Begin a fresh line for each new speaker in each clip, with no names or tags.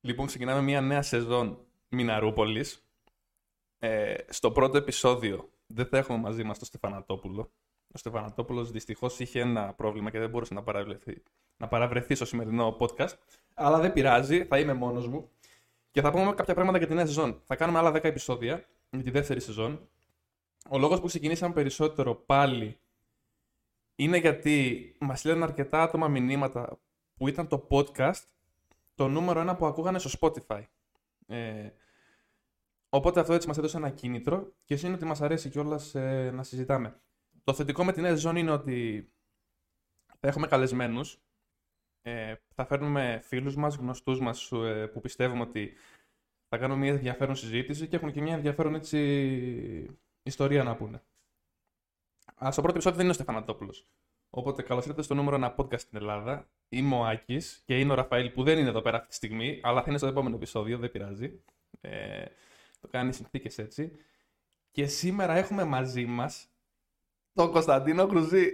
Λοιπόν, ξεκινάμε μια νέα σεζόν Μιναρούπολης. Ε, στο πρώτο επεισόδιο δεν θα έχουμε μαζί μας τον Στεφανατόπουλο. Ο Στεφανατόπουλος δυστυχώς είχε ένα πρόβλημα και δεν μπορούσε να παραβρεθεί, να παραβρεθεί στο σημερινό podcast. Αλλά δεν πειράζει, θα είμαι μόνος μου. Και θα πούμε κάποια πράγματα για τη νέα σεζόν. Θα κάνουμε άλλα 10 επεισόδια με τη δεύτερη σεζόν. Ο λόγος που ξεκινήσαμε περισσότερο πάλι είναι γιατί μας λένε αρκετά άτομα μηνύματα που ήταν το podcast το νούμερο ένα που ακούγανε στο Spotify. Ε, οπότε αυτό έτσι μας έδωσε ένα κίνητρο και εσύ είναι ότι μας αρέσει κιόλας ε, να συζητάμε. Το θετικό με την νέα σεζόν είναι ότι θα έχουμε καλεσμένους. Ε, θα φέρνουμε φίλους μας, γνωστούς μας ε, που πιστεύουμε ότι θα κάνουμε μια ενδιαφέρον συζήτηση και έχουν και μια ενδιαφέρον έτσι ιστορία να πούνε. Α, στο πρώτο επεισόδιο δεν είναι ο Στεφανατόπουλος. Οπότε καλώς ήρθατε στο νούμερο ένα podcast στην Ελλάδα. Είμαι ο Άκης και είναι ο Ραφαήλ που δεν είναι εδώ πέρα αυτή τη στιγμή, αλλά θα είναι στο επόμενο επεισόδιο, δεν πειράζει. Ε, το κάνει συνθήκες έτσι. Και σήμερα έχουμε μαζί μας τον Κωνσταντίνο Κρουζή.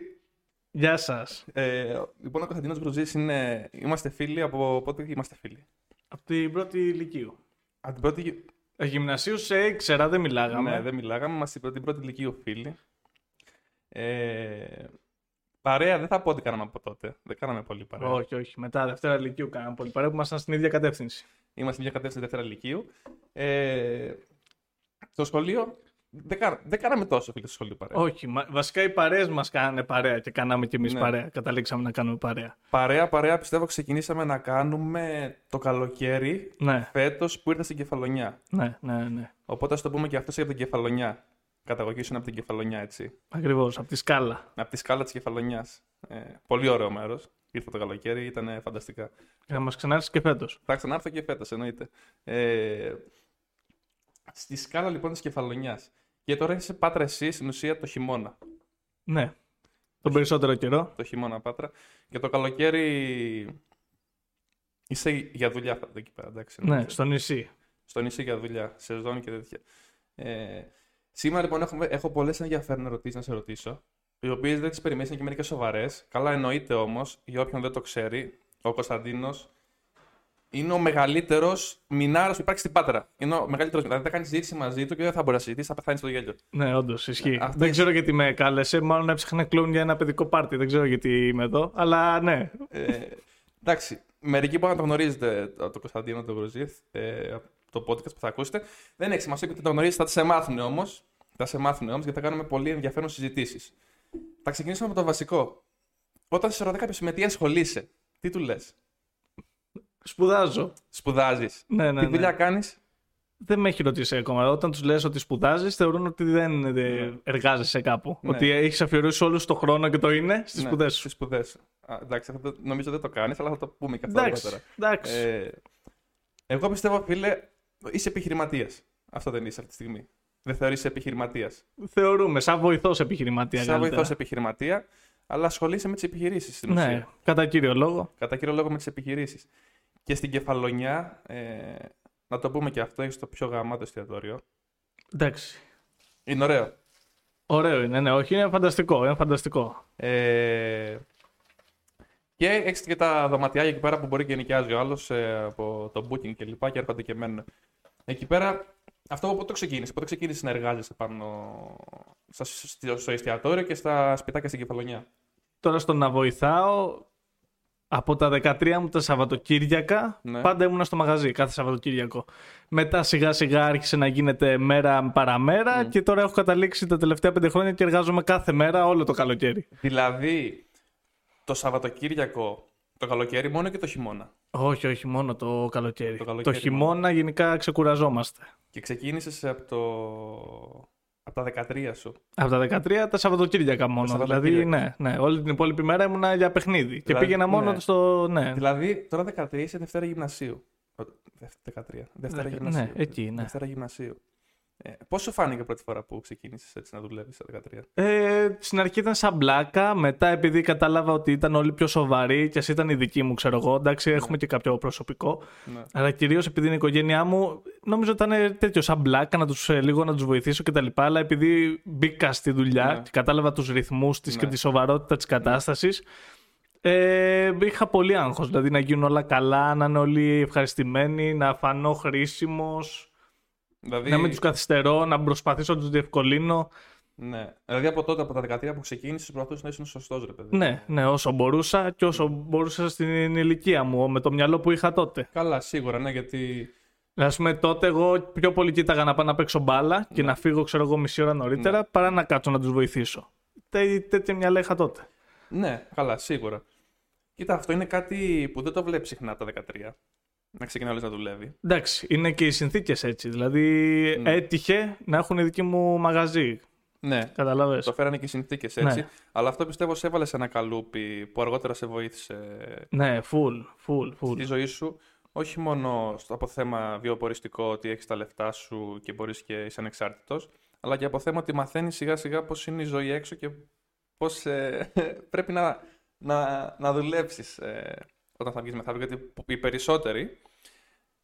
Γεια σας.
Ε, λοιπόν, ο Κωνσταντίνος Κρουζή είναι. Είμαστε φίλοι από πότε είμαστε φίλοι.
Από την πρώτη ηλικίου.
Από την πρώτη. γυ-
Ε, Γυμνασίου σε ήξερα, δεν μιλάγαμε.
Ναι, δεν μιλάγαμε, είμαστε από την πρώτη ηλικίου φίλοι. Ε, παρέα δεν θα πω ότι κάναμε από τότε. Δεν κάναμε πολύ παρέα.
Όχι, όχι. Μετά Δευτέρα Λυκείου κάναμε πολύ παρέα που ήμασταν στην ίδια κατεύθυνση.
Είμαστε μια κατεύθυνση δεύτερα ηλικίου. Ε, στο σχολείο δεν, κα- δεν κάναμε τόσο φίλοι στο σχολείο παρέα.
Όχι. Μα, βασικά οι παρέες μας κάνανε παρέα και κάναμε κι εμείς
Ναι.
παρέα. Καταλήξαμε να κάνουμε παρέα.
Παρέα, παρέα πιστεύω ξεκινήσαμε να κάνουμε το καλοκαίρι
Ναι,
φέτος που ήρθα στην Κεφαλονιά.
ναι, ναι. ναι.
Οπότε ας το πούμε και αυτό για την Κεφαλονιά. Καταγωγής σου είναι από την Κεφαλονιά, έτσι.
Ακριβώς, από τη σκάλα.
Από τη σκάλα της Κεφαλονιάς. Ε, πολύ ωραίο μέρος. Ήρθα το καλοκαίρι, ήταν φανταστικά.
Θα μας ξανάρθεις και φέτος.
Θα ξανάρθω και φέτος, εννοείται. Ε, στη σκάλα λοιπόν της Κεφαλονιάς. Και τώρα είσαι πάτρα εσύ στην ουσία το χειμώνα.
Ναι. Τον περισσότερο καιρό.
το χειμώνα Πάτρα. Και το καλοκαίρι είσαι για δουλειά θα εκεί πέρα, εντάξει.
Ναι,
εννοείται.
στο νησί.
Στον είσαι για δουλειά, σεζόν και τέτοια. Ε, σήμερα λοιπόν έχουμε, έχω πολλές ενδιαφέρον ερωτήσεις να σε ρωτήσω, οι οποίες δεν τις περιμένεις, είναι και μερικές σοβαρές. Καλά εννοείται όμως, για όποιον δεν το ξέρει, ο Κωνσταντίνος είναι ο μεγαλύτερος μινάρο που υπάρχει στην Πάτρα. Είναι ο μεγαλύτερος Δηλαδή δεν κάνεις συζήτηση μαζί του και δεν θα μπορείς να συζητήσεις, θα πεθάνεις στο γέλιο.
Ναι, όντως, ισχύει.
αυτές-
Δεν ξέρω γιατί με κάλεσε. Μάλλον έψαχνα κλόν για ένα παιδικό πάρτι. Δεν ξέρω γιατί είμαι εδώ. Αλλά ναι.
Ε, εντάξει, μερικοί μπορεί να το γνωρίζετε ε, το το Κωνσταντίνο τον Γκροζίθ, ε, από το podcast που θα ακούσετε. Δεν έχει σημασία γιατί το γνωρίζετε, θα σε μάθουν όμως. Θα σε μάθουν όμως γιατί θα κάνουμε πολύ ενδιαφέρον συζητήσεις. Θα ξεκινήσουμε από το βασικό. Όταν σε ρωτάει κάποιος με τι ασχολείσαι, τι του λες,
Σπουδάζω.
Σπουδάζεις,
Ναι, ναι,
τι
ναι.
δουλειά κάνεις,
Δεν με έχει ρωτήσει ακόμα. Όταν τους λες ότι σπουδάζεις, θεωρούν ότι δεν ε, εργάζεσαι κάπου.
Ναι.
Ότι έχεις αφιερώσει όλους τον χρόνο και το είναι στις σπουδές σου.
Τι σπουδέ Ναι, σου. Α, εντάξει, αυτό το- νομίζω δεν το κάνεις, αλλά θα το πούμε και αυτό
Εντάξει.
αργότερα.
εντάξει.
Ε, εγώ πιστεύω, φίλε, είσαι επιχειρηματίας. Αυτό δεν είσαι αυτή τη στιγμή. Δεν θεωρείσαι επιχειρηματίας.
Θεωρούμε σαν βοηθός επιχειρηματία.
Σαν
καλύτερα.
βοηθό επιχειρηματία, αλλά ασχολείσαι με τις επιχειρήσεις στην ουσία.
Ναι, κατά κύριο λόγο.
Κατά κύριο λόγο με τις επιχειρήσεις. Και στην κεφαλονιά, ε, να το πούμε και αυτό, έχει το πιο γαμάτο εστιατόριο.
Εντάξει.
Είναι ωραίο.
Ωραίο είναι, ναι, όχι, είναι φανταστικό. Είναι φανταστικό.
Ε, και έχεις και τα δωματιάκια εκεί πέρα που μπορεί και νοικιάζει ο άλλος από το booking και λοιπά και έρχονται και μένουν. Εκεί πέρα, αυτό πότε το ξεκίνησε, πότε ξεκίνησε να εργάζεσαι πάνω στα- στο, στο εστιατόριο και στα σπιτάκια στην κεφαλονιά.
Τώρα στο να βοηθάω, από τα 13 μου τα Σαββατοκύριακα,
Ναι.
πάντα ήμουνα στο μαγαζί κάθε Σαββατοκύριακο. Μετά σιγά σιγά άρχισε να γίνεται μέρα παραμέρα
Ναι.
και τώρα έχω καταλήξει τα τελευταία πέντε χρόνια και εργάζομαι κάθε μέρα όλο το καλοκαίρι.
Δηλαδή, το Σαββατοκύριακο, το καλοκαίρι μόνο και το χειμώνα.
Όχι, όχι, μόνο το καλοκαίρι.
Το
Το,
καλοκαίρι
χειμώνα γενικά ξεκουραζόμαστε.
Και ξεκίνησες από το. από τα 13 σου.
Από τα 13 τα Σαββατοκύριακα μόνο. δηλαδή,
Σαββατοκύριακα.
ναι, ναι. Όλη την υπόλοιπη μέρα ήμουνα για παιχνίδι. και
Δηλαδή,
πήγαινα μόνο
ναι.
στο. Ναι,
Δηλαδή, τώρα 13 είσαι Δευτέρα Γυμνασίου. Ο- δευ- 13. Δευτέρα
Δεκα-
Γυμνασίου.
ναι, εκεί, ναι.
Δευτέρα Γυμνασίου. Ε, Πώς σου φάνηκε πρώτη φορά που ξεκίνησες έτσι να δουλεύεις στα 13.
Ε, στην αρχή ήταν σαν πλάκα, μετά επειδή κατάλαβα ότι ήταν όλοι πιο σοβαροί και α ήταν η δική μου, ξέρω εγώ. Εντάξει, έχουμε και κάποιο προσωπικό.
Ναι.
Αλλά κυρίως επειδή είναι η οικογένειά μου, νόμιζα ότι ήταν ε, τέτοιο σαν πλάκα, να τους, ε, λίγο να τους βοηθήσω κτλ. Αλλά επειδή μπήκα στη δουλειά
Ναι.
και κατάλαβα τους ρυθμούς της
Ναι.
και τη σοβαρότητα της κατάστασης, Ε, είχα πολύ άγχος. Δηλαδή να γίνουν όλα καλά, να είναι όλοι ευχαριστημένοι, να φανώ χρήσιμος,
Δηλαδή,
να μην τους καθυστερώ, να προσπαθήσω να τους διευκολύνω.
ναι. δηλαδή από τότε, από τα δεκαετία που ξεκίνησες, προσπαθούσες να είσαι σωστός, ρε παιδί.
Ναι, ναι, όσο μπορούσα και όσο μπορούσα στην ηλικία μου, με το μυαλό που είχα τότε.
Καλά, σίγουρα, ναι, γιατί.
Ας πούμε, τότε εγώ πιο πολύ κοίταγα να πάω να παίξω μπάλα
Ναι.
και να φύγω, ξέρω εγώ, μισή ώρα νωρίτερα παρά να κάτσω να τους βοηθήσω. Τέ, τέτοια μυαλά είχα τότε.
Ναι, καλά, σίγουρα. Κοίτα, αυτό είναι κάτι που δεν το βλέπεις συχνά τα 13. Να ξεκινάει όλες να δουλεύει.
Εντάξει, είναι και οι συνθήκες έτσι. Δηλαδή, έτυχε να έχουν δική μου μαγαζί.
Ναι,
Καταλαβες.
το φέρανε και οι συνθήκες έτσι.
Ναι.
Αλλά αυτό πιστεύω σε έβαλες σε ένα καλούπι που αργότερα σε βοήθησε
Ναι, full, full, full.
στη ζωή σου, όχι μόνο στο- από θέμα βιοποριστικό ότι έχεις τα λεφτά σου και μπορείς και είσαι ανεξάρτητος, αλλά και από θέμα ότι μαθαίνεις σιγά σιγά πώς είναι η ζωή έξω και πώς πρέπει να, να, να δουλέψεις όταν θα βγεις μεθαύριο. Γιατί οι περισσότεροι,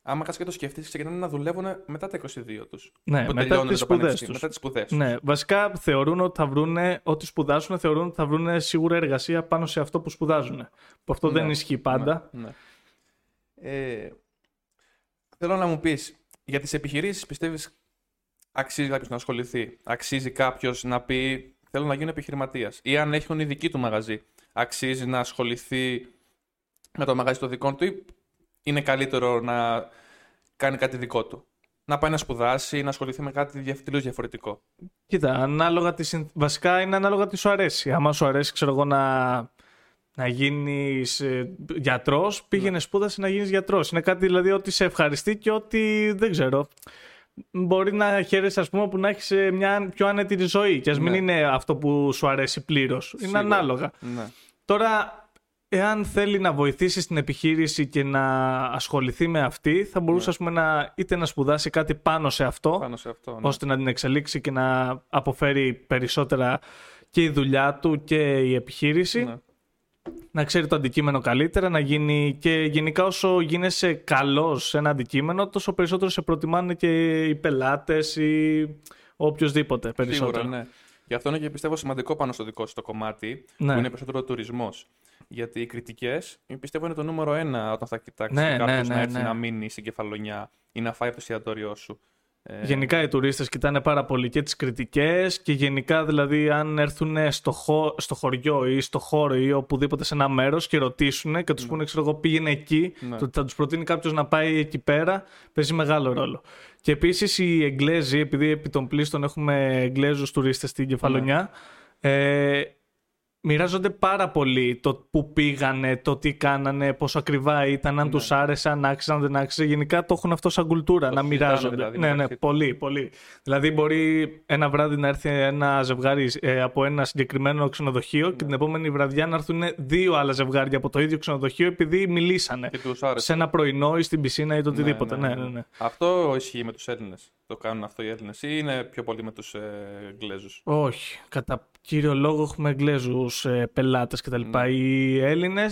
άμα κάτσεις και το σκεφτεί, ξεκινάνε να δουλεύουν μετά τα 22 τους.
Ναι, μετά τις σπουδές τους.
Μετά τις σπουδές τους.
Ναι, βασικά θεωρούν ότι θα βρούνε, ό,τι σπουδάσουν, θεωρούν ότι θα βρούνε σίγουρα εργασία πάνω σε αυτό που σπουδάζουν. Που αυτό δεν
Ναι,
ισχύει πάντα.
Ναι. Ε, θέλω να μου πεις, για τις επιχειρήσεις πιστεύεις αξίζει κάποιος να ασχοληθεί, αξίζει κάποιος να πει θέλω να γίνω επιχειρηματίας ή αν έχουν η δική του μαγαζί, αξίζει να ασχοληθεί με το μαγαζί των δικών του ή είναι καλύτερο να κάνει κάτι δικό του. Να πάει να σπουδάσει, να ασχοληθεί με κάτι διαφ- τελείως διαφορετικό.
Κοίτα, ανάλογα τη συν- βασικά είναι ανάλογα τι σου αρέσει. Άμα σου αρέσει, ξέρω εγώ, να, να γίνεις γιατρό,
Ναι.
πήγαινε σπούδασε να γίνεις γιατρός. Είναι κάτι δηλαδή ότι σε ευχαριστεί και ότι δεν ξέρω. Μπορεί να χαίρεσαι, ας πούμε, που να έχεις μια πιο άνετη ζωή. Και ας μην
Ναι.
είναι αυτό που σου αρέσει πλήρως. Είναι
Σίγουρα.
ανάλογα.
Ναι.
Τώρα, εάν θέλει να βοηθήσει στην επιχείρηση και να ασχοληθεί με αυτή, θα
Ναι.
μπορούσε ας πούμε, να, είτε να σπουδάσει κάτι πάνω σε αυτό,
Πάνω σε αυτό. Ναι.
ώστε να την εξελίξει και να αποφέρει περισσότερα και η δουλειά του και η επιχείρηση.
Ναι.
Να ξέρει το αντικείμενο καλύτερα, να γίνει και γενικά όσο γίνεσαι καλός σε ένα αντικείμενο, τόσο περισσότερο σε προτιμάνε και οι πελάτες ή οποιοδήποτε περισσότερο.
Σίγουρα, ναι. Γι' αυτό είναι και πιστεύω σημαντικό πάνω στο δικό σου το κομμάτι,
Ναι.
που είναι περισσότερο ο τουρισμός. Γιατί οι κριτικές πιστεύω είναι το νούμero ένα όταν θα κοιτάξεις
Ναι,
κάποιο
ναι, ναι,
να έρθει
ναι.
να μείνει στην κεφαλονιά ή να φάει από το εστιατόριό σου. Ε,
Γενικά οι τουρίστες κοιτάνε πάρα πολύ και τις κριτικές και γενικά δηλαδή αν έρθουν στο, χω... στο χωριό ή στο χώρο ή οπουδήποτε σε ένα μέρος και ρωτήσουν και τους πούνε ξέρω εγώ πήγαινε εκεί,
Ναι.
το ότι θα τους προτείνει κάποιος να πάει εκεί πέρα παίζει μεγάλο ρόλο. Και επίσης οι Εγγλέζοι, επειδή επί των πλήστων έχουμε Εγγλέζους τουρίστες στην Κεφαλονιά,
Ναι.
ε, μοιράζονται πάρα πολύ το που πήγανε, το τι κάνανε, πόσο ακριβά ήταν,
Ναι.
αν τους άρεσε, αν άξιζε, αν δεν άξιζε. Γενικά το έχουν αυτό σαν κουλτούρα, να
συζητάνε
μοιράζονται.
δηλαδή
ναι, ναι,
μεταξύ τους.
πολύ, πολύ. Δηλαδή μπορεί ένα βράδυ να έρθει ένα ζευγάρι ε, από ένα συγκεκριμένο ξενοδοχείο και την επόμενη βραδιά να έρθουν δύο άλλα ζευγάρια από το ίδιο ξενοδοχείο επειδή μιλήσανε.
Και τους άρεσε.
Σε ένα πρωινό ή στην πισίνα ή το οτιδήποτε. Ναι, ναι, ναι.
Αυτό ισχύει με τους Έλληνες. Το κάνουν αυτό οι Έλληνες. Ή είναι πιο πολύ με τους ε, Εγγλέζους.
Όχι. Κατά κύριο λόγο έχουμε Εγγλέζους ε, πελάτες κτλ. Οι Έλληνες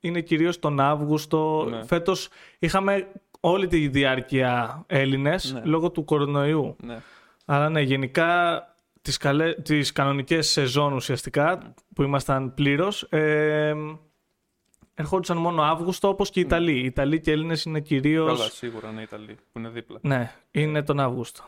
είναι κυρίως τον Αύγουστο.
Ναι.
Φέτος είχαμε όλη τη διάρκεια Έλληνες λόγω του κορονοϊού.
Ναι.
Αλλά ναι, γενικά τις, καλέ, τις κανονικές σεζόν ουσιαστικά που ήμασταν πλήρως ε, ερχόντουσαν μόνο Αύγουστο όπως και οι Ιταλοί. Οι Ιταλοί και Έλληνες είναι κυρίως...
Ναι. Καλά, σίγουρα είναι οι Ιταλοί που είναι δίπλα.
Ναι, είναι τον Αύγουστο.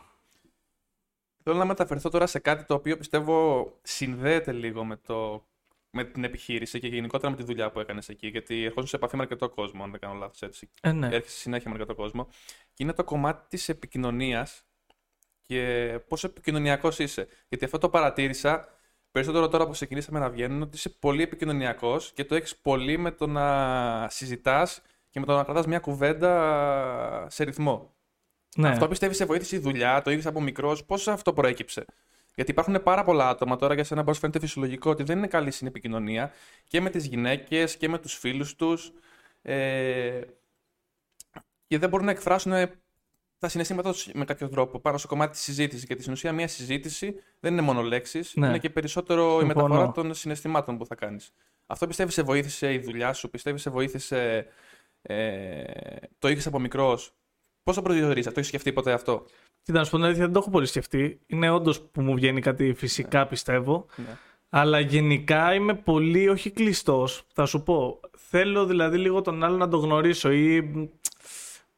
Θέλω να μεταφερθώ τώρα σε κάτι το οποίο πιστεύω συνδέεται λίγο με, το, με την επιχείρηση και γενικότερα με τη δουλειά που έκανες εκεί. Γιατί ερχόσουν σε επαφή με αρκετό κόσμο, αν δεν κάνω λάθος έτσι.
Ε, ναι.
Έρχεσαι συνέχεια με αρκετό κόσμο. Και είναι το κομμάτι της επικοινωνίας και πόσο επικοινωνιακός είσαι. Γιατί αυτό το παρατήρησα περισσότερο τώρα που ξεκινήσαμε να βγαίνουν, ότι είσαι πολύ επικοινωνιακός και το έχεις πολύ με το να συζητάς και με το να κρατάς μια κουβέντα σε ρυθμό.
ναι.
Αυτό πιστεύεις σε βοήθησε η δουλειά, το είδες από μικρός. Πώς αυτό προέκυψε. Γιατί υπάρχουν πάρα πολλά άτομα τώρα για σένα μπορείς να φαίνεται φυσιολογικό ότι δεν είναι καλή στην επικοινωνία και με τις γυναίκες και με τους φίλους τους. Ε, και δεν μπορούν να εκφράσουν τα συναισθήματά τους με κάποιο τρόπο πάνω στο κομμάτι της συζήτησης. Γιατί στην ουσία, μια συζήτηση δεν είναι μόνο λέξεις,
Ναι.
είναι και περισσότερο η
Συμφωνώ.
μεταφορά των συναισθημάτων που θα κάνεις. Αυτό πιστεύεις σε βοήθησε η δουλειά σου, πιστεύεις σε βοήθησε. Ε, το είχες από μικρός. Πόσο προσδιορίζεις, το έχεις σκεφτεί ποτέ αυτό.
Κοίτα, να σου πω την αλήθεια, δεν το έχω πολύ σκεφτεί. Είναι όντως που μου βγαίνει κάτι φυσικά, πιστεύω.
Ναι.
Αλλά γενικά είμαι πολύ, όχι κλειστός, θα σου πω. Θέλω δηλαδή λίγο τον άλλο να τον γνωρίσω ή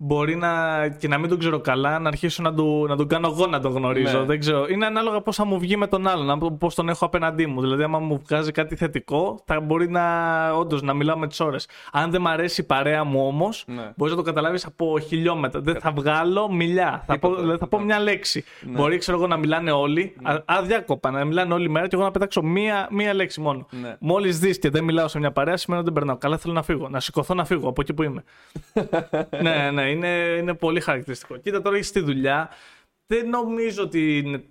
μπορεί να, και να μην τον ξέρω καλά, να αρχίσω να, του, να τον κάνω εγώ να τον γνωρίζω.
Ναι.
Δεν ξέρω. Είναι ανάλογα πώς θα μου βγει με τον άλλον, πώ τον έχω απέναντί μου. Δηλαδή, άμα μου βγάζει κάτι θετικό, θα μπορεί να όντως να μιλάω με τις ώρες. Αν δεν μ' αρέσει η παρέα μου όμως,
Ναι.
μπορείς να το καταλάβεις από χιλιόμετρα. Δεν θα βγάλω μιλιά. Θα πω,
Τίποτα.
δηλαδή, θα πω μια λέξη.
Ναι.
Μπορεί, ξέρω εγώ, να μιλάνε όλοι, α- αδιάκοπα, να μιλάνε όλη μέρα και εγώ να πετάξω μία, μία λέξη μόνο.
Ναι.
Μόλις δεις και δεν μιλάω σε μια παρέα, σημαίνει ότι δεν περνάω. Καλά, θέλω να φύγω. Να σηκωθώ να φύγω από εκεί που είμαι. ναι, ναι, είναι, είναι πολύ χαρακτηριστικό. Κοίτα, τώρα έχει τη δουλειά. Δεν νομίζω ότι, είναι-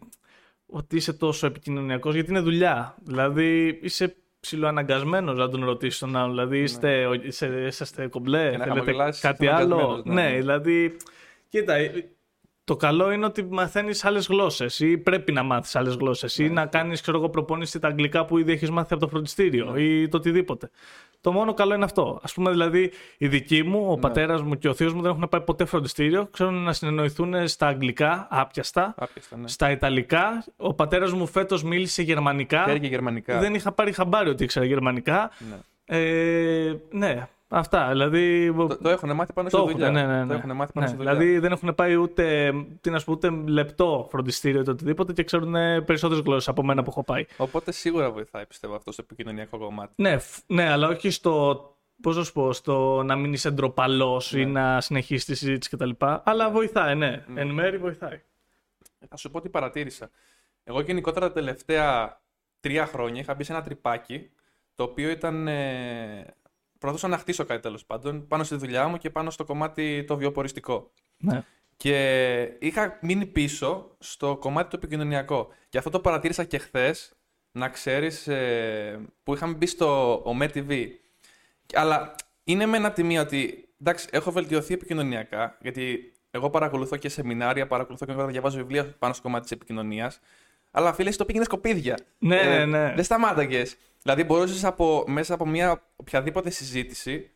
ότι είσαι τόσο επικοινωνιακός, γιατί είναι δουλειά. Δηλαδή είσαι ψηλοαναγκασμένος να τον ρωτήσεις τον άλλον. Δηλαδή είστε, ο- είσαι- είσαστε κομπλέ,
Ναι. να
θέλετε
χαμογελάσεις,
κάτι
είσαι
άλλο.
αναγκασμένος,
Ναι,
ναι.
δηλαδή. Κοίτα, το καλό είναι ότι μαθαίνεις άλλες γλώσσες ή πρέπει να μάθεις άλλες
Ναι.
γλώσσες ή να κάνεις προπόνηση τα αγγλικά που ήδη έχεις μάθει από το φροντιστήριο
Ναι.
ή το οτιδήποτε. Το μόνο καλό είναι αυτό. Ας πούμε, δηλαδή, οι δικοί μου,
Ναι.
ο πατέρας μου και ο θείος μου δεν έχουν πάει ποτέ φροντιστήριο. Ξέρουν να συνεννοηθούν στα αγγλικά άπιαστα,
Άπιαστα, ναι.
στα ιταλικά. Ο πατέρας μου φέτος μίλησε γερμανικά.
Ξέρει και γερμανικά.
Δεν είχα πάρει χαμπάρι ότι ήξερα γερμανικά. Ναι, ε, ναι αυτά. Δηλαδή,
Το, το έχουν μάθει πάνω
το
στη δουλειά.
έχουν, ναι, ναι, ναι.
Το έχουν μάθει πάνω
Ναι,
στη δουλειά.
Δηλαδή δεν έχουν πάει ούτε, τι να σου πω, ούτε λεπτό φροντιστήριο ή οτιδήποτε και ξέρουν περισσότερες γλώσσες από μένα που έχω πάει.
Οπότε σίγουρα βοηθάει, πιστεύω, αυτό στο επικοινωνιακό κομμάτι.
Ναι, φ- ναι αλλά όχι στο. Πώς να σου πω, στο να μείνει εντροπαλό ή να συνεχίσεις τη συζήτηση κτλ. Αλλά βοηθάει, ναι. Εν μέρη βοηθάει.
Θα σου πω τι παρατήρησα. Εγώ γενικότερα τα τελευταία τρία χρόνια είχα μπει σε ένα τρυπάκι το οποίο ήταν. Ε, προσπαθούσα να χτίσω κάτι τέλος πάντων πάνω στη δουλειά μου και πάνω στο κομμάτι το βιοποριστικό.
Ναι.
Και είχα μείνει πίσω στο κομμάτι το επικοινωνιακό. Και αυτό το παρατήρησα και χθες, να ξέρεις, που είχαμε μπει στο ΟΜΕ TV. Αλλά είναι με ένα τιμή ότι εντάξει, έχω βελτιωθεί επικοινωνιακά, γιατί εγώ παρακολουθώ και σεμινάρια, παρακολουθώ και όταν διαβάζω βιβλία πάνω στο κομμάτι της επικοινωνίας. Αλλά φίλε, το πήγαινε σκοπίδια.
Ναι, ναι, ναι.
Δεν σταμάταγες. Δηλαδή, μπορούσες από, μέσα από μια οποιαδήποτε συζήτηση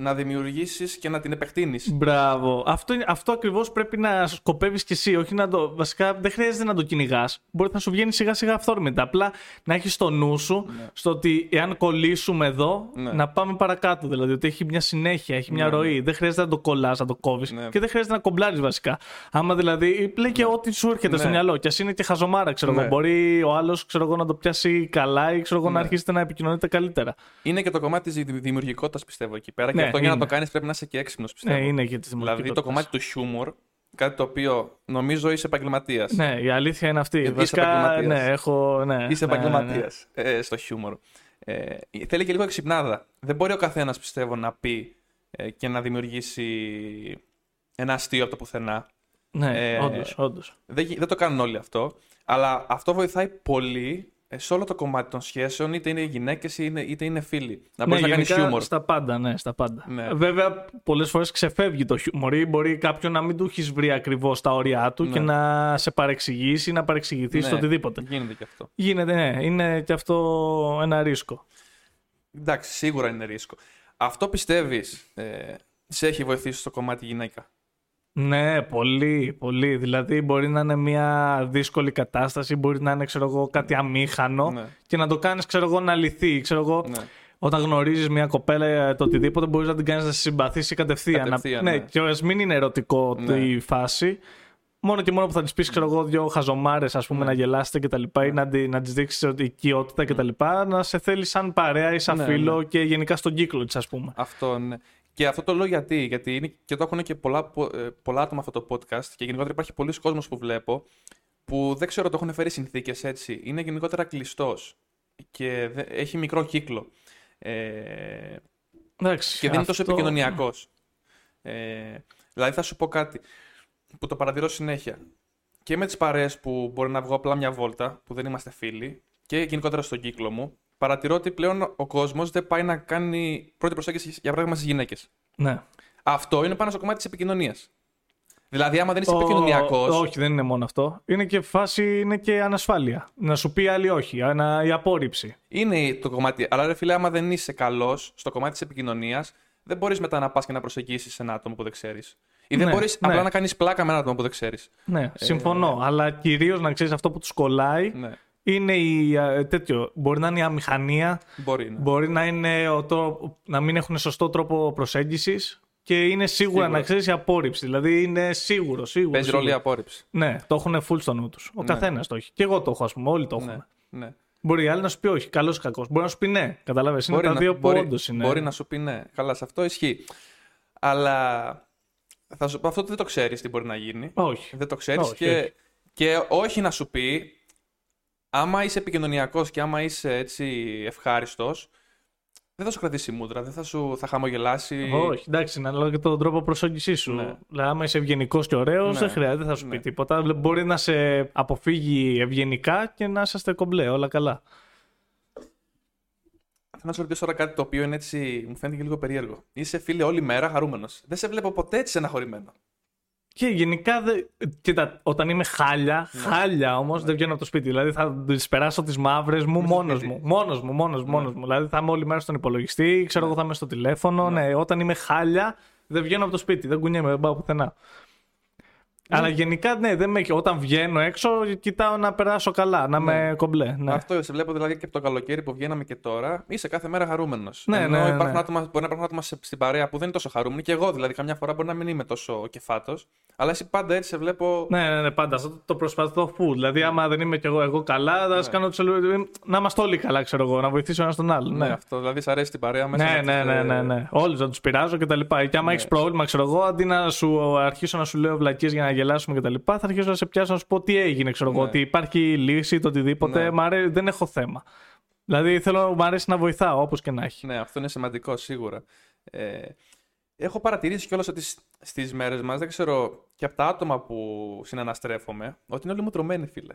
να δημιουργήσεις και να την επεκτείνεις.
Μπράβο. Αυτό, είναι- αυτό ακριβώς πρέπει να σκοπεύεις κι εσύ. Όχι να το, βασικά δεν χρειάζεται να το κυνηγάς. Μπορεί να σου βγαίνει σιγά σιγά αυθόρμητα. Απλά να έχεις το νου σου στο ότι εάν κολλήσουμε εδώ,
Ναι.
να πάμε παρακάτω. Δηλαδή ότι έχει μια συνέχεια, έχει μια ροή. Δεν χρειάζεται να το κολλάς, να το κόβεις.
Ναι.
Και δεν χρειάζεται να κομπλάρεις βασικά. Άμα δηλαδή λέει και ό,τι σου έρχεται στο
Ναι.
μυαλό. Και ας είναι και χαζομάρα, ξέρω
Ναι.
εγώ. Μπορεί ο άλλος να το πιάσει καλά ή ξέρω εγώ να αρχίσετε να επικοινωνείτε καλύτερα.
Είναι και το κομμάτι της δημιουργικότητας, πιστεύω, εκεί πέρα.
Ναι,
και αυτό για να
είναι.
το κάνεις πρέπει να είσαι και έξυπνος, πιστεύω.
Ναι, είναι και τη
δηλαδή το κομμάτι του χιούμορ, κάτι το οποίο νομίζω είσαι επαγγελματίας.
Ναι, η αλήθεια είναι αυτή.
Είσαι
Βασικά,
επαγγελματίας.
ναι, έχω. Ναι,
Είσαι
ναι, ναι, ναι.
επαγγελματία ε, στο χιούμορ. Ε, θέλει και λίγο εξυπνάδα. Δεν μπορεί ο καθένας, πιστεύω, να πει ε, και να δημιουργήσει ένα αστείο από το πουθενά.
Ναι,
Ε,
όντως, όντως.
Δεν, γι- δεν το κάνουν όλοι αυτό. Αλλά αυτό βοηθάει πολύ ε, σε όλο το κομμάτι των σχέσεων, είτε είναι γυναίκε είτε είναι φίλοι. Να μπορείς να κάνεις
Ναι, γενικά
χιούμορ.
Στα πάντα, ναι, στα πάντα.
Ναι.
Βέβαια, πολλές φορές ξεφεύγει το χιούμορ ή μπορεί κάποιον να μην του έχεις βρει ακριβώς τα όρια του και να σε παρεξηγήσει ή να παρεξηγηθείς
Ναι,
στο οτιδήποτε.
Γίνεται και αυτό.
Γίνεται, ναι, είναι και αυτό ένα ρίσκο.
Εντάξει, σίγουρα είναι ρίσκο. Αυτό πιστεύεις ε, σε έχει βοηθήσει στο κομμάτι γυναίκα.
Ναι, πολύ, πολύ. Δηλαδή μπορεί να είναι μια δύσκολη κατάσταση, μπορεί να είναι ξέρω εγώ, κάτι αμήχανο
Ναι.
και να το κάνεις ξέρω εγώ, να λυθεί. Ξέρω εγώ,
Ναι.
Όταν γνωρίζεις μια κοπέλα ε, το οτιδήποτε μπορείς να την κάνεις να σε συμπαθήσει κατευθείαν.
Κατευθείαν,
να...
ναι.
και ας μην είναι ερωτικό η φάση. Μόνο και μόνο που θα της πεις ξέρω εγώ, δύο χαζομάρες
Ναι.
ας πούμε, να γελάσετε κτλ. ή να, τη- να της δείξεις ότι η οικειότητα
Ναι.
κτλ. Να σε θέλει σαν παρέα ή σαν φίλο και γενικά στον κύκλο της, ας πούμε.
Αυτό, ναι. Και αυτό το λέω γιατί, γιατί είναι, και το έχουν και πολλά, πο- ε, πολλά άτομα αυτό το podcast και γενικότερα υπάρχει πολλοί κόσμος που βλέπω που δεν ξέρω, το έχουν φέρει συνθήκες έτσι. Είναι γενικότερα κλειστός και δε- έχει μικρό κύκλο. Ε,
Εντάξει,
Και δεν είναι τόσο
αυτό-
επικοινωνιακός. Ε, δηλαδή θα σου πω κάτι που το παρατηρώ συνέχεια. Και με τις παρέες που μπορεί να βγω απλά μια βόλτα, που δεν είμαστε φίλοι, και γενικότερα στον κύκλο μου, παρατηρώ ότι πλέον ο κόσμος δεν πάει να κάνει πρώτη προσέγγιση για παράδειγμα στις γυναίκες.
Ναι.
Αυτό είναι πάνω στο κομμάτι της επικοινωνίας. Δηλαδή, άμα δεν είσαι
Ο-
επικοινωνιακός.
Όχι, δεν είναι μόνο αυτό. Είναι και φάση, είναι και ανασφάλεια. Να σου πει άλλη όχι, ανα- η απόρριψη.
Είναι το κομμάτι. Αλλά ρε φίλε, άμα δεν είσαι καλός στο κομμάτι της επικοινωνίας, δεν μπορείς μετά να πας και να προσεγγίσεις ένα άτομο που δεν ξέρεις. Ή δεν
Ναι,
μπορείς
ναι.
απλά να κάνεις πλάκα με ένα άτομο που δεν ξέρεις.
Ναι, συμφωνώ. Αλλά κυρίως να ξέρεις αυτό που τους κολλάει
Ε, Ναι.
είναι η, ε, τέτοιο. Μπορεί να είναι η αμηχανία,
Μπορεί ναι. να.
μπορεί να, είναι ο τρο- να μην έχουν σωστό τρόπο προσέγγισης και είναι σίγουρα,
Σίγουρα.
να ξέρεις η απόρριψη. Δηλαδή είναι σίγουρο, σίγουρο.
Παίζει
σίγουρο.
ρόλο η απόρριψη.
Ναι, το έχουν full στο νου τους. Ο
Ναι.
καθένας το έχει. Και εγώ το έχω, ας πούμε. Όλοι το έχουμε.
Ναι. ναι.
Μπορεί η άλλη να σου πει όχι, καλός ή κακός. Μπορεί να σου πει ναι. Καταλάβει. Είναι τα δύο που
μπορεί-
όντως είναι.
Μπορεί να σου πει ναι. Καλά, σε αυτό ισχύει. Αλλά θα σου πω αυτό ότι δεν το ξέρεις τι μπορεί να γίνει.
Όχι.
Δεν το ξέρεις
Όχι,
και,
όχι.
και όχι να σου πει. Άμα είσαι επικοινωνιακός και άμα είσαι έτσι ευχάριστος, δεν θα σου κρατήσει η μούτρα, δεν θα σου θα χαμογελάσει.
Όχι, εντάξει, να λέω και τον τρόπο προσέγγιση σου.
Ναι.
Δηλαδή, άμα είσαι ευγενικός και ωραίος,
Ναι.
δεν χρειάζεται, δεν θα σου πει
Ναι.
τίποτα. Δηλαδή, Μπορεί να σε αποφύγει ευγενικά και να είσαστε κομπλέ, όλα καλά.
Θέλω να σου ρωτήσω τώρα κάτι το οποίο είναι έτσι, μου φαίνεται και λίγο περίεργο. Είσαι φίλε όλη μέρα χαρούμενος. Δεν σε βλέπω ποτέ έτσι εναχωρημένο.
Και γενικά, δε... κοίτα, όταν είμαι χάλια, χάλια όμως, δεν βγαίνω από το σπίτι. Δηλαδή, θα τις περάσω τις μαύρες μου
στο
μόνος
σπίτι.
μου. Μόνος μου, μόνος μου, μόνος μου. Δηλαδή, θα είμαι όλη μέρα στον υπολογιστή, ξέρω εγώ, θα είμαι στο τηλέφωνο. Ναι. όταν είμαι χάλια, δεν βγαίνω από το σπίτι, δεν κουνιέμαι, δεν πάω πουθενά. Αλλά γενικά, ναι, δεν με... έχει- όταν βγαίνω έξω, κοιτάω να περάσω καλά, να είμαι κομπλέ. Ναι.
Αυτό σε βλέπω δηλαδή και από το καλοκαίρι που βγαίναμε και τώρα. Είσαι κάθε μέρα χαρούμενος.
Ναι, ναι, ναι.
Υπάρχουν άτομα, μπορεί να υπάρχουν άτομα σε- στην παρέα που δεν είναι τόσο χαρούμενοι. Και εγώ δηλαδή, καμιά φορά μπορεί να μην είμαι τόσο κεφάτος. Αλλά εσύ πάντα έτσι σε βλέπω.
Ναι, ναι, ναι, πάντα. Αυτό το- το προσπαθώ full. Δηλαδή, άμα δεν είμαι κι εγώ, εγώ καλά, θα σας κάνω τους αλλού- Να είμαστε όλοι καλά, ξέρω εγώ, να βοηθήσω ένας τον άλλον.
Ναι,
Ναι,
αυτό. Δηλαδή, σ' αρέσει την παρέα μέσα.
ναι,
να
ναι,
τους,
ναι,
ε,
ναι, ναι. Όλους να τους πειράζω και τα λοιπά. Και άμα έχει
Ναι.
πρόβλημα, ξέρω εγώ, αντί να σου αρχίσω να σου λέω βλακίες για να γελάσουμε και τα λοιπά, θα αρχίσω να σε πιάσω να σου πω τι έγινε, ξέρω εγώ, ότι υπάρχει λύση, το οτιδήποτε.
Ναι.
Μ' αρέ- δεν έχω θέμα. Δηλαδή, θέλω, μου αρέσει να βοηθάω όπως και να έχει.
Ναι, αυτό είναι σημαντικό σίγουρα. Ε, έχω παρατηρήσει κιόλας ότι σ- στις μέρες μας, δεν ξέρω, και από τα άτομα που συναναστρέφομαι, ότι είναι όλοι μου τρωμένοι, φίλε.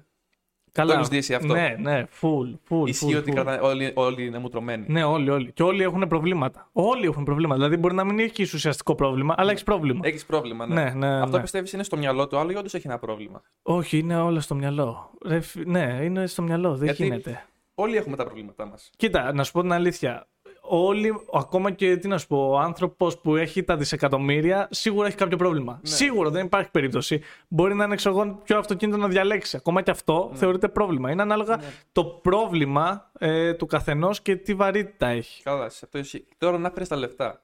Καλά.
έχεις δει αυτό.
Ναι, ναι, full, full.
Ισχύει
full,
ότι
full.
κρατάνε- όλοι, όλοι είναι μου τρωμένοι.
Ναι, όλοι, όλοι. Και όλοι έχουν προβλήματα. Όλοι έχουν προβλήματα. Δηλαδή, μπορεί να μην έχεις ουσιαστικό πρόβλημα, αλλά έχεις πρόβλημα.
Έχεις πρόβλημα, ναι.
Ναι, ναι,
αυτό
ναι.
πιστεύεις είναι στο μυαλό του, άλλο ή όντως έχει ένα πρόβλημα.
Όχι, είναι όλα στο μυαλό. Ρε, φι- ναι, είναι στο μυαλό, δεν
Γιατί-
γίνεται.
Όλοι έχουμε τα προβλήματά μας.
Κοίτα, να σου πω την αλήθεια. Όλοι, ακόμα και τι να σου πω, ο άνθρωπος που έχει τα δισεκατομμύρια σίγουρα έχει κάποιο πρόβλημα.
Ναι.
Σίγουρα δεν υπάρχει περίπτωση. Μπορεί να είναι εξωγόν ποιο αυτοκίνητο να διαλέξει. Ακόμα και αυτό
Ναι.
θεωρείται πρόβλημα. Είναι ανάλογα το πρόβλημα ε, του καθενός και τι βαρύτητα έχει.
Καλά, σε αυτό ισχύει. Τώρα να φέρει τα λεφτά.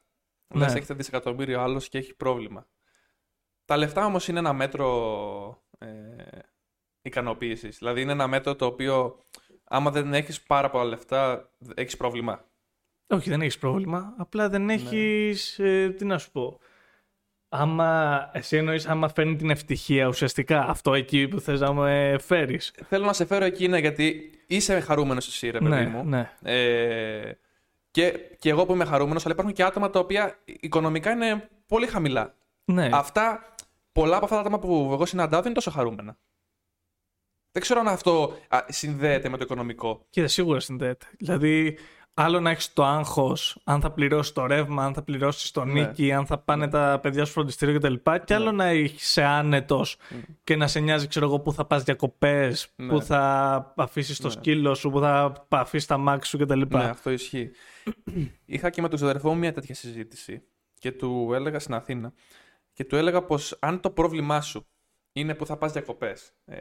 Ναι.
Ναι. Λες, έχετε δισεκατομμύριο άλλος και έχει πρόβλημα. Τα λεφτά όμως είναι ένα μέτρο ε, ικανοποίησης. Δηλαδή είναι ένα μέτρο το οποίο, άμα δεν έχεις πάρα πολλά λεφτά, έχεις πρόβλημα.
Όχι, δεν έχεις πρόβλημα. Απλά
Ναι.
δεν έχει. τι να σου πω. Άμα εσύ εννοείς, άμα φέρνει την ευτυχία ουσιαστικά αυτό εκεί που θες να με φέρεις.
Θέλω να σε φέρω εκεί, ναι, γιατί είσαι χαρούμενος εσύ, ρε παιδί
Ναι,
μου.
ναι.
Ε, και, και εγώ που είμαι χαρούμενος, αλλά υπάρχουν και άτομα τα οποία οικονομικά είναι πολύ χαμηλά.
Ναι.
Αυτά, πολλά από αυτά τα άτομα που εγώ συναντάω δεν είναι τόσο χαρούμενα. Δεν ξέρω αν αυτό α, συνδέεται με το οικονομικό.
Κοίτα, σίγουρα συνδέεται. Δηλαδή, άλλο να έχεις το άγχος, αν θα πληρώσεις το ρεύμα, αν θα πληρώσεις
Ναι.
το νίκη, αν θα πάνε τα παιδιά σου φροντιστήριο κτλ. Και άλλο να είσαι άνετος
Ναι.
και να σε νοιάζει, ξέρω εγώ, πού θα πας διακοπές, πού θα αφήσεις το σκύλο σου, πού θα αφήσεις τα μάξι σου κτλ.
Ναι, αυτό ισχύει. Είχα και με τον ξαδερφό μου μια τέτοια συζήτηση και του έλεγα στην Αθήνα και του έλεγα πως αν το πρόβλημά σου είναι που θα πας διακοπές, ε,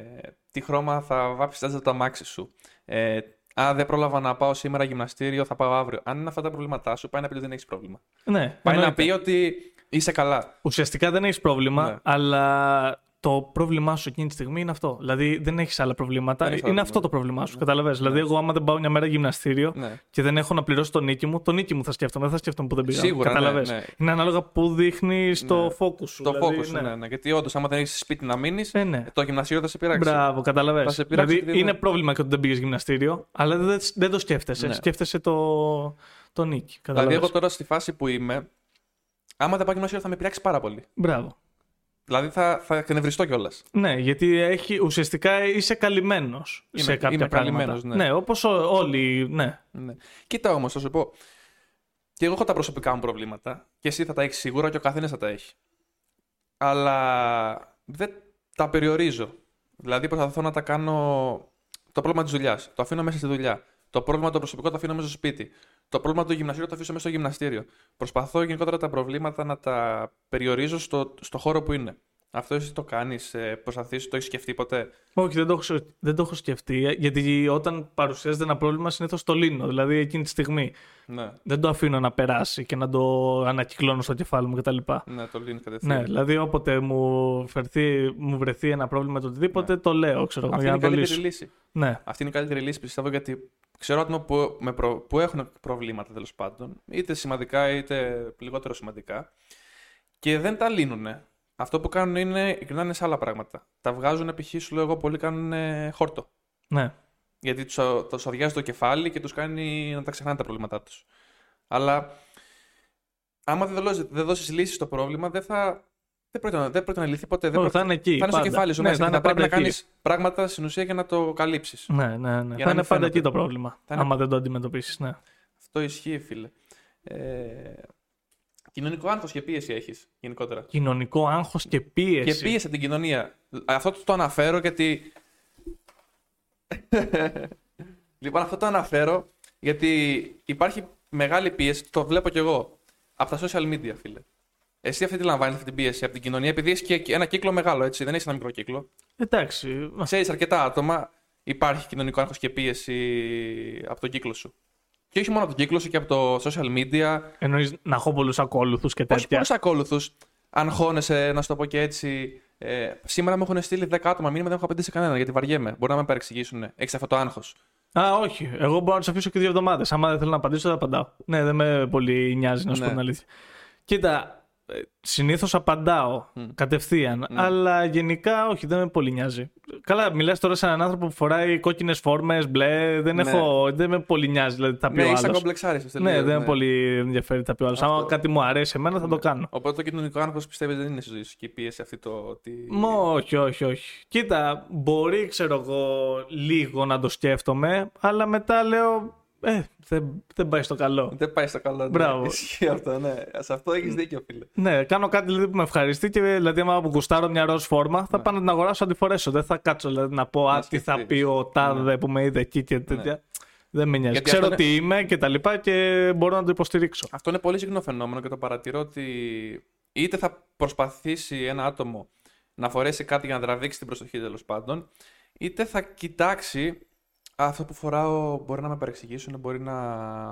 τι χρώμα θα βάψεις τα το αμάξι σου, ε, α, δεν πρόλαβα να πάω σήμερα γυμναστήριο, θα πάω αύριο. Αν είναι αυτά τα προβλήματά σου, πάει να πει ότι δεν έχεις πρόβλημα.
Ναι,
Πάει να
εννοείται.
πει ότι είσαι καλά.
Ουσιαστικά δεν έχεις πρόβλημα,
Ναι.
αλλά το πρόβλημά σου εκείνη τη στιγμή είναι αυτό. Δηλαδή δεν έχεις άλλα προβλήματα.
Δεν έχεις
είναι
άλλα
αυτό το πρόβλημά σου. Καταλαβαίνεις. Δηλαδή, εγώ άμα δεν πάω μια μέρα γυμναστήριο
Ναι.
και δεν έχω να πληρώσω το νίκη μου, το νίκη μου θα σκέφτομαι. Δεν θα σκέφτομαι που δεν πήγα.
Σίγουρα, ναι,
Καταλαβαίνεις.
ναι.
Είναι ανάλογα που δείχνει το focus σου.
Το
δηλαδή,
focus σου, ναι, ναι. Γιατί όντως, άμα δεν έχεις σπίτι να μείνεις,
Ε, ναι.
το γυμναστήριο θα σε πειράξει.
Μπράβο,
Θα
καταλαβαίνεις.
σε πειράξει
Δηλαδή
και
είναι
δεν-
πρόβλημα και ότι δεν πήγες γυμναστήριο, αλλά δεν, δεν το σκέφτεσαι.
Ναι.
Σκέφτεσαι το, το νίκη.
Δηλαδή,
Καταλαβαίνεις.
εγώ τώρα στη φάση που είμαι, άμα δεν πάω γυμναστήριο θα με πειράξει πάρα πολύ.
Μπράβο.
Δηλαδή, θα, θα εκνευριστώ κιόλας.
Ναι, γιατί έχει, ουσιαστικά είσαι καλυμμένος
Είμαι-
σε κάποια
είμαι
πράγματα.
καλυμμένος, ναι.
ναι όπως όλοι. Ναι.
Ναι. Κοίτα όμως, θα σου πω. Και εγώ έχω τα προσωπικά μου προβλήματα. Και εσύ θα τα έχεις σίγουρα και ο καθένας θα τα έχει. Αλλά δεν τα περιορίζω. Δηλαδή, προσπαθώ να τα κάνω. Το πρόβλημα της δουλειάς το αφήνω μέσα στη δουλειά. Το πρόβλημα το προσωπικό το αφήνω μέσα στο σπίτι. Το πρόβλημα του γυμναστήριου το αφήσω μέσα στο γυμναστήριο. Προσπαθώ γενικότερα τα προβλήματα να τα περιορίζω στο, στο χώρο που είναι. Αυτό εσύ το κάνεις, προσπαθείς, το έχεις σκεφτεί ποτέ.
Όχι, δεν το, έχω, σκε- δεν το έχω σκεφτεί, ε, γιατί όταν παρουσιάζεται ένα πρόβλημα συνήθως το λύνω, δηλαδή εκείνη τη στιγμή.
Ναι,
Δεν το αφήνω να περάσει και να το ανακυκλώνω στο κεφάλι μου κτλ.
ναι το λύνει κατευθείαν.
Ναι, δηλαδή όποτε μου, φερθεί, μου βρεθεί ένα πρόβλημα με το οτιδήποτε, το λέω, ξέρω εγώ,
Ναι. Αυτή
για
είναι η
να το
καλύτερη
λύσω.
λύση.
Ναι,
Αυτή είναι η καλύτερη λύση, πιστεύω, γιατί ξέρω άτομα που, με προ... που έχουν προβλήματα τέλος πάντων, είτε σημαντικά είτε λιγότερο σημαντικά, και δεν τα λύνουν. Αυτό που κάνουν είναι γυρνάνε σε άλλα πράγματα. Τα βγάζουν, π.χ. σου λέω εγώ, πολλοί κάνουν ε, χόρτο.
ναι.
Γιατί τους αδειάζει το κεφάλι και τους κάνει να τα ξεχνάνε τα προβλήματά τους. Αλλά άμα δεν, δώσει- δεν δώσεις λύση στο πρόβλημα, δεν θα. Δεν πρόκειται, να- δεν πρόκειται να λυθεί ποτέ. Δεν
Όχι,
πρόκειται-
θα είναι εκεί.
θα είναι στο
πάντα.
κεφάλι σου
Ναι,
μέσα
θα
και
είναι
θα πρέπει
πάντα
να
εκεί.
κάνεις πράγματα στην ουσία για να το καλύψεις.
Ναι, ναι, ναι.
να
Θα
μην
είναι πάντα
φαίνεται.
εκεί το πρόβλημα.
Θα είναι-
Άμα δεν το αντιμετωπίσεις, ναι.
Αυτό ισχύει, φίλε. Ε, κοινωνικό άγχος και πίεση έχεις γενικότερα.
Κοινωνικό άγχος και πίεση.
Και πίεση από την κοινωνία. Αυτό το αναφέρω γιατί. λοιπόν, αυτό το αναφέρω γιατί υπάρχει μεγάλη πίεση, το βλέπω κι εγώ, από τα social media, φίλε. Εσύ αυτή τη λαμβάνεις αυτή την πίεση από την κοινωνία, επειδή έχει και ένα κύκλο μεγάλο, έτσι. Δεν έχει ένα μικρό κύκλο.
Εντάξει. μα-
Ξέρεις αρκετά άτομα, υπάρχει κοινωνικό άγχος και πίεση από τον κύκλο σου. Και όχι μόνο από τον κύκλο σου και από το social media.
Εννοείς να έχω πολλούς ακόλουθους και
Όχι
τέτοια.
πολλούς ακόλουθους. Αν χώνεσαι, να σου το πω και έτσι. Ε, σήμερα μου έχουν στείλει 10 άτομα μήνυμα, δεν έχω απαντήσει σε κανέναν γιατί βαριέμαι. Μπορεί να με παρεξηγήσουν. Έχεις αυτό το άγχος.
Α, όχι. Εγώ μπορώ να του αφήσω και δύο εβδομάδες. Άμα δεν θέλω να απαντήσω, δεν απαντάω. Ναι, δεν με πολύ νοιάζει, να σου
Ναι.
πω την αλήθεια. Κοίτα, συνήθως απαντάω κατευθείαν.
Ναι.
Αλλά γενικά, όχι, δεν με πολύ νοιάζει. Καλά, μιλάς τώρα σε έναν άνθρωπο που φοράει κόκκινες φόρμες, μπλε. Δεν,
Ναι.
έχω, δεν με πολύ νοιάζει, δηλαδή τα πει
Ναι,
ο
είσαι
άλλος.
κομπλεξάριστος.
Ναι, δεν με πολύ ενδιαφέρει τα πει ο άλλος. Άμα
Αυτό. Ναι.
κάτι μου αρέσει εμένα, θα το κάνω.
Οπότε το κοινωνικό άγχος πιστεύεις δεν είναι στη ζωή σου και η πίεση αυτή το ότι.
Μω, όχι, όχι, όχι. Κοίτα, μπορεί, ξέρω εγώ, λίγο να το σκέφτομαι, αλλά μετά λέω, ε, δεν, δεν πάει στο καλό.
Δεν πάει στο καλό. ναι.
Μπράβο.
Ισχύει αυτό, ναι. Σε αυτό έχεις δίκιο, φίλε.
Ναι, κάνω κάτι δηλαδή, που με ευχαριστεί και δηλαδή, άμα γουστάρω μια ροζ φόρμα, θα πάω να την αγοράσω να τη φορέσω. Δεν θα κάτσω δηλαδή, να πω,
Ναι. Να
Α, τι θα
σκεφτείς. Ναι.
πει ο Τάδε που με είδε εκεί και τέτοια. Δεν με νοιάζει.
Γιατί
Ξέρω
αυτό
τι είμαι και τα λοιπά και μπορώ να το υποστηρίξω.
Αυτό είναι πολύ συχνό φαινόμενο και το παρατηρώ ότι είτε θα προσπαθήσει ένα άτομο να φορέσει κάτι για να τραβήξει την προσοχή τέλος πάντων, είτε θα κοιτάξει «Α, αυτό που φοράω μπορεί να με παρεξηγήσουν, μπορεί να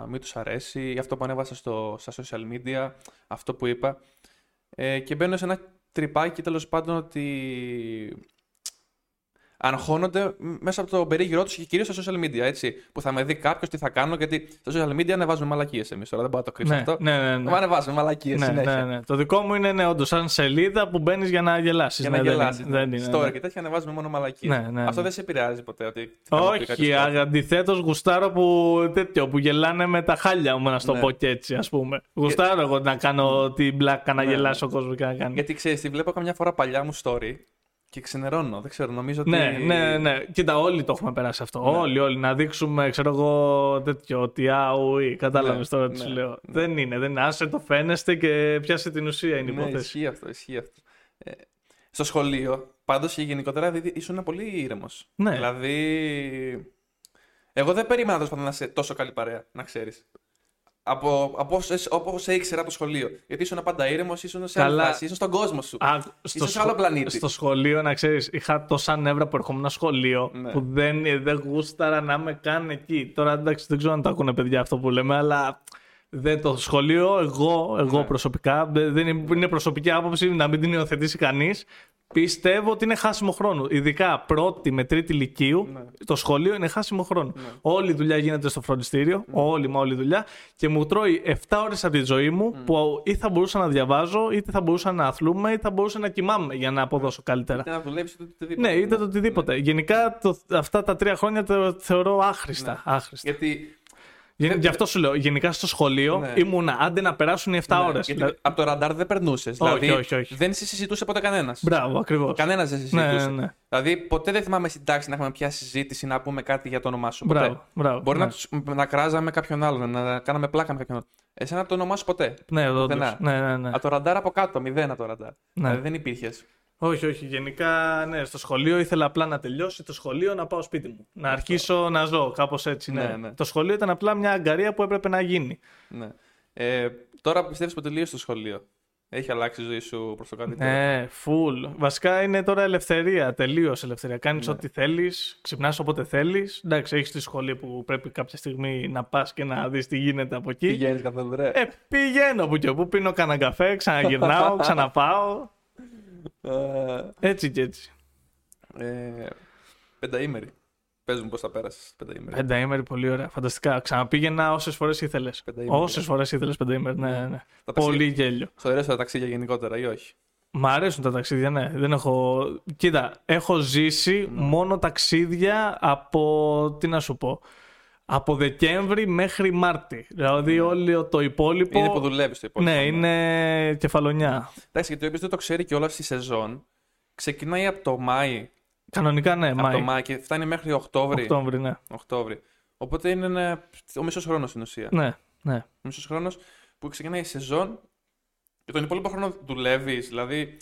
μην τους αρέσει, ή αυτό που ανέβασα στο, στα social media, αυτό που είπα. Ε, και μπαίνω σε ένα τρυπάκι τέλος πάντων ότι αγχώνονται μέσα από το περίγυρό τους και κυρίως στα social media. Έτσι, που θα με δει κάποιος τι θα κάνω, γιατί στα social media ανεβάζουμε μαλακίες εμείς. Τώρα δεν πάω να το κρύψω
Ναι,
αυτό.
ναι, ναι, ναι.
Μα ανεβάζουμε μαλακίες
Ναι,
συνέχεια.
ναι, ναι. Το δικό μου είναι ναι, όντως σαν σελίδα που μπαίνεις για να γελάσεις.
Για να
ναι,
γελάσει.
Δεν είναι, δεν είναι,
Story
ναι.
και τέτοια ανεβάζουμε μόνο μαλακίες.
Ναι, ναι,
Αυτό
ναι.
δεν σε επηρεάζει ποτέ. Ότι τι θα μου πει κάποιος
Όχι,
τώρα.
αντιθέτως γουστάρω που, τέτοιο, που γελάνε με τα χάλια μου, να στο
Ναι.
πω και έτσι, ας πούμε. Γουστάρω εγώ να κάνω την μπλάκα να
Ναι, ναι.
γελάσει ο κόσμος και να κάνει.
Γιατί ξέρεις, τη βλέπω καμιά φορά παλιά μου story και ξενερώνω. Δεν ξέρω, νομίζω ότι. Ναι.
Ναι, ναι, ναι. Κοίτα, όλοι το έχουμε περάσει αυτό. Όλοι, όλοι. Να δείξουμε, ξέρω εγώ, τέτοιο. Ότι αουι, κατάλαβες
Ναι,
τώρα
ναι,
τι σου λέω. Δεν είναι, δεν είναι. Άσε το φαίνεστε και πιάσε την ουσία είναι η
Ναι,
υπόθεση.
ισχύει αυτό. Ισχύει αυτό. Ε, στο σχολείο, πάντως και γενικότερα, δη- ήσουν πολύ ήρεμος.
Ναι.
Δηλαδή. Εγώ δεν περίμενα τέλος πάντων, να είσαι τόσο καλή παρέα, να ξέρεις. Από, από όσες- όπως σε ήξερα από το σχολείο. Γιατί ήσουν πάντα ήρεμος, ήσουν σε άλλη
Καλά.
φάση, ήσουν στον κόσμο σου.
Α,
Είσαι σε άλλο πλανήτη.
στο σχολείο, να ξέρεις, είχα τόσα νεύρα που ερχόμουν σχολείο
Ναι.
που δεν, ε, δεν γούσταρα να με καν εκεί. Τώρα εντάξει, δεν ξέρω αν τα ακούνε παιδιά αυτό που λέμε, αλλά δεν το σχολείο, εγώ,
Ναι.
εγώ προσωπικά, δε- δεν είναι, είναι προσωπική άποψη να μην την υιοθετήσει κανείς. Πιστεύω ότι είναι χάσιμο χρόνο. Ειδικά πρώτη με τρίτη λυκείου,
Ναι.
το σχολείο είναι χάσιμο χρόνο. Όλη η δουλειά γίνεται στο
Ναι.
φροντιστήριο, όλη μα όλη η δουλειά και μου τρώει 7 ώρες από τη ζωή μου
Ναι.
που ή θα μπορούσα να διαβάζω, είτε θα μπορούσα να αθλούμε, ή θα μπορούσα να κοιμάμαι για να αποδώσω καλύτερα.
Είτε να δουλέψει είτε οτιδήποτε.
Ναι, είτε το οτιδήποτε. Γενικά το, αυτά τα τρία χρόνια τα θεωρώ άχρηστα.
Ναι.
άχρηστα.
Γιατί,
Γι- Γι' αυτό σου λέω, γενικά στο σχολείο
Ναι.
ήμουνα άντε να περάσουν οι 7 ώρες.
γιατί από το ραντάρ δεν περνούσες. Δηλαδή
όχι, όχι.
δεν σε συζητούσε ποτέ κανένας.
Μπράβο, ακριβώς.
Κανένας δεν σε
Ναι,
συζητούσε.
ναι, ναι.
Δηλαδή ποτέ δεν θυμάμαι στην τάξη να έχουμε πια συζήτηση να πούμε κάτι για το όνομά σου. Ποτέ.
Μπράβο, μπράβο.
Μπορεί
ναι.
να, τους- να κράζαμε κάποιον άλλον, να κάναμε πλάκα με κάποιον άλλον. Εσένα το όνομά σου ποτέ.
Ναι, όντως.
πουθενά.
ναι, ναι, ναι.
Από το ραντάρ από κάτω, μηδέν από το ραντάρ. Δηλαδή δεν υπήρχες.
Όχι, όχι. Γενικά, ναι, στο σχολείο ήθελα απλά να τελειώσει το σχολείο, να πάω σπίτι μου. Να αρχίσω να ζω, κάπως έτσι. Ναι.
Ναι, ναι.
Το σχολείο ήταν απλά μια αγκαρία που έπρεπε να γίνει.
Ναι. Ε, τώρα πιστεύει που τελείωσε το σχολείο. Έχει αλλάξει η ζωή σου προς το καλύτερο.
Ναι, full. Βασικά είναι τώρα ελευθερία, τελείω ελευθερία. Κάνεις ό,τι θέλεις, ξυπνάς όποτε θέλεις. Εντάξει, έχεις τη σχολή που πρέπει κάποια στιγμή να πας και να δεις τι γίνεται από εκεί.
Πηγαίνεις καθόλου ρε.
Ε, πηγαίνω που και που, πίνω κανένα καφέ, ξαναγυρνάω, ξαναπάω.
Ε,
Έτσι και έτσι.
ε, πενταήμερη. Πες μου πώς θα πέρασες πενταήμερη.
Πενταήμερη, πολύ ωραία. Φανταστικά. Ξαναπήγαινα όσες φορές ήθελες.
Πενταήμερη.
Όσες φορές ήθελες πενταήμερη, ναι, ναι.
Τα
Πολύ γέλιο.
Σου αρέσουν τα ταξίδια γενικότερα ή όχι.
Μ' αρέσουν τα ταξίδια, ναι. Δεν έχω. Κοίτα, έχω ζήσει
Ναι.
μόνο ταξίδια από. Τι να σου πω. Από Δεκέμβρη μέχρι Μάρτι. Δηλαδή, όλο το υπόλοιπο.
Ναι. Είναι που δουλεύεις το υπόλοιπο.
Ε, Ναι, είναι κεφαλονιά.
Εντάξει, γιατί όποιο δεν το ξέρει κιόλας στη σεζόν, ξεκινάει από το Μάη,
Κανονικά, ναι,
από το
Μάη.
Μάη και φτάνει μέχρι Οκτώβρη.
Οκτώβρη, ναι.
Οκτώβρη. Οπότε είναι ένα, ο μισός χρόνος στην ουσία.
Ναι, ναι.
Ο μισός χρόνος που ξεκινάει η σεζόν και τον υπόλοιπο χρόνο δουλεύεις. Δηλαδή,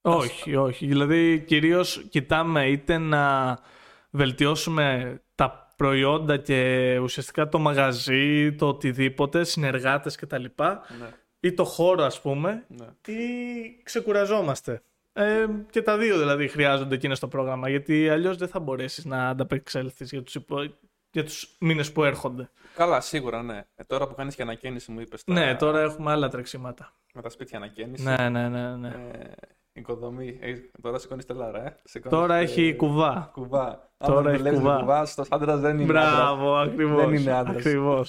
Όχι, όχι. Δηλαδή, κυρίως κοιτάμε είτε να βελτιώσουμε τα προϊόντα και ουσιαστικά το μαγαζί, το οτιδήποτε, συνεργάτες κτλ.
ναι,
Ή το χώρο, ας πούμε,
ναι.
ή ξεκουραζόμαστε. Ε, και τα δύο δηλαδή χρειάζονται εκείνες στο πρόγραμμα, γιατί αλλιώς δεν θα μπορέσεις να ανταπεξέλθεις για τους, υπο... για τους μήνες που έρχονται.
Καλά, σίγουρα ναι. Ε, τώρα που κάνεις και ανακαίνιση, μου είπες.
Ναι, τώρα έχουμε άλλα τρεξίματα.
Με τα σπίτια ανακαίνιση.
Ναι, ναι, ναι, ναι.
Ε, οικοδομή. Ε, τώρα σηκώνεις τελάρα, ε. Σηκώνεις,
Τώρα
ε,
έχει κουβά.
κουβά.
Τώρα
Άμα δεν
έχει
δουλεύεις με
κουβά.
κουβά, στο άντρας δεν είναι. άντρας.
Μπράβο, ακριβώ.
Δεν είναι άντρας.
Ακριβώς.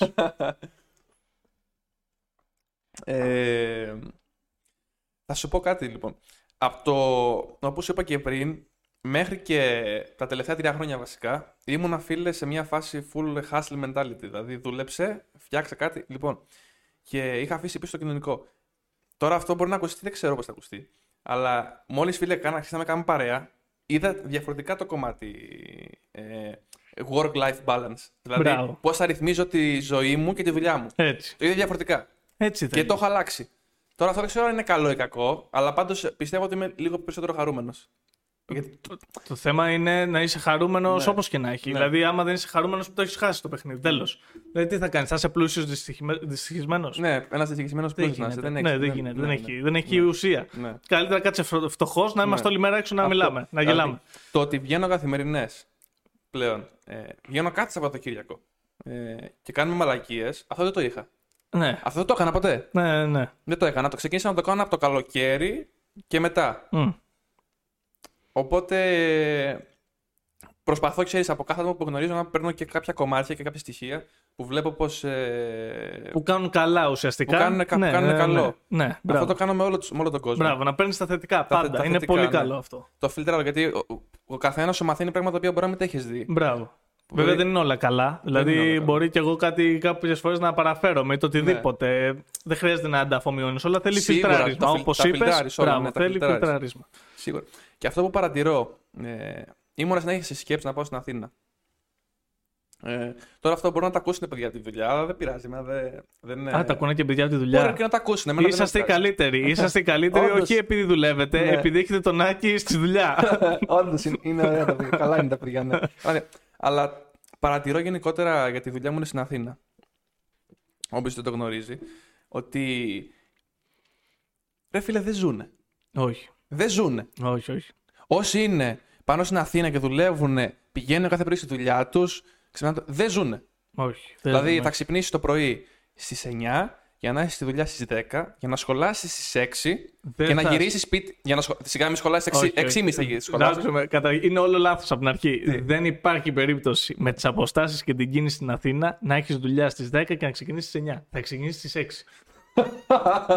Ε, θα σου πω κάτι λοιπόν. Από το, όπως είπα και πριν, μέχρι και τα τελευταία τρία χρόνια βασικά, ήμουνα φίλε σε μια φάση full hustle mentality. Δηλαδή, δούλεψε, φτιάξε κάτι. Λοιπόν, και είχα αφήσει πίσω το κοινωνικό. Τώρα αυτό μπορεί να ακουστεί, δεν ξέρω πώς θα ακουστεί. Αλλά μόλις φίλε κάνα, αρχίσαμε να κάνουμε παρέα, είδα διαφορετικά το κομμάτι ε, work-life balance. Δηλαδή,
Μπράβο.
πώς θα ρυθμίζω τη ζωή μου και τη δουλειά μου.
Έτσι.
Το είδα διαφορετικά.
Έτσι
Και
θέλεις.
το έχω αλλάξει. Τώρα αυτό δεν ξέρω αν είναι καλό ή κακό, αλλά πάντως πιστεύω ότι είμαι λίγο περισσότερο χαρούμενος. Γιατί
Το θέμα είναι να είσαι χαρούμενος
Ναι.
όπως όπω και να έχει.
Ναι.
Δηλαδή, άμα δεν είσαι χαρούμενος, το έχεις χάσει το παιχνίδι. Τέλος. Δηλαδή, τι θα κάνεις, θα είσαι πλούσιος δυστυχισμένος.
Ναι, ένας δυστυχισμένος
δεν
πλούσιος να είσαι.
γίνεται.
Δεν
Ναι,
έχεις.
δεν γίνεται. Δεν
ναι,
έχει-
ναι.
δεν έχει ουσία.
Ναι.
Καλύτερα κάτσε φτωχός να είμαστε όλη μέρα έξω να
Αυτό.
μιλάμε, να
Δηλαδή,
γελάμε.
Το ότι βγαίνω καθημερινές πλέον. Ε, βγαίνω κάθε Σαββατοκύριακο. Ε, και κάνουμε μαλακίες. Αυτό δεν το είχα.
Ναι,
Αυτό δεν το έκανα ποτέ.
ναι, ναι.
Δεν το έκανα. Το ξεκίνησα να το κάνω από το καλοκαίρι και μετά.
Μμ.
Οπότε ε, προσπαθώ, ξέρεις, από κάθε άτομο που γνωρίζω να παίρνω και κάποια κομμάτια και κάποια στοιχεία που βλέπω πως... Ε,
Που κάνουν καλά ουσιαστικά.
Που κάνουν κα- που κάνουν καλό.
Ναι, ναι.
αυτό το
μπράβο.
κάνω με όλο, τους- με όλο τον κόσμο.
Μπράβο, να παίρνεις τα θετικά
θε-
πάντα.
τα
Είναι
θετικά,
πολύ
ναι.
καλό αυτό.
Το φιλτράρω γιατί ο, ο, ο καθένας σου μαθαίνει πράγματα που μπορεί να μην τα έχεις δει.
Μπράβο.
Μπορεί-
Βέβαια δεν είναι όλα καλά. δηλαδή
είναι όλα καλά.
μπορεί και εγώ κάτι κάποιες φορές να παραφέρομαι ή το οτιδήποτε. Δεν χρειάζεται να ανταφομοιώνεις όλα. Θέλει
Ναι. Σίγουρα, τα
φιλτράρισμα.
φιλ-
Όπω
τα
είπες.
φιλτράρεις όλα, ναι, τα
θέλει
φιλτράρεις.
φιλτράρισμα.
Σίγουρα. Και αυτό που παρατηρώ. Ε, ήμουν συνέχεια σε σκέψη να πάω στην Αθήνα. Ε, τώρα αυτό μπορεί να τα ακούσουν παιδιά από τη δουλειά, αλλά δεν πειράζει. εμένα δεν, δεν,
Α, τα ακούνε και παιδιά από τη
Ναι. Μπορεί
δουλειά.
και να τα ακούσουν. εμένα δεν
Είσαστε οι
με πειράζει.
καλύτεροι. Είσαστε οι καλύτεροι
Όντως.
όχι επειδή δουλεύετε,
Ναι.
επειδή έχετε τον Άκη στη δουλειά.
Όντως είναι ωραία τα παιδιά. Καλά είναι τα παιδιά, ναι. Αλλά- Αλλά παρατηρώ γενικότερα γιατί η δουλειά μου είναι στην Αθήνα. Όποιος δεν το γνωρίζει, ότι. Ρε φίλε, δεν ζούνε.
όχι,
Δεν ζούνε.
όχι, όχι.
Όσοι είναι πάνω στην Αθήνα και δουλεύουν, πηγαίνουν κάθε πρωί στη δουλειά τους, δεν ζούνε.
όχι.
Δηλαδή
Θέλουμε.
θα ξυπνήσει το πρωί στις 9 για να είσαι στη δουλειά στις 10, για να σχολάσεις στις 6
Δεν
και να
θα-
γυρίσεις σπίτι. Για να σχολ... Σιγά μην σχολάσεις
Όχι,
6.30
όχι.
θα γυρίσει σχολάσει.
Λάζουμε, κατα- Είναι όλο λάθος από την αρχή. Δεν υπάρχει περίπτωση με τις αποστάσεις και την κίνηση στην Αθήνα να έχεις δουλειά στις 10 και να ξεκινήσεις στις 9. Θα ξεκινήσεις στις 6.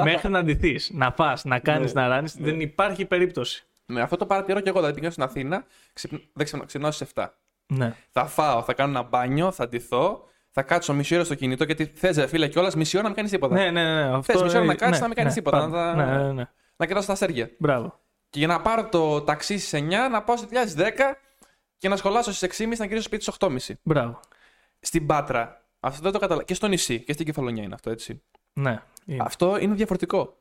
Μέχρι να ντυθείς, να φά, να κάνεις, να ράνεις, δεν υπάρχει περίπτωση.
Ναι, αυτό το παρατηρώ και εγώ. Δηλαδή πηγαίνω στην Αθήνα, ξυπν... δεν ξυπνάω, ξυπνάω στις 7.
Ναι.
Θα φάω, θα κάνω ένα μπάνιο, θα ντυθώ, θα κάτσω μισή ώρα στο κινητό γιατί θες, ρε φίλε, κιόλας μισή ώρα να μην κάνεις τίποτα.
Ναι, ναι, ναι. Αυτό
Θες μισό ώρα
είναι-
να κάτσεις, να μην κάνεις τίποτα,
πάντα.
να τα-
Ναι, ναι, ναι.
Να κοιτάω στα αστέρια.
Μπράβο.
Και για να πάρω το ταξί στις 9, να πάω στη δουλειά στι 10 και να σχολάσω στις 6.30 να γυρίσω σπίτι στις 8.30.
Μπράβο.
Στην Πάτρα, αυτό δεν το καταλαβαίνω. Και στο νησί και στην Κεφαλονιά είναι αυτό, έτσι.
Ναι. Είναι.
Αυτό είναι διαφορετικό.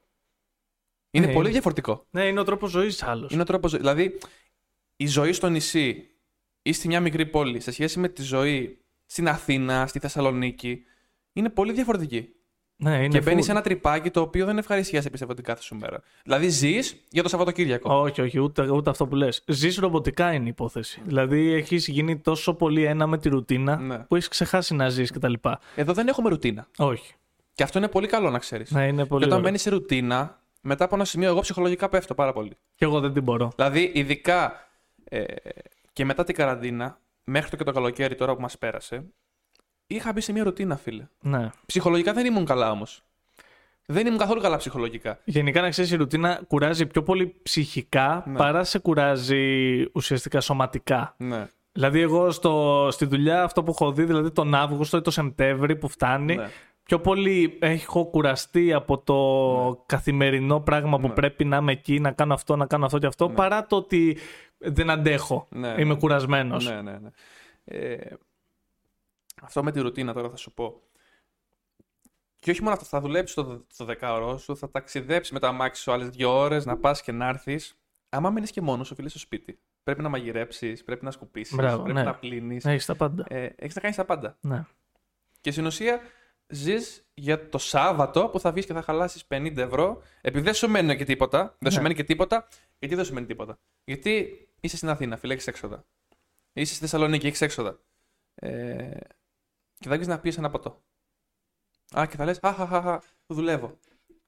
Είναι
Ναι,
πολύ
είναι.
διαφορετικό.
Ναι, είναι ο τρόπος ζωής άλλος.
Είναι ο τρόπος. Δηλαδή, η ζωή στο νησί ή στη μια μικρή πόλη σε σχέση με τη ζωή στην Αθήνα, στη Θεσσαλονίκη, είναι πολύ διαφορετική.
Ναι, είναι
και μπαίνει
full.
σε ένα τρυπάκι το οποίο δεν ευχαριστιάσαι πιστεύω την κάθε σου μέρα. Δηλαδή ζεις για το Σαββατοκύριακο.
Όχι, όχι, ούτε, ούτε αυτό που λες. Ζεις ρομποτικά είναι η υπόθεση. Δηλαδή έχεις γίνει τόσο πολύ ένα με τη ρουτίνα
Ναι.
που έχεις ξεχάσει να ζεις κτλ.
Εδώ δεν έχουμε ρουτίνα.
Όχι.
Και αυτό είναι πολύ καλό να ξέρεις.
Να είναι Ναι, πολύ.
και όταν
ωραίο.
μπαίνεις σε ρουτίνα, μετά από ένα σημείο, εγώ ψυχολογικά πέφτω πάρα πολύ.
Κι εγώ δεν την μπορώ.
Δηλαδή, ειδικά ε, και μετά την καραντίνα, μέχρι το και το καλοκαίρι τώρα που μας πέρασε, είχα μπει σε μια ρουτίνα, φίλε.
Ναι.
Ψυχολογικά δεν ήμουν καλά όμως. Δεν ήμουν καθόλου καλά ψυχολογικά.
Γενικά, να ξέρεις, η ρουτίνα κουράζει πιο πολύ ψυχικά
Ναι.
παρά σε κουράζει ουσιαστικά σωματικά.
Ναι.
Δηλαδή, εγώ στο, στη δουλειά αυτό που έχω δει, δηλαδή τον Αύγουστο ή τον Σεπτέμβρη που φτάνει,
Ναι.
πιο πολύ έχω κουραστεί από το καθημερινό πράγμα που
Ναι.
πρέπει να είμαι εκεί, να κάνω αυτό, να κάνω αυτό και αυτό, παρά το ότι δεν αντέχω.
Ναι,
Είμαι
ναι.
κουρασμένος.
Ναι, ναι, ναι. Ε, αυτό με τη ρουτίνα τώρα θα σου πω. Και όχι μόνο αυτό, θα δουλέψεις το, το δεκάωρό σου, θα ταξιδέψεις με τα αμάξι σου άλλες δύο ώρες, να πας και να έρθεις. Άμα μείνεις και μόνος σου, φίλε στο σπίτι. Πρέπει να μαγειρέψεις, πρέπει να σκουπίσεις,
Μπράβο,
πρέπει
ναι.
να πλύνεις.
Έχεις τα πάντα.
Ε, Έχεις να κάνεις τα πάντα.
Ναι.
Και στην ουσία ζεις για το Σάββατο που θα βγεις και θα χαλάσεις 50 ευρώ, επειδή δεν σου μένει και τίποτα. Δεν σου
Ναι.
μένει και τίποτα. Γιατί δεν σου μένει τίποτα. Γιατί είσαι στην Αθήνα, φίλε, έχεις έξοδα. Είσαι στη Θεσσαλονίκη, έχεις έξοδα. Ε, και θα βγεις να πει ένα ποτό. Α, και θα λες, αχ, δουλεύω.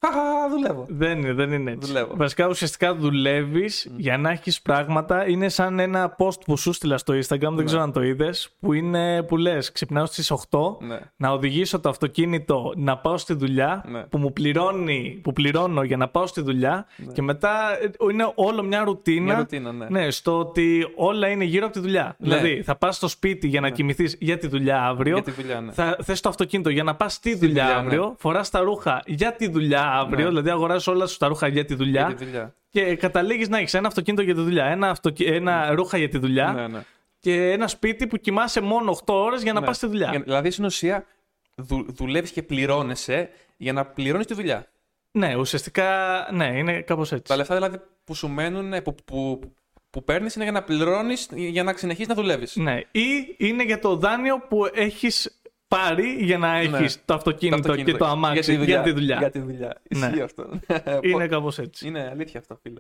Χαχα, δουλεύω.
Δεν είναι, δεν είναι έτσι.
Δουλεύω.
Βασικά ουσιαστικά δουλεύεις για να έχεις πράγματα. Είναι σαν ένα post που σου στείλα στο Instagram,
Ναι.
δεν ξέρω αν το είδες, που, είναι, που λες: Ξυπνάω στις 8,
Ναι.
να οδηγήσω το αυτοκίνητο, να πάω στη δουλειά,
Ναι.
που μου πληρώνει, που πληρώνω για να πάω στη δουλειά. Και μετά ε, είναι όλο μια ρουτίνα.
Ναι. Μια ρουτίνα, ναι.
Ναι, στο ότι όλα είναι γύρω από τη δουλειά.
Ναι.
Δηλαδή, θα πας στο σπίτι για να κοιμηθείς για τη δουλειά αύριο.
Για τη δουλειά, ναι.
Θα θες το αυτοκίνητο για να πας στη δουλειά
δουλειά,
αύριο.
ναι.
Φοράς τα ρούχα για τη δουλειά αύριο.
Ναι.
Δηλαδή, αγοράζει όλα σου τα ρούχα για τη δουλειά.
Για τη δουλειά.
Και καταλήγεις να έχεις ένα αυτοκίνητο για τη δουλειά, ένα, αυτοκι... ένα ρούχα για τη δουλειά
Ναι, ναι.
και ένα σπίτι που κοιμάσαι μόνο 8 ώρες για να
Ναι.
πας στη δουλειά.
Για- Δηλαδή στην ουσία δου, δουλεύεις και πληρώνεσαι για να πληρώνεις τη δουλειά.
Ναι, ουσιαστικά ναι, είναι κάπως έτσι.
Τα λεφτά δηλαδή που σου μένουν, ε, που, που, που παίρνεις είναι για να πληρώνεις για να συνεχίσεις να δουλεύεις.
Ναι. Ή είναι για το δάνειο που έχεις πάρει για να
Ναι.
έχεις το, αυτοκίνητο και το αμάξι για τη δουλειά.
Για τη δουλειά.
Ναι.
Ισχύει αυτό.
Είναι κάπως έτσι.
είναι αλήθεια αυτό, φίλε.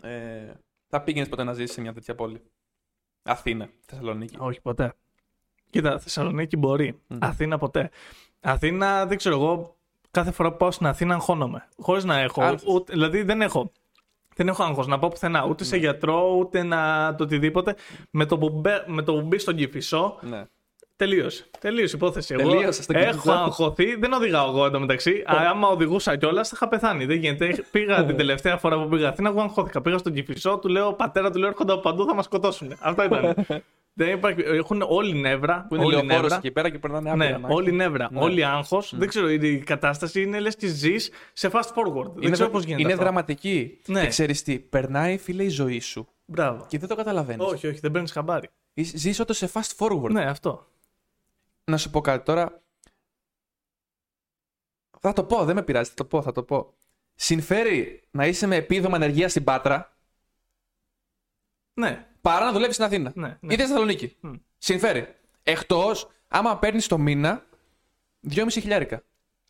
Ε, θα πήγαινες ποτέ να ζήσεις σε μια τέτοια πόλη. Αθήνα, Θεσσαλονίκη.
Όχι, ποτέ. Κοίτα, Θεσσαλονίκη μπορεί. Αθήνα ποτέ. Αθήνα, δεν ξέρω εγώ, κάθε φορά που πάω στην Αθήνα αγχώνομαι. Χωρίς να έχω.
Άγχος.
Ούτε, δηλαδή δεν έχω. Δεν έχω άγχος να πάω πουθενά. Ούτε σε γιατρό, ούτε να το οτιδήποτε. Με το που, μπε- με το που μπει στον κυφισό,
Ναι.
τελείωσε. Τελείωσε η υπόθεση. Εγώ
Τελείωσε στον
έχω
Κυφισό.
αγχωθεί. Δεν οδηγάω εγώ εντωμεταξύ. Α, Άμα οδηγούσα κιόλας, θα είχα πεθάνει. Δεν γίνεται. πήγα την τελευταία φορά που πήγα Αθήνα, εγώ αγχώθηκα. Πήγα στον κυφισό, του λέω πατέρα, του λέω έρχονται από παντού, θα μας σκοτώσουν. Αυτό ήταν. Δεν υπάρχει, έχουν όλοι νεύρα.
Που είναι
όλοι
λεωφόρος
νεύρα.
εκεί πέρα και περνάνε
Ναι,
άπειρα. να-
όλη νεύρα,
Ναι.
όλη άγχος. Δεν ξέρω, η κατάσταση είναι λες τη ζεις σε fast forward. δεν
Είναι,
ξέρω πώς γίνεται.
είναι
αυτό.
δραματική.
Ναι.
Και ξέρεις τι, περνάει φίλε η ζωή σου
Μπράβο.
και δεν το καταλαβαίνεις.
Όχι, όχι, δεν παίρνεις χαμπάρι.
Ζει ότω σε fast forward.
Ναι, αυτό.
Να σου πω κάτι τώρα. Θα το πω, δεν με πειράζει, θα το πω, θα το πω. Συμφέρει να είσαι με επίδομα ενεργεία στην Πάτρα
Ναι,
παρά να δουλεύεις στην Αθήνα.
ναι.
Ή
ναι.
στη Θεσσαλονίκη.
Μμ.
Συμφέρει. Εκτός άμα παίρνεις το μήνα 2,5 χιλιάρικα.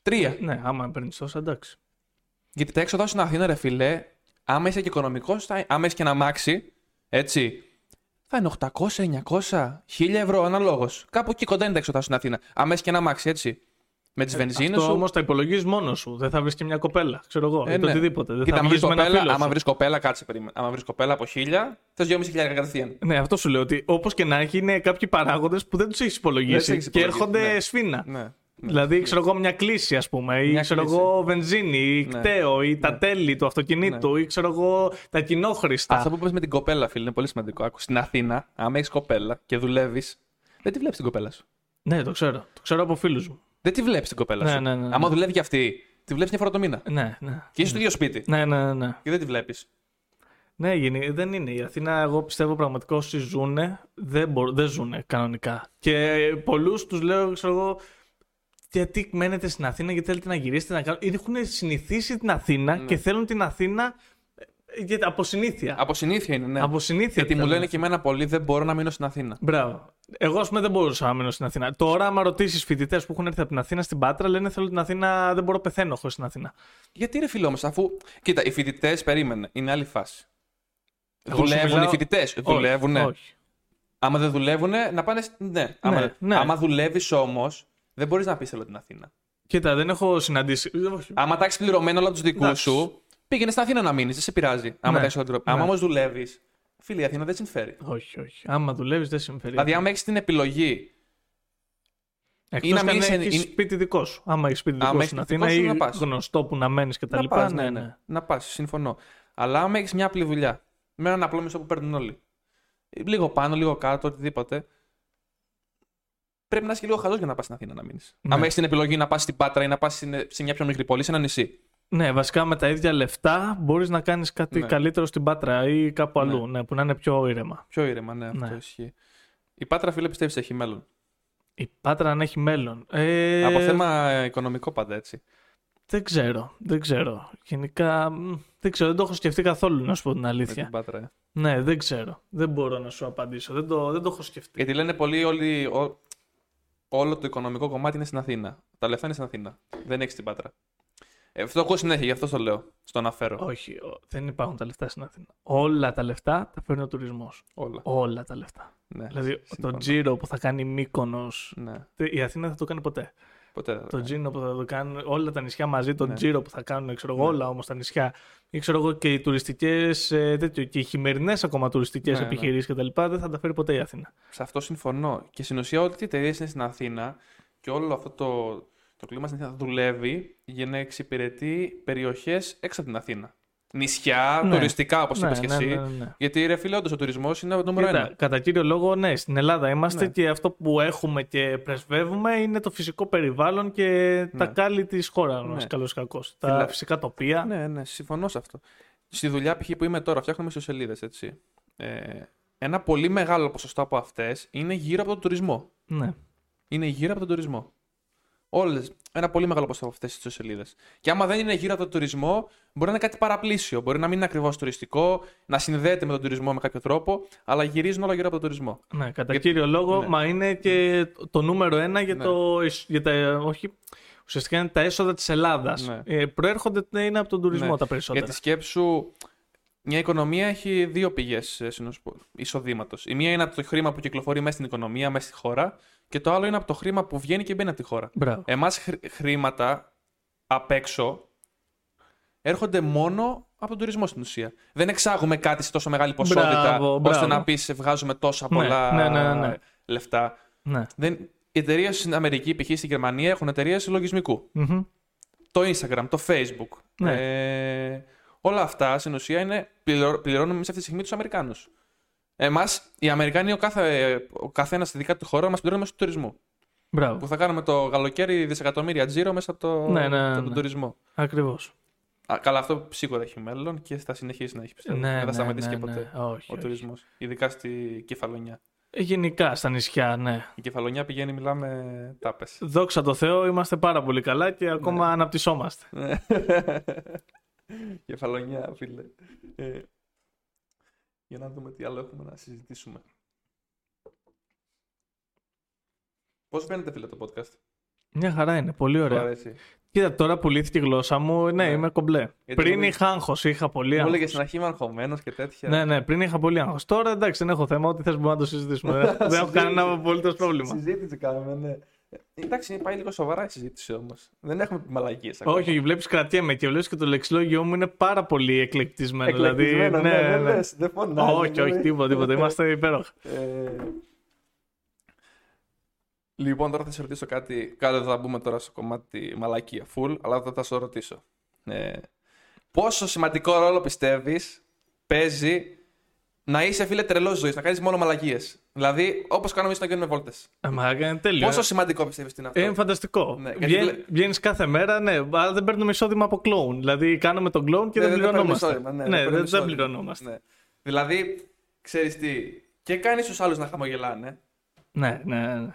Τρία.
ναι άμα παίρνεις τόσα, εντάξει.
Γιατί τα έξοδα σου στην Αθήνα, ρε φιλέ, άμα είσαι και οικονομικός, άμα είσαι και ένα μάξι, έτσι. Θα είναι 800, 900, 1000 ευρώ αναλόγως. Κάπου εκεί κοντά είναι τα έξοδα σου στην Αθήνα. Άμα είσαι και ένα μάξι, έτσι. Με τις βενζίνε
Ε, Αυτό
σου,
όμως τα υπολογίζεις μόνος σου. Δεν θα βρεις και μια κοπέλα, ξέρω εγώ,
Ε,
ή το
ναι.
οτιδήποτε. Δεν
Κοίτα,
θα
άμα
βγεις
βρεις
με ένα
κοπέλα,
φίλο.
άμα
σου.
βρεις κοπέλα, κάτσε περίμενε. Άμα βρεις κοπέλα από χίλια, θες 2.500 κατευθείαν.
Ναι, αυτό σου λέω ότι όπως και να έχει, είναι κάποιοι παράγοντες που δεν τους έχεις
Δεν τους
υπολογίσει
έχεις
και
υπολογίσει,
έρχονται
ναι.
σφίνα.
Ναι.
Δηλαδή, ξέρω εγώ, μια κλίση, ας πούμε, ή
Μια
ξέρω
κλίση.
εγώ, βενζίνη, ή
Ναι.
κταίο, ή τα τέλη του αυτοκινήτου, ή ξέρω εγώ, τα κοινόχρηστα.
Αυτό που είπες με την κοπέλα, φίλε, είναι πολύ σημαντικό. Άκου στην Αθήνα, άμα έχεις κοπέλα και δουλεύεις, δεν τη βλέπεις την κοπέλα σου.
Ναι, το ξέρω. Το ξέρω από φίλους μου.
Δεν τη βλέπεις την κοπέλα
Ναι,
σου.
ναι, ναι, ναι.
Άμα δουλεύει και αυτή, τη βλέπεις μια φορά το μήνα.
Ναι, ναι.
Και είσαι στο ίδιο σπίτι.
Ναι, ναι, ναι.
Και δεν τη βλέπεις.
Ναι, γίνει- δεν είναι. Η Αθήνα, εγώ πιστεύω πραγματικά όσοι ζουν, δεν, μπο- δεν ζουν κανονικά. Και πολλούς τους λέω, ξέρω εγώ, γιατί μένετε στην Αθήνα, γιατί θέλετε να γυρίσετε να κάνετε. Έχουν συνηθίσει την Αθήνα και θέλουν την Αθήνα ε, για- από συνήθεια.
Ναι. Από συνήθεια είναι, ναι.
Από συνήθεια. ναι.
Γιατί μου
θέλουν.
λένε και εμένα πολύ, δεν μπορώ να μείνω στην Αθήνα.
Μπράβο. Εγώ, ας πούμε, δεν μπορούσα να μένω στην Αθήνα. Τώρα, άμα ρωτήσεις φοιτητές που έχουν έρθει από την Αθήνα στην Πάτρα, λένε Θέλω την Αθήνα, δεν μπορώ, πεθαίνω χωρίς την Αθήνα.
Γιατί ρε φίλο μας, αφού. Κοίτα, οι φοιτητές περίμενε. Είναι άλλη φάση.
Εγώ σου
δουλεύουν
μιλάω-
οι φοιτητές.
Όχι,
Δουλεύουν.
Όχι.
Άμα δεν δουλεύουν, να πάνε. σ- Ναι. Άμα,
Ναι, ναι.
άμα δουλεύεις όμως, δεν μπορείς να πεις θέλω την Αθήνα.
Κοίτα, δεν έχω συναντήσει. όχι.
Άμα τα έχεις πληρωμένο όλα τους δικούς
Εντάξει.
σου, πήγαινε στην Αθήνα να μείνεις, δεν σε πειράζει. Άμα,
Ναι.
ναι. όλα...
Ναι.
άμα όμως δουλεύεις, φίλε, η Αθήνα δεν συμφέρει.
Όχι, όχι. Άμα δουλεύεις, δεν συμφέρει.
Δηλαδή, άμα έχεις την επιλογή
Εκτός
να
και αν
μείνεις εν-
έχεις
είναι-
σπίτι δικό σου. Άμα έχεις σπίτι δικό
έχεις
σου στην
σπίτι
Αθήνα
δικό σου,
ή
να πας.
γνωστό που να μένεις και τα
να
λοιπά.
πας, ναι, ναι. Να πας, συμφωνώ. Αλλά άμα έχεις μια απλή δουλειά, με έναν απλό μισθό που παίρνουν όλοι, λίγο πάνω, λίγο κάτω, οτιδήποτε, πρέπει να είσαι και λίγο χαλός για να πας στην Αθήνα να μείνεις.
Ναι.
Άμα έχεις την επιλογή να πας στην Πάτρα ή να πας σε μια πιο μικρή πόλη, σε ένα νησί.
Ναι, βασικά με τα ίδια λεφτά μπορείς να κάνεις κάτι
Ναι.
καλύτερο στην Πάτρα ή κάπου
Ναι.
αλλού. Ναι. που να είναι πιο ήρεμα.
Πιο ήρεμα, ναι, αυτό
Ναι.
ισχύει. Η Πάτρα, φίλε, πιστεύεις έχει μέλλον.
Η Πάτρα αν έχει μέλλον. Ε,
Από θέμα ε, οικονομικό πάντα έτσι.
Δεν ξέρω. Δεν ξέρω. Γενικά μ, δεν ξέρω. Δεν το έχω σκεφτεί καθόλου να σου πω την
Με
αλήθεια.
την Πάτρα. ε.
Ναι, δεν ξέρω. Δεν μπορώ να σου απαντήσω. Δεν το, δεν το έχω σκεφτεί.
Γιατί λένε πολλοί όλοι. ό- όλο το οικονομικό κομμάτι είναι στην Αθήνα. Τα λεφτά είναι στην Αθήνα. Δεν έχεις την Πάτρα. Ε, αυτό ακούω συνέχεια, γι' αυτό το λέω. Στο αναφέρω.
Όχι, ο- δεν υπάρχουν τα λεφτά στην Αθήνα. Όλα τα λεφτά τα φέρνει ο τουρισμός.
Όλα.
Όλα τα λεφτά.
Ναι.
Δηλαδή,
συμφωνώ.
το τζίρο που θα κάνει η Μύκονος,
ναι.
τε- η Αθήνα δεν θα το κάνει ποτέ.
Ποτέ δεν
Το
θα
τζίρο που θα το κάνουν όλα τα νησιά μαζί, το
Ναι.
τζίρο που θα κάνουν ξέρω, εγώ,
Ναι.
όλα όμως τα νησιά. Ή ξέρω εγώ και οι τουριστικές, τέτοιο, και οι χειμερινές ακόμα τουριστικές
Ναι, ναι.
επιχειρήσεις κτλ. Δεν θα τα φέρει ποτέ η Αθήνα.
Σε αυτό συμφωνώ. Και στην ουσία, ό,τι εταιρείες είναι στην Αθήνα και όλο αυτό το, το κλίμα στην Αθήνα δουλεύει για να εξυπηρετεί περιοχές έξω από την Αθήνα. Νησιά,
Ναι.
τουριστικά, όπως
ναι,
είπες και
ναι,
εσύ.
ναι, ναι, ναι.
Γιατί ρε φίλε, όντως, ο τουρισμός είναι το νούμερο
Κοίτα,
ένα.
κατά κύριο λόγο, ναι, στην Ελλάδα είμαστε
Ναι.
και αυτό που έχουμε και πρεσβεύουμε είναι το φυσικό περιβάλλον και τα
Ναι.
κάλλη της χώρας μας,
Ναι.
ναι. καλώς ή κακό. Τα
Φιλα-
φυσικά τοπία.
Ναι, ναι, συμφωνώ σε αυτό. Στη δουλειά π.χ. που είμαι τώρα, φτιάχνουμε ιστοσελίδες, έτσι. Ε, ένα πολύ μεγάλο ποσοστό από αυτές είναι γύρω από τον τουρισμό.
ναι.
Είναι γύρω από τον τουρισμό. Όλες. Ένα πολύ μεγάλο ποσοστό από αυτές τις ιστοσελίδες. Και άμα δεν είναι γύρω από τον τουρισμό, μπορεί να είναι κάτι παραπλήσιο. Μπορεί να μην είναι ακριβώς τουριστικό, να συνδέεται με τον τουρισμό με κάποιο τρόπο, αλλά γυρίζουν όλα γύρω από τον τουρισμό.
Ναι, κατά
Για-
κύριο λόγο,
ναι.
μα είναι και το νούμερο ένα για,
Ναι.
το, εσ- για τα, όχι, ουσιαστικά είναι τα έσοδα της Ελλάδας.
Ναι.
Ε, προέρχονται ναι, είναι από τον τουρισμό
Ναι.
τα περισσότερα.
Γιατί σκέψου, μια οικονομία έχει δύο ε, πηγέ εισοδήματος. Η μία είναι από το χρήμα που κυκλοφορεί μέσα στην οικονομία, μέσα στη χώρα, και το άλλο είναι από το χρήμα που βγαίνει και μπαίνει από τη χώρα.
Μπράβο.
Εμάς χρήματα απ' έξω έρχονται μόνο από τον τουρισμό στην ουσία. Δεν εξάγουμε κάτι σε τόσο μεγάλη ποσότητα
Μπράβο,
ώστε
μπράβο.
να πεις βγάζουμε τόσα
Ναι,
πολλά
ναι, ναι, ναι, ναι.
λεφτά.
Ναι.
Δεν... Οι εταιρείες στην Αμερική, π.χ. στην Γερμανία, έχουν εταιρείες λογισμικού
Μμμ.
το Instagram, το Facebook.
Ναι.
Ε, όλα αυτά στην ουσία είναι πληρω- πληρώνουμε εμείς αυτή τη στιγμή τους Αμερικάνους. Εμάς, οι Αμερικάνοι, ο κάθε, ο καθένας στη δικά του χώρα, μας πληρώνει μέσω του τουρισμού.
Μπράβο.
Που θα κάνουμε το καλοκαίρι δισεκατομμύρια τζίρο μέσα από, το,
Ναι, ναι,
από
ναι,
τον
ναι.
τουρισμό.
Ακριβώς.
Α, καλά, αυτό σίγουρα έχει μέλλον και θα συνεχίσει να έχει πιστεύω.
Ναι,
Ε, Δεν θα
ναι,
σταματήσει
ναι,
και ποτέ
ναι. Όχι,
ο
όχι.
τουρισμός. Ειδικά στη Κεφαλονιά.
Ε, Γενικά στα νησιά, ναι.
Η Κεφαλονιά πηγαίνει, μιλάμε τάπες.
Δόξα τω Θεώ, είμαστε πάρα πολύ καλά και ακόμα αναπτυσσόμαστε.
Ναι. Κεφαλονιά, φίλε. Ε, για να δούμε τι άλλο έχουμε να συζητήσουμε. Πώς φαίνεται, φίλε, το podcast.
Μια χαρά είναι, πολύ
Σου
ωραία.
αρέσει.
Κοίτα, τώρα που λύθηκε η γλώσσα μου, ναι,
Ναι.
είμαι κομπλέ.
Γιατί
Πριν
μου-
είχα άγχος, είχα πολύ
Μου
άγχος.
έλεγε στην αρχή είμαι αγχωμένος και τέτοια.
Ναι, ναι, πριν είχα πολύ άγχος. Τώρα εντάξει, δεν έχω θέμα, ό,τι θες μπορούμε να το συζητήσουμε. δεν έχω κανένα απολύτως πρόβλημα.
Συζήτηση κάνουμε, ναι. Ε, Εντάξει, πάει λίγο σοβαρά η συζήτηση όμως. Δεν έχουμε μαλακίες ακόμα.
Όχι, βλέπεις, κρατιέμαι και βλέπεις και το λεξιλόγιο μου είναι πάρα πολύ εκλεκτισμένο.
Εκλεκτισμένο,
δηλαδή,
ναι, δεν λες, δεν δηλαδή. φωνάζεις,
Όχι,
δεν
όχι, τίποτα, τίποτα. Είμαστε υπέροχα.
Ε, Λοιπόν, τώρα θα σε ρωτήσω κάτι. Κάτω δεν θα μπούμε τώρα στο κομμάτι μαλακία, full, αλλά θα, θα σε ρωτήσω. Ε, πόσο σημαντικό ρόλο πιστεύεις παίζει να είσαι φίλε τρελός ζωής, να κάνεις μόνο μαλακίες. Δηλαδή, όπως κάνουμε εμείς να κάνουμε βόλτες.
Ε, Μαλάκα είναι τέλειο.
Πόσο σημαντικό πιστεύεις είναι αυτό.
Ε, είναι φανταστικό.
Ναι, γιατί βλέ-
Βγαίνεις κάθε μέρα, ναι, αλλά δεν παίρνουμε εισόδημα από κλόουν. Δηλαδή, κάνουμε τον κλόουν και
Ναι,
δεν
δεν παίρνουμε
πληρωνόμαστε.
εισόδημα, ναι, δεν
Ναι,
παίρνουμε
δεν- δεν
εισόδημα.
πληρωνόμαστε.
Ναι. Δηλαδή, ξέρεις τι, και κάνεις τους άλλους να χαμογελάνε,
Ναι, ναι, ναι.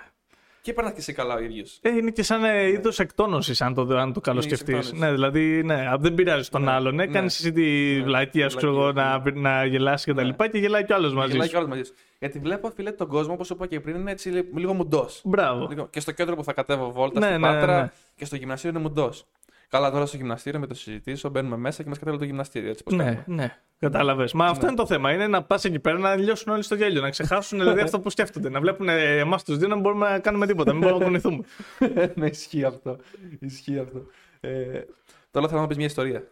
Και περνά και σε καλά ο ίδιος.
Ε, είναι και σαν ναι. είδος εκτόνωσης, αν το, αν το καλοσκεφτείς.
εκτόνωση.
Ναι, δηλαδή, ναι, α, δεν πειράζει τον
Ναι,
άλλον. Ναι,
ναι.
Κάνεις εσύ τη
Ναι,
βλακεία,
τη
ξέρω εγώ,
βλακεία,
να, να γελάσει και τα
Ναι.
λοιπά και γελάει κι άλλος μαζί.
Γελάει
σου.
κιόλας μαζί σου. Γιατί βλέπω, φίλε, τον κόσμο, όπως είπα και πριν, είναι έτσι λι- λίγο μουντός.
Μπράβο.
Και στο κέντρο που θα κατέβω βόλτα,
Ναι,
στην
ναι,
Πάτρα
ναι.
και στο γυμναστήριο είναι μουντός. Καλά, τώρα στο γυμναστήριο με το συζητήσω, μπαίνουμε μέσα και μας κατέβαλε το γυμναστήριο. Έτσι, πως
Ναι,
κάνουμε.
ναι. Κατάλαβες. Μα αυτό
Ναι.
είναι το θέμα. Είναι να πας εκεί πέρα να λιώσουν όλοι στο γέλιο, να ξεχάσουν δηλαδή αυτό που σκέφτονται. Να βλέπουν εμάς τους δύο να μην μπορούμε να κάνουμε τίποτα, μην μπορούμε να κουνηθούμε.
ναι, ισχύει αυτό. Ισχύει αυτό. Ε, τώρα θέλω να πεις μια ιστορία.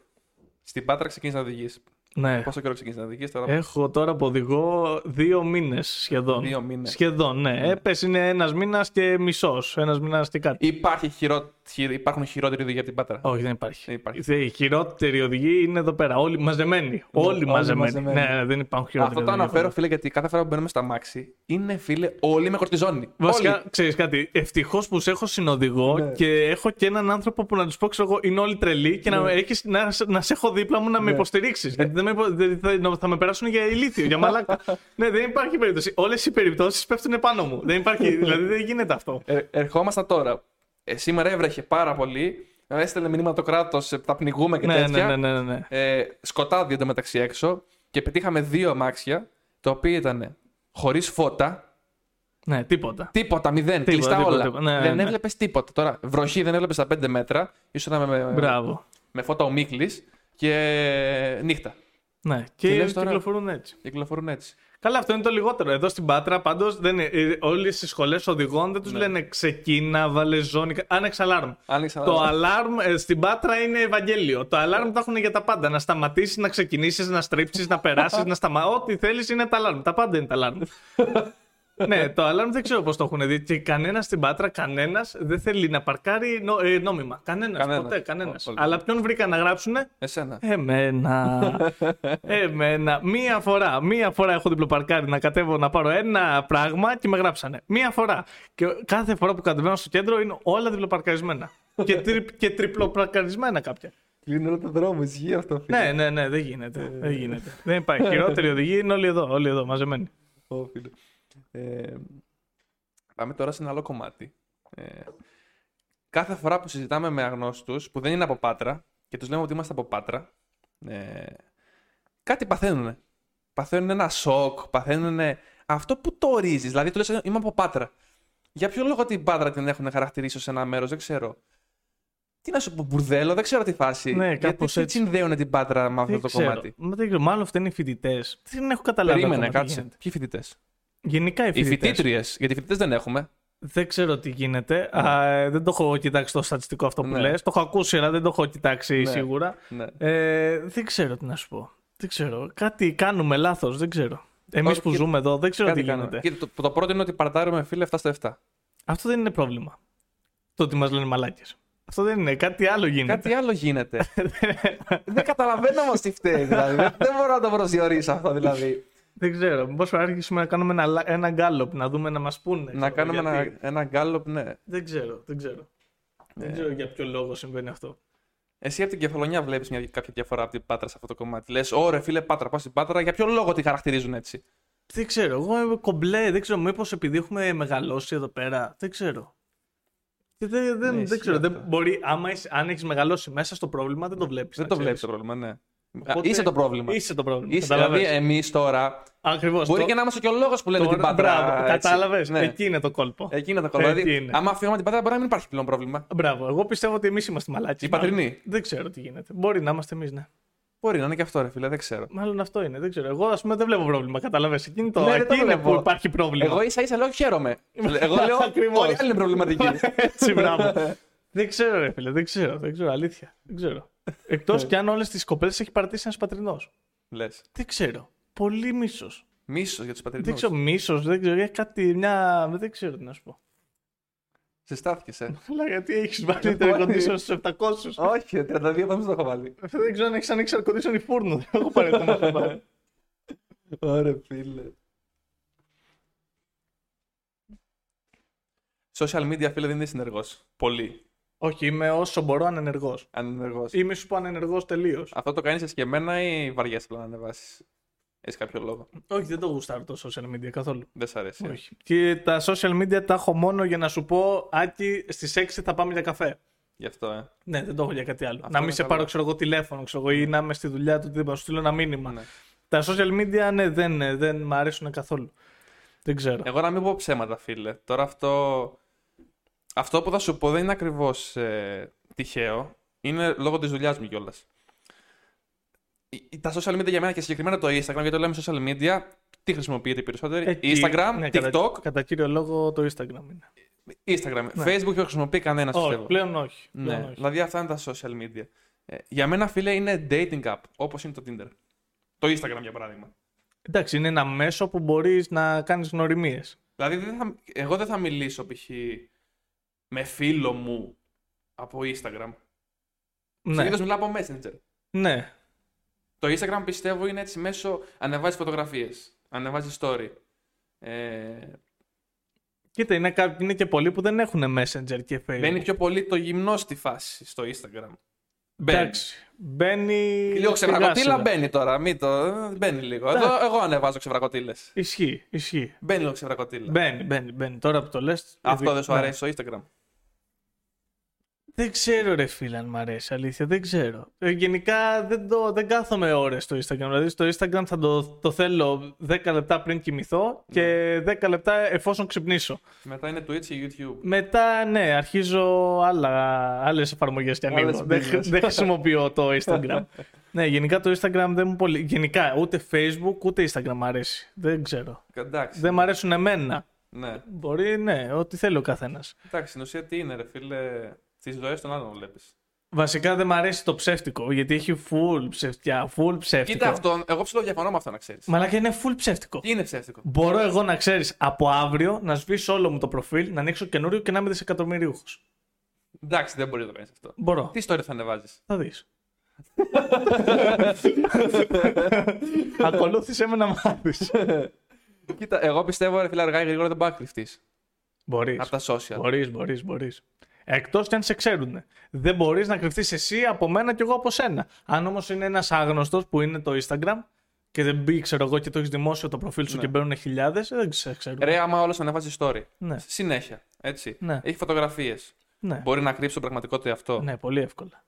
Στην Πάτρα ξεκίνησες να οδηγείς.
ναι.
Πόσο καιρό ξεκίνησες να οδηγείς, τώρα
Έχω τώρα που οδηγώ δύο μήνες σχεδόν.
δύο μήνες.
Σχεδόν, ναι. Έπε είναι ένας μήνας και μισός. Ένας μήνας και κάτι.
Υπάρχει χειρό... χειρο- Υπάρχουν χειρότεροι οδηγοί από την Πάτρα.
Όχι, δεν υπάρχει.
Δεν υπάρχει.
Δε- Οι χειρότεροι οδηγοί είναι εδώ πέρα. Όλοι μαζεμένοι. Όλοι,
όλοι
μαζεμένοι.
μαζεμένοι.
Ναι, δεν υπάρχουν χειρότεροι.
Αυτό το
οδηγοί.
αναφέρω, φίλε, γιατί κάθε φορά που μπαίνουμε στα μάξι είναι, φίλε, όλοι με κορτιζόνι.
Βασικά,
Όλοι.
ξέρεις κάτι. Ευτυχώς που σε έχω συνοδηγό
Ναι.
και έχω και έναν άνθρωπο που να τους πω, ξέρω εγώ, είναι όλοι τρελοί και να, έχεις, να, σ- να σε έχω δίπλα μου να με
Ναι.
υποστηρίξεις. Γιατί δεν με, υπο- δεν θα, να- θα με περάσουν για ηλίθιο, για μαλάκα. ναι, δεν υπάρχει περίπτωση. Όλες οι περιπτώσεις πέφτουν πάνω μου. Δεν
Ναι.
υπάρχει, δηλαδή δεν γίνεται αυτό.
Ε, ερχόμασταν τώρα. Ε, σήμερα έβρεχε πάρα πολύ. Ε, Έστελνε μηνύμα το κράτος, θα πνιγούμε και
ναι,
τέτοια.
ναι, ναι, ναι, ναι.
Ε, σκοτάδι εντωμεταξύ έξω. Και πετύχαμε δύο αμάξια, τα οποία ήταν χωρίς φώτα,
Ναι, τίποτα.
τίποτα, μηδέν,
Τίποτα,
κλειστά
τίποτα,
όλα.
τίποτα. Ναι,
δεν
ναι.
έβλεπες τίποτα. Τώρα, βροχή δεν έβλεπες στα 5 μέτρα, ήσουν με,
Μπράβο.
με φώτα ο Μίκλης και ε, νύχτα.
Ναι,
Τι
και
λες τώρα?
κυκλοφορούν έτσι.
Κυκλοφορούν έτσι.
Καλά, αυτό είναι το λιγότερο. Εδώ στην Πάτρα, πάντως, όλε ε, οι σχολές οδηγών δεν τους
Ναι.
λένε ξεκίνα, βάλε ζώνη. κα- Άνοιξε αλάρμ.
Άνοιξα
Το αλάρμ ε, στην Πάτρα είναι Ευαγγέλιο. Το αλάρμ τα έχουν για τα πάντα. Να σταματήσεις, να ξεκινήσεις, να στρίψεις, να περάσεις, να σταματήσει. Ό,τι θέλεις είναι τα αλάρμ. Τα πάντα είναι τα αλάρμ. ναι, το αλάρμ δεν ξέρω πώς το έχουν δει. Και κανένας στην Πάτρα, κανένας δεν θέλει να παρκάρει νο- ε, νόμιμα. Κανένας,
Κανένας.
ποτέ, κανένας.
Ο- πολύ.
Αλλά ποιον βρήκα να γράψουνε,
Εσένα.
Εμένα. Εμένα. Μία φορά. Μία φορά έχω διπλοπαρκάρει να κατέβω να πάρω ένα πράγμα και με γράψανε. Μία φορά. Και κάθε φορά που κατεβαίνω στο κέντρο είναι όλα διπλοπαρκαρισμένα. και, τρι, και τριπλοπαρκαρισμένα κάποια.
Κλείνει όλο το δρόμο, ισχύει αυτό. Φίλε.
ναι, ναι, ναι, δεν
Ε.
γίνεται. δεν γίνεται. δεν υπάρχει. Χειρότερη οδηγή είναι όλοι εδώ, όλοι εδώ μαζεμένοι.
Ω, φίλε. Ε, πάμε τώρα σε ένα άλλο κομμάτι. Ε, κάθε φορά που συζητάμε με αγνώστους που δεν είναι από Πάτρα και τους λέμε ότι είμαστε από Πάτρα, ε, κάτι παθαίνουν. Παθαίνουν ένα σοκ, παθαίνουν αυτό που το ορίζεις. Δηλαδή του λες «Ε, είμαι από Πάτρα. Για ποιο λόγο την Πάτρα την έχουν χαρακτηρίσει ως ένα μέρος, δεν ξέρω. Τι να σου πω, μπουρδέλο, δεν ξέρω τη φάση.
Ναι,
Γιατί
κάπως
τι
έτσι.
συνδέουν την Πάτρα με αυτό
Δεν
το
ξέρω.
κομμάτι.
Μα δεν ξέρω. Μάλλον αυτοί είναι οι φοιτητές. Δεν έχω καταλάβει.
Περίμενε,
ακόμα τι
κάτσε.
γίνεται.
Ποιοι φοιτητές.
Γενικά οι
Οι
φοιτητές.
φοιτήτριες, γιατί φοιτητέ δεν έχουμε.
Δεν ξέρω τι γίνεται. Α, ε, δεν το έχω κοιτάξει το στατιστικό αυτό που
Ναι.
λες. Το έχω ακούσει, αλλά δεν το έχω κοιτάξει
Ναι.
σίγουρα.
Ναι.
Ε, δεν ξέρω τι να σου πω. Δεν ξέρω. Κάτι κάνουμε λάθος. Δεν ξέρω. Εμείς
Όχι,
που
και-
ζούμε εδώ, δεν ξέρω τι
Κάτι
γίνεται.
κάνουμε. Κοίτα, το, το πρώτο είναι ότι παρτάρουμε φίλε 7 στα 7.
Αυτό δεν είναι πρόβλημα. Το ότι μας λένε μαλάκες. Αυτό δεν είναι. Κάτι άλλο γίνεται.
Κάτι άλλο γίνεται.
Ναι.
δεν καταλαβαίνω όμως τι φταίει. Δηλαδή. δεν, δεν μπορώ να το προσδιορίσω αυτό δηλαδή.
Δεν ξέρω. Μήπω αρχίσουμε να κάνουμε ένα, λα- ένα γκάλωπ, να δούμε να μας πούνε.
να
ξέρω,
κάνουμε
γιατί.
ένα, Ε. ένα γκάλωπ, ναι.
Δεν ξέρω. Δεν ξέρω. Δεν ξέρω για ποιο λόγο συμβαίνει αυτό.
Εσύ από την κεφαλονιά βλέπεις κάποια διαφορά από την πάτρα σε αυτό το κομμάτι. Λες, ωραία, φίλε, πάτρα, πας στην πάτρα. Για ποιο λόγο τη χαρακτηρίζουν έτσι.
Δεν ξέρω. Εγώ είμαι κομπλέ. Δεν ξέρω. Μήπως επειδή έχουμε μεγαλώσει εδώ πέρα. Δεν ξέρω. Και δεν,
Ναι,
δεν, δεν
ισχύει
ξέρω. Δεν
αυτό.
μπορεί, άμα είσαι- αν έχεις μεγαλώσει μέσα στο πρόβλημα, δεν το βλέπεις.
δεν το βλέπεις το πρόβλημα, ναι. Α,
Οπότε-
Είσαι το πρόβλημα.
Είσαι το πρόβλημα.
Είσαι, δηλαδή, εμείς τώρα.
Ακριβώς.
Μπορεί και να είμαστε και ο λόγος που λέμε την πάτρα. έτσι.
Κατάλαβες.
Ναι.
Εκεί είναι το κόλπο.
Εκεί είναι το κόμμα.
Εκεί
Δηλαδή,
είναι.
άμα αφιέρωμα την πάτρα, μπορεί να μην υπάρχει πλέον πρόβλημα.
Μπράβο. Εγώ πιστεύω ότι εμείς είμαστε μαλάκι.
Οι πατρινοί.
Δεν ξέρω τι γίνεται. Μπορεί να είμαστε εμείς, ναι.
Μπορεί να είναι και αυτό, ρε φίλε, δεν ξέρω.
Μάλλον αυτό είναι. Δεν ξέρω. Εγώ, ας πούμε, δεν βλέπω πρόβλημα. Κατάλαβε. Εκείνη το...
Ναι, δεν το
εκεί είναι
βλέπω.
που υπάρχει πρόβλημα.
Εγώ ίσα ίσα λέω χαίρομαι. Εγώ λέω
Ακριβώς.
όλοι οι άλλοι είναι προβληματικοί.
Έτσι, μπράβο. δεν ξέρω, ρε φίλε. Δεν ξέρω. Δεν ξέρω. Αλήθεια. Δεν ξέρω. Εκτός
Ε.
κι αν όλες τις κοπέλες έχει παρατήσει ένας πατρινός.
Λες.
Δεν ξέρω. Πολύ μίσος.
Μίσος για τους
Δεν
πατρινούς.
ξέρω. Μίσος. Δεν ξέρω. Έχει κάτι. Μια... Δεν ξέρω τι να σου πω.
Συστάθηκε, ε.
Καλά, γιατί έχεις βάλει το air conditioner στους 700.
Όχι, 32 πάμε το έχω βάλει.
Αυτό δεν ξέρω αν έχεις ανοίξει air conditioner ή φούρνο. Δεν έχω πάρει ακόμα αυτό το μάθημα.
Ωραία, φίλε. Social media, φίλε, δεν είναι συνεργός. Πολύ
Όχι, είμαι όσο μπορώ ανενεργός.
ανενεργός.
Είμαι σου πω ανενεργός τελείως.
Αυτό το κάνεις εσύ και εμένα ή βαριέσαι απλά να ανεβάσεις. Έχεις κάποιο λόγο.
Όχι, δεν το γουστάρω το social media καθόλου.
Δεν σ' αρέσει. ε.
Όχι. Και τα social media τα έχω μόνο για να σου πω, Άκη, στις 6 θα πάμε για καφέ.
Γι' αυτό, ε.
Ναι, δεν το έχω για κάτι άλλο. να μην
είναι
σε
καλό.
πάρω, ξέρω εγώ, τηλέφωνο, ξέρω εγώ, ή να είμαι στη δουλειά του, οτιδήποτε, να σου στείλω ένα μήνυμα.
Ναι.
Τα social media, ναι, δεν, δεν μ' αρέσουν καθόλου. Δεν ξέρω.
Εγώ να μην πω ψέματα, φίλε. Τώρα αυτό. Αυτό που θα σου πω δεν είναι ακριβώς ε, τυχαίο. Είναι λόγω της δουλειάς μου κιόλας. Τα social media για μένα και συγκεκριμένα το Instagram, γιατί το λέμε social media, τι χρησιμοποιείται περισσότερο.
Εκεί-
Ε, Instagram,
ναι,
TikTok,
Κατά, κατά κύριο λόγο το Instagram είναι.
Instagram. Facebook δεν χρησιμοποιεί κανένας,
Ναι. Όχι, πλέον όχι.
Ναι,
Πλέον όχι.
δηλαδή αυτά είναι τα social media. Ε, για μένα, φίλε, είναι dating app, όπως είναι το Tinder. Το Instagram, για παράδειγμα.
Εντάξει, είναι ένα μέσο που μπορείς να κάνεις γνωριμίες.
Δηλαδή, δεν θα, εγώ δεν θα μιλήσω, π.χ. με φίλο μου από Instagram.
Ναι.
Συνήθως μιλάω από Messenger.
ναι.
Το Instagram, πιστεύω, είναι έτσι μέσω... Ανεβάζεις φωτογραφίες, ανεβάζεις story. Ε,
Κοίτα, είναι, κά- είναι και πολλοί που δεν έχουν Messenger και Facebook.
μπαίνει πιο πολύ το γυμνό στη φάση στο Instagram. Μπαίνει.
Εντάξει. Μπαίνει.
Λίγο ξεβρακωτήλα
σιγά-σιγά.
μπαίνει τώρα, μην το... ε, Μπαίνει λίγο. Εδώ,
Εντάξει.
εγώ ανεβάζω ξεβρακωτήλες.
Ισχύει, ισχύει.
Μπαίνει λίγο ξεβρακωτήλα.
Μπαίνει, ναι. μπαίνει, μπαίνει. Τώρα που το λες.
Ναι. Αυτό δεν σου αρέσει στο Instagram.
Δεν ξέρω, ρε φίλε, αν μ' αρέσει. Αλήθεια, δεν ξέρω. Ε, γενικά δεν, το, δεν κάθομαι ώρες στο Instagram. Δηλαδή, στο Instagram θα το, το θέλω 10 λεπτά πριν κοιμηθώ και 10 λεπτά εφόσον ξυπνήσω.
Μετά είναι Twitch και YouTube.
Μετά, ναι, αρχίζω άλλα, άλλες εφαρμογές και ανοίγω.
Άλλες
Δεν, χρ-
μπύρες.
δεν χρησιμοποιώ το Instagram. ναι, γενικά το Instagram δεν μου πολύ... Γενικά, ούτε Facebook, ούτε Instagram μ' αρέσει. Δεν ξέρω.
Εντάξει.
Δεν μ' αρέσουν εμένα.
Ναι.
Μπορεί, ναι, ό,τι θέλει ο καθένας.
Εντάξει, στην ουσία τι είναι, ρε φίλε. Τις ζωές των άλλων βλέπεις.
Βασικά δεν μ' αρέσει το ψεύτικο, γιατί έχει full ψευτιά, full ψεύτικο.
Κοίτα αυτό, εγώ ψηλό διαφωνώ με αυτό να ξέρεις.
Μαλάκα είναι full ψεύτικο.
Τι είναι ψεύτικο.
Μπορώ εγώ να ξέρεις από αύριο να σβήσω όλο μου το προφίλ, να ανοίξω καινούριο και να είμαι δισεκατομμυρίουχος.
Εντάξει, δεν μπορεί να το κάνεις αυτό.
Μπορώ.
Τι story θα ανεβάζεις.
Θα δεις. Ακολούθησέ με να μάθεις.
Κοίτα, εγώ πιστεύω, ρε φίλε, αργά ή γρήγορα δεν πάει να κρυφτείς
μπορείς,
από τα social.
μπορείς, μπορείς, μπορείς. Εκτός και αν σε ξέρουν. Δεν μπορείς να κρυφτείς εσύ από μένα και εγώ από σένα. Αν όμως είναι ένας άγνωστος που είναι το Instagram και δεν μπει, ξέρω εγώ, και το έχεις δημόσιο το προφίλ σου και μπαίνουν χιλιάδες, δεν σε ξέρουν.
Ρε, άμα όλος ανεβάζει story.
Ναι.
Συνέχεια. Έτσι.
Ναι.
Έχει φωτογραφίες.
Ναι.
Μπορεί να κρύψει τον πραγματικό του εαυτό.
Ναι, πολύ εύκολα.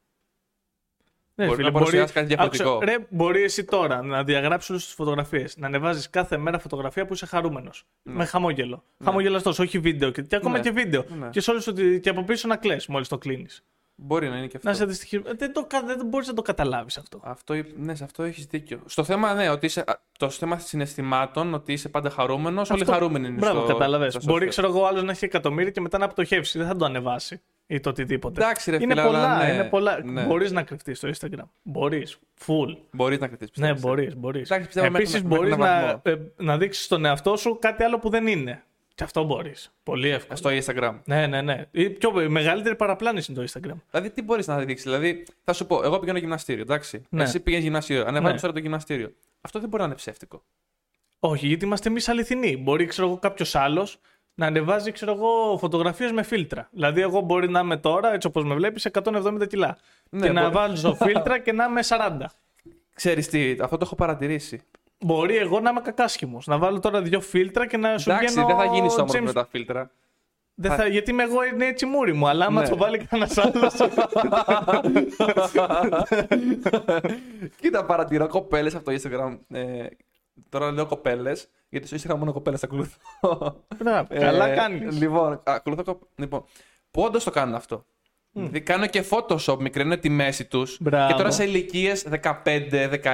Ναι,
Μπορεί να παρουσιάσει κάτι διαφορετικό.
Άκουσε, ρε, μπορεί εσύ τώρα να διαγράψεις όλε τις φωτογραφίες. Να ανεβάζεις κάθε μέρα φωτογραφία που είσαι χαρούμενος. Με χαμόγελο. Ναι. Χαμογελαστό, όχι βίντεο. Και, και ακόμα
Ναι.
και βίντεο.
Ναι.
Και, σε όλες ότι- και από πίσω να κλε μόλις το κλείνεις.
Μπορεί να είναι και αυτό.
Να είσαι δυστυχισμένο. Δεν, το, κα- δεν μπορείς να το καταλάβεις αυτό.
Αυτό, ναι, σε αυτό έχεις δίκιο. Στο θέμα, ναι, ότι είσαι, α, το θέμα συναισθημάτων, ότι είσαι πάντα χαρούμενος, όλοι
Αυτό-
χαρούμενοι είναι
Μπράβο,
στο-
κατάλαβες.
στα social.
Μπορεί, ξέρω εγώ, άλλος να έχει εκατομμύρια και μετά να αποτοχεύσει. Δεν θα το ανεβάσει ή το οτιδήποτε.
Εντάξει, ρε
είναι,
φίλε,
πολλά,
αλλά ναι,
είναι πολλά.
ναι.
Μπορείς να κρυφτείς στο Instagram. Μπορείς. Full.
Μπορείς να κρατήσει.
Ναι, μπορείς. μπορείς.
Εντάξει, ε? πιστεύω μέχρι-
Επίση,
μέχρι
μπορεί
ένα
να,
βαθμό.
ε, να δείξεις στον εαυτό σου κάτι άλλο που δεν είναι. Και αυτό μπορείς. Πολύ εύκολα.
Στο Instagram.
Ναι, ναι, ναι. Η, πιο, η μεγαλύτερη παραπλάνηση είναι το Instagram.
Δηλαδή, τι μπορείς να δείξεις. Δηλαδή, θα σου πω, εγώ πηγαίνω γυμναστήριο, εντάξει.
Ναι.
Εσύ πηγαίνει γυμναστήριο, ανεβάζει
Ναι.
τώρα το γυμναστήριο. Αυτό δεν μπορεί να είναι ψεύτικο.
Όχι, γιατί είμαστε εμείς αληθινοί. Μπορεί, ξέρω εγώ, κάποιος άλλος να ανεβάζει, ξέρω εγώ, φωτογραφίες με φίλτρα. Δηλαδή, εγώ μπορεί να είμαι τώρα, έτσι όπως με βλέπεις, 170 κιλά.
Ναι,
και να
μπορεί.
βάζω φίλτρα και να είμαι 40.
Ξέρεις τι, αυτό το έχω παρατηρήσει.
Μπορεί εγώ να είμαι κακάσχημος. Να βάλω τώρα δύο φίλτρα και να σου
εντάξει,
βγαίνω
δεν θα γίνεις όμως
James
με τα φίλτρα.
Δεν θα, γιατί είμαι εγώ είναι έτσι μούρι μου, αλλά άμα
Ναι.
το βάλει κανένας άλλος.
Κοίτα, παρατηρώ κοπέλες από το Instagram. Ε, τώρα λέω κοπέλες, γιατί στο Instagram μόνο κοπέλες ακολουθώ.
Καλά
Ε,
κάνεις.
Λοιπόν, ακολουθώ. κο- Λοιπόν, που όντω το κάνουν αυτό. Δηλαδή κάνουν και Photoshop, μικραίνουν τη μέση τους.
Μπράβο.
Και τώρα σε ηλικίε 15-16.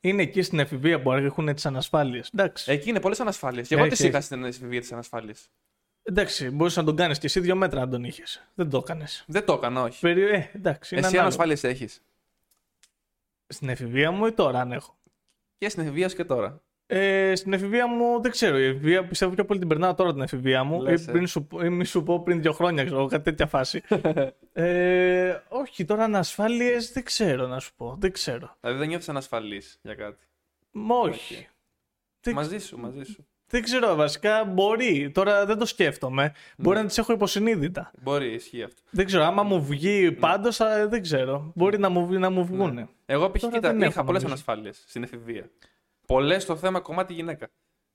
Είναι εκεί στην εφηβεία που έχουν τις ανασφάλειες. Εντάξει.
Εκεί είναι πολλές ανασφάλειες. Και εγώ
Έχει,
τι είχα στην εφηβεία της ανασφάλειας.
Εντάξει, μπορούσες να τον κάνεις και εσύ δύο μέτρα αν τον είχες. Δεν το έκανες.
Δεν το έκανα, όχι.
Περι... Ε, εντάξει, είναι
Εσύ
ανάλογο.
ανασφάλειες έχεις.
Στην εφηβεία μου ή τώρα αν έχω.
Και στην εφηβεία σου και τώρα.
Ε, στην εφηβεία μου δεν ξέρω. Η εφηβεία πιστεύω πιο πολύ την περνάω τώρα την εφηβεία μου.
Λες,
ή,
ε.
πριν σου, πω- ή μη σου πω πριν δύο χρόνια, ξέρω εγώ, κάτι τέτοια φάση. ε, όχι, τώρα ανασφάλειες δεν ξέρω να σου πω. Δεν ξέρω.
Δηλαδή δεν νιώθεις ανασφαλής για κάτι.
Μα όχι. Τι-
Μαζί σου, μαζί σου.
Δεν ξέρω, βασικά μπορεί. Τώρα δεν το σκέφτομαι.
Ναι.
Μπορεί να τις έχω υποσυνείδητα.
Μπορεί, ισχύει αυτό.
Δεν ξέρω, άμα μου
Ναι.
βγει πάντω, δεν ξέρω. Μπορεί να μου, βγει- να μου βγούνε.
Εγώ π.χ.
Τώρα
κοίτα,
δεν έχω,
είχα πολλές
νομίζω.
ανασφάλειες στην εφηβεία. Πολλές στο θέμα κομμάτι γυναίκα.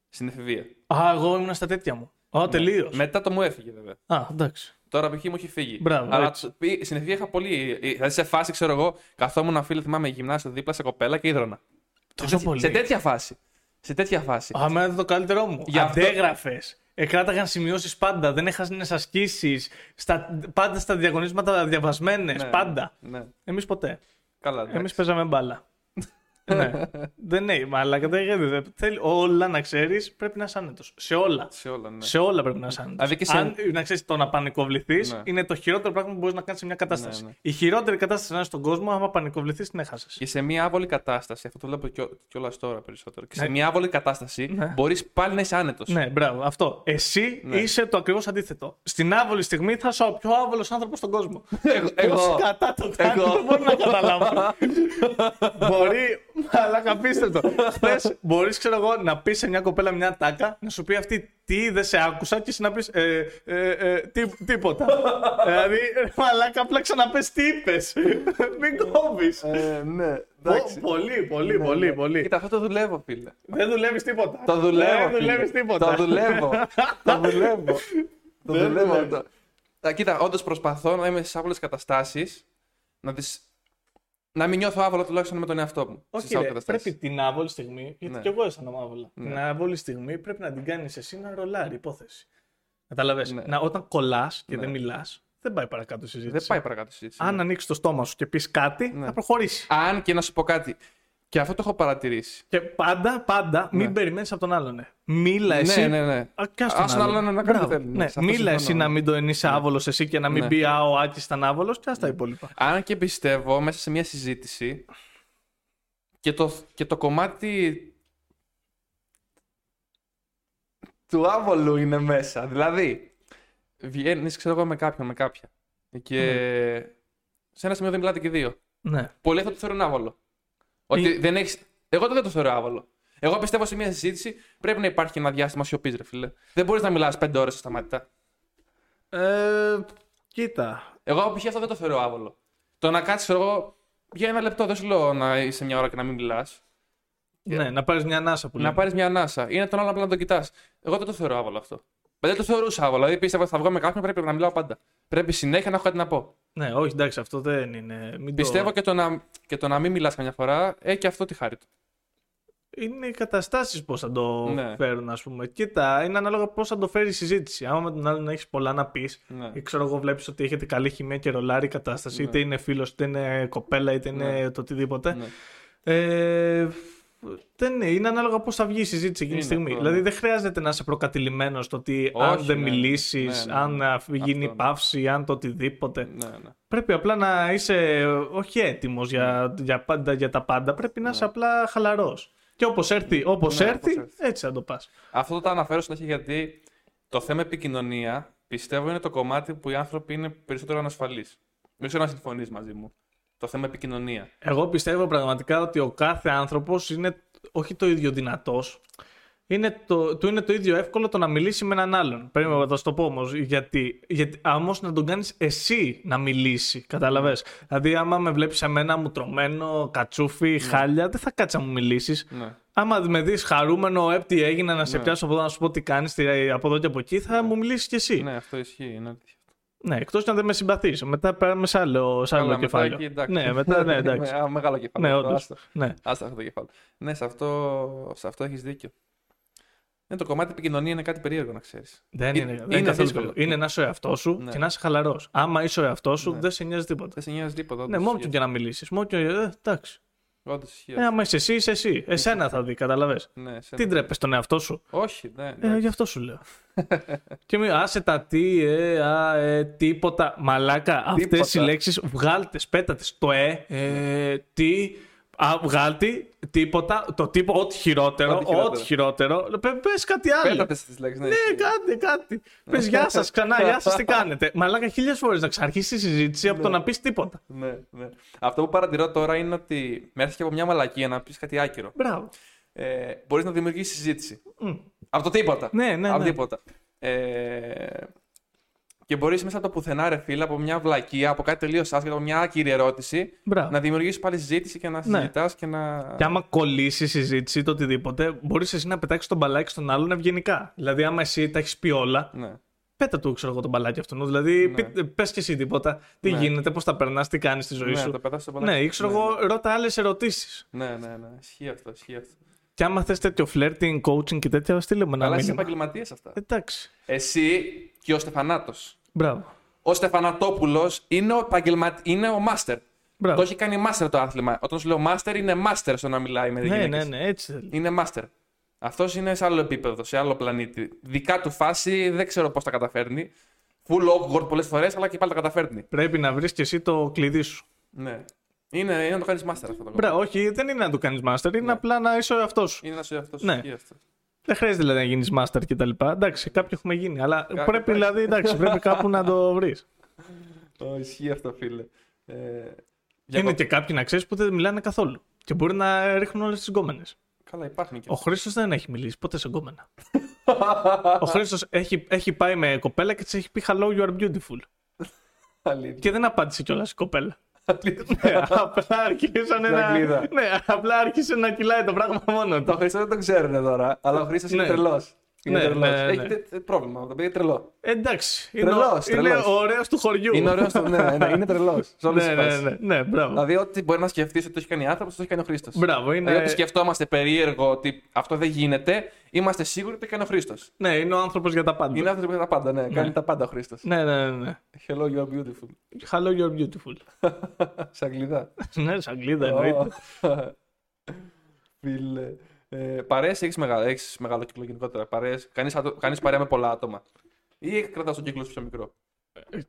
Στην εφηβεία.
Α, εγώ ήμουν στα τέτοια μου.
Ναι.
Α, τελείως.
Μετά το μου έφυγε βέβαια.
Α, εντάξει.
Τώρα π.χ. μου έχει φύγει.
Μπράβο,
Αλλά
έτσι.
π- στην εφηβεία είχα πολύ. Δηλαδή σε φάση, ξέρω εγώ, καθόμουν φίλε, θυμάμαι γυμνάσιο δίπλα σε κοπέλα και ίδρωνα.
Τόσο
σε,
πολύ.
σε τέτοια φάση. Σε τέτοια φάση.
Α, εμένα ήταν το καλύτερό μου.
Γι' αυτό-
Αντέγραφες. Εκράταγαν σημειώσεις πάντα. Δεν έχασαν ασκήσεις. Στα... Πάντα στα διαγωνίσματα διαβασμένες.
Ναι,
πάντα.
Ναι.
Εμείς ποτέ.
Καλά. εντάξει.
Εμείς παίζαμε μπάλα. ναι. Δεν ναι, μαλάκα. Δεν, δεν- θέλει όλα να ξέρεις, πρέπει να είσαι άνετος. Σε όλα.
Σε όλα, ναι.
Σε όλα πρέπει να είσαι άνετος.
Δηλαδή και σε-
Αν να ξέρεις το να πανικοβληθείς
Ναι.
είναι το χειρότερο πράγμα που μπορείς να κάνεις σε μια κατάσταση.
Ναι, ναι.
Η χειρότερη κατάσταση να είσαι στον κόσμο, άμα πανικοβληθείς, την έχασες.
Και σε μια άβολη κατάσταση, αυτό το βλέπω κιόλα τώρα περισσότερο. Και σε
Ναι.
μια άβολη κατάσταση
Ναι.
μπορείς πάλι να είσαι άνετος.
Ναι, μπράβο, αυτό. Εσύ
Ναι.
είσαι το ακριβώς αντίθετο. Στην άβολη στιγμή θα είσαι ο πιο άβολος άνθρωπος στον κόσμο.
Εγώ-
Πώς
εγώ.
κατά το κάνει, δεν μπορώ να καταλάβω. μπορεί, μαλάκα απίστευτο. Χθες μπορείς, ξέρω εγώ, να πεις σε μια κοπέλα μια τάκα, να σου πει αυτή τι δεν σε άκουσα και εσύ να πεις ε, ε, ε, τί- τίποτα. δηλαδή, ρε μαλάκα, απλά ξαναπες τι είπες. Μην κόβεις.
ναι,
πολύ, πολύ, πολύ, πολύ.
Κοίτα, αυτό το δουλεύω, φίλε.
Δεν δουλεύεις τίποτα.
Το δουλεύω.
Ε, Δεν
φίλε.
δουλεύεις
Το
τίποτα.
δουλεύω. το δουλεύω. το
Δεν
δουλεύω
δουλεύεις.
αυτό. Α, Κοίτα, όντως προσπαθώ να είμαι σε άβολε καταστάσεις να τις... Να μην νιώθω άβολα τουλάχιστον με τον εαυτό μου.
Όχι,
στις άβολες
ρε,
καταστάσεις.
πρέπει την άβολη στιγμή, γιατί
Ναι.
κι εγώ αισθάνομαι άβολα.
Ναι.
Την άβολη στιγμή πρέπει να την κάνεις εσύ να ρολάρει η υπόθεση. Καταλαβες.
Ναι.
Να, όταν κολλάς και
Ναι.
δεν μιλάς, δεν πάει παρακάτω η συζήτηση.
Δεν πάει παρακάτω η συζήτηση.
Αν ανοίξεις το στόμα σου και πεις κάτι,
Ναι.
θα προχωρήσει.
Αν και να σου πω κάτι. Και αυτό το έχω παρατηρήσει.
Και πάντα, πάντα, μην
Ναι.
περιμένεις από τον άλλον. ε. Μίλα εσύ.
Ναι, ναι, ναι.
Α, κι ας τον
Ας τον άλλον να κάνει
Μπράβο.
τι θέλει. Ναι,
Ναι.
σε αυτό
Μίλα
συμφωνώ.
εσύ να μην το ενίσαι άβολος εσύ και να μην
Ναι.
πει Α, ο Άκης ήταν άβολος και ας τα υπόλοιπα.
Αν και πιστεύω μέσα σε μια συζήτηση και το, και το κομμάτι του άβολου είναι μέσα. Δηλαδή, βγαίνεις, ξέρω εγώ, με κάποιον, με κάποια. Και σε ένα σημείο δεν μιλάτε και δύο.
Ναι.
Πολλοί θα το θεωρούν άβολο. Ότι δεν έχεις... Εγώ το δεν το θεωρώ άβολο. Εγώ πιστεύω σε μια συζήτηση πρέπει να υπάρχει ένα διάστημα σιωπής, ρε φίλε. Δεν μπορείς να μιλάς πέντε ώρες σταματητά.
Ε, κοίτα.
Εγώ π.χ. αυτό δεν το θεωρώ άβολο. Το να κάτσεις εγώ για ένα λεπτό, δεν σου λέω να είσαι μια ώρα και να μην μιλάς.
Ναι, να πάρεις μια ανάσα που
Να
λέμε.
πάρεις μια ανάσα. Είναι τον άλλο απλά να τον κοιτάς. Εγώ δεν το θεωρώ άβολο αυτό. Δεν το θεωρούσα άβολο. Δηλαδή πίστευα ότι θα βγω με κάποιον πρέπει να μιλάω πάντα. Πρέπει συνέχεια να έχω κάτι να πω.
Ναι, όχι, εντάξει, αυτό δεν είναι. Μην το-
Πιστεύω και το να, και το να μην μιλάς καμιά φορά, ε, και αυτό τη χάρη του.
Είναι οι καταστάσεις πώς θα το
Ναι.
φέρουν, ας πούμε. Κοίτα, είναι ανάλογα πώς θα το φέρει η συζήτηση. Άμα με τον άλλον έχεις πολλά να πεις,
Ναι.
ή ξέρω εγώ, βλέπεις ότι έχετε καλή χημία και ρολάρει η κατάσταση, είτε είναι φίλος, είτε είναι κοπέλα, είτε είναι το οτιδήποτε.
Ναι.
Ε, δεν είναι, είναι ανάλογα πώς θα βγει η συζήτηση εκείνη τη
Είναι
στιγμή.
αυτό,
Δηλαδή
ναι.
δεν χρειάζεται να είσαι προκατηλημένος στο ότι
Όχι,
αν δεν
ναι, ναι.
μιλήσεις,
Ναι, ναι, ναι.
αν γίνει
Αυτό, ναι.
παύση, αν το οτιδήποτε.
Ναι, ναι.
Πρέπει απλά να είσαι όχι έτοιμος για, για, πάντα, για τα πάντα. Πρέπει να είσαι απλά χαλαρός. Και όπως έρθει, όπως
Ναι,
έρθει,
όπως έρθει.
έτσι θα το πας.
Αυτό το αναφέρω συνέχεια γιατί το θέμα επικοινωνία πιστεύω είναι το κομμάτι που οι άνθρωποι είναι περισσότερο ανασφαλείς. Δεν ξέρω αν συμφωνείς μαζί μου. Το θέμα επικοινωνία.
Εγώ πιστεύω πραγματικά ότι ο κάθε άνθρωπος είναι όχι το ίδιο δυνατός. Είναι το, του είναι το ίδιο εύκολο το να μιλήσει με έναν άλλον. Περίμενα, θα σου το πω όμως. Γιατί, γιατί όμως να τον κάνεις εσύ να μιλήσει. Κατάλαβε.
Ναι.
Δηλαδή, άμα με βλέπεις εμένα μου τρωμένο, κατσούφι, χάλια, δεν θα κάτσει να μου μιλήσεις.
Ναι.
Άμα με δεις χαρούμενο, «Επ, τι έγινα, να σε πιάσω από εδώ, να σου πω τι κάνεις από εδώ και από εκεί, θα μου μιλήσεις κι εσύ. Ναι,
Ναι, αυτό ισχύει. Είναι αλήθεια.
εκτό να δεν με συμπαθείς. Μετά πάμε σε άλλο, σε άλλο
Καλά, μετά
κεφάλαιο.
εκεί, εντάξει.
ναι, μετά, ναι, εντάξει.
Με- α, μεγάλο κεφάλαιο.
ναι,
αυτό,
όντω.
άστα.
Ναι.
Άστα αυτό το κεφάλαιο. Ναι, σε αυτό, σε αυτό έχεις δίκιο. Ναι, το κομμάτι επικοινωνία είναι κάτι περίεργο να ξέρεις.
Δεν
Ε-
είναι, δεν
είναι
είναι καθόλου
δύσκολο.
καλό. Είναι να είσαι ο εαυτός σου
Ναι.
και να είσαι χαλαρός. Άμα είσαι ο εαυτός σου, δεν σε νοιάζει τίποτα.
Δεν σε νοιάζει τίποτα.
Ναι,
όντως
μόνο
ισχύει.
του και να μιλήσεις. Μόνο και. Ε, εντάξει.
Όντως ισχύει.
Ε, άμα είσαι εσύ, είσαι εσύ. Εσένα θα δει, καταλαβέ.
Ναι, σε-
Τι ντρέπεσαι τον εαυτό σου.
Όχι, ναι.
Ε,
εντάξει.
γι' αυτό σου λέω. και μην άσε τα τι, ε, α, ε, τίποτα. Μαλάκα, αυτές οι
Τίποτα.
λέξεις βγάλτες, πέτατες. Το ε, ε, τι, α, βγάλτη, τίποτα, το τύπο, ό,τι χειρότερο,
Ό,τι χειρότερο.
ό,τι χειρότερο. Πε πες κάτι άλλο.
Πέτατε στι λέξεις. Ναι,
Ναι,
ισχύει.
κάντε κάτι. Πες γεια σας ξανά, γεια σας, τι κάνετε. Μαλάκα χίλιες φορές να ξαρχίσει τη συζήτηση από το να πεις τίποτα.
Ναι, ναι. Αυτό που παρατηρώ τώρα είναι ότι με έρθει και από μια μαλακία να πεις κάτι άκυρο.
Μπράβο.
Ε, Μπορείς να δημιουργήσεις συζήτηση. Από το τίποτα.
Ναι, ναι,
Από
ναι.
τίποτα. Ε, Και μπορείς μέσα από το πουθενά, ρε φίλε, από μια βλακεία, από κάτι τελείως άσχετο, από μια άκυρη ερώτηση,
Μπράβο.
να δημιουργήσεις πάλι συζήτηση και να συζητάς και να.
Ναι. Και άμα κολλήσει η συζήτηση ή το οτιδήποτε, μπορείς εσύ να πετάξεις τον μπαλάκι στον άλλον ευγενικά. Δηλαδή, άμα εσύ τα έχεις πει όλα,
Ναι.
πέτα του, ξέρω εγώ, τον μπαλάκι αυτόν. Δηλαδή,
Ναι.
πες και εσύ τίποτα. Τι
Ναι.
γίνεται, πώς τα περνάς, τι κάνεις στη ζωή
ναι,
σου.
το πετάς στο
Ναι,
μπαλάκι.
ή ξέρω εγώ, ρώτα άλλες ερωτήσεις.
Ναι, ναι, ναι. Ισχύει αυτό, ισχύει αυτό.
Και άμα θες τέτοιο flirting, coaching και τέτοια, στείλε με ένα
Αλλά είσαι
μήνυμα.
επαγγελματίε αυτά.
Εντάξει.
Εσύ και ο Στεφανάτος.
Μπράβο.
Ο Στεφανατόπουλος είναι ο, επαγγελμα... είναι ο master.
Μπράβο.
Το έχει κάνει master το άθλημα. Όταν σου λέω master, είναι master στο να μιλάει με
Ναι,
γυναίκες.
ναι, ναι, έτσι θέλει.
Είναι master. Αυτός είναι σε άλλο επίπεδο, σε άλλο πλανήτη. Δικά του φάση δεν ξέρω πώς τα καταφέρνει. Full awkward πολλές φορές, αλλά και πάλι τα καταφέρνει.
Πρέπει να βρεις και εσύ το κλειδί σου.
Ναι. Είναι, είναι να το κάνεις master αυτό το πράγμα.
Μπράβο, όχι, δεν είναι να το κάνεις master,
Ναι.
είναι απλά να είσαι ο εαυτός σου.
Είναι να σου αυτό.
Ναι. Δεν χρειάζεται δηλαδή να γίνεις master και τα λοιπά. Εντάξει, κάποιοι έχουμε γίνει. Αλλά πρέπει,
εντάξει.
δηλαδή, εντάξει, πρέπει κάπου να το βρεις.
Το ισχύει αυτό, φίλε. Ε,
Είναι
διακοπ-
και κάποιοι να ξέρεις που δεν μιλάνε καθόλου. Και μπορεί να ρίχνουν όλες τις γκόμενες.
Καλά, υπάρχουν και.
Ο Χρήστος δεν έχει μιλήσει ποτέ σε γκόμενα. ο Χρήστος έχει, έχει πάει με κοπέλα και της έχει πει Hello, you are beautiful.
Αλήθεια.
Και δεν απάντησε κιόλας η κοπέλα.
Αλήθεια.
Ναι, απλά άρχισε να.
Νακλίδα.
ναι, απλά άρχισε να κυλάει το πράγμα μόνο
Το
του.
Χρήστο δεν τον ξέρουν τώρα, αλλά ο Χρήστο είναι
Ναι.
τρελός. Είναι
Ναι,
τρελός.
ναι, ναι.
Έχει τε- τε- πρόβλημα. Το παιδί είναι τρελό.
Εντάξει. Είναι,
Τρελός,
ο- είναι
τρελός.
ο ωραίος του χωριού.
Είναι ωραίος στο. Ναι, ναι, είναι τρελός. Σε όλες
ναι, ναι, ναι, ναι, μπράβο.
Δηλαδή, ό,τι μπορεί να σκεφτείς ότι το έχει κάνει άνθρωπος, το έχει κάνει ο Χρήστος.
Μπράβο, είναι-
Δηλαδή, ό,τι σκεφτόμαστε περίεργο ότι αυτό δεν γίνεται, είμαστε σίγουροι ότι το έκανε ο Χρήστος.
Ναι, είναι ο άνθρωπος για τα πάντα.
Είναι άνθρωπος για τα πάντα, ναι. Κάνει τα πάντα ο Χρήστος.
Ναι, ναι, ναι, ναι.
Hello, you are beautiful.
Hello, you're beautiful.
Σε αγγλίδα.
ναι, σαν γλίδα εννοείται.
Ω. Φίλε. Ε, παρέες έχεις μεγάλο, έχεις μεγάλο κύκλο γενικότερα. Παρέες, Κανείς, ατο- κανείς παρέα με πολλά άτομα. Ή κρατάς τον κύκλο σου πιο μικρό.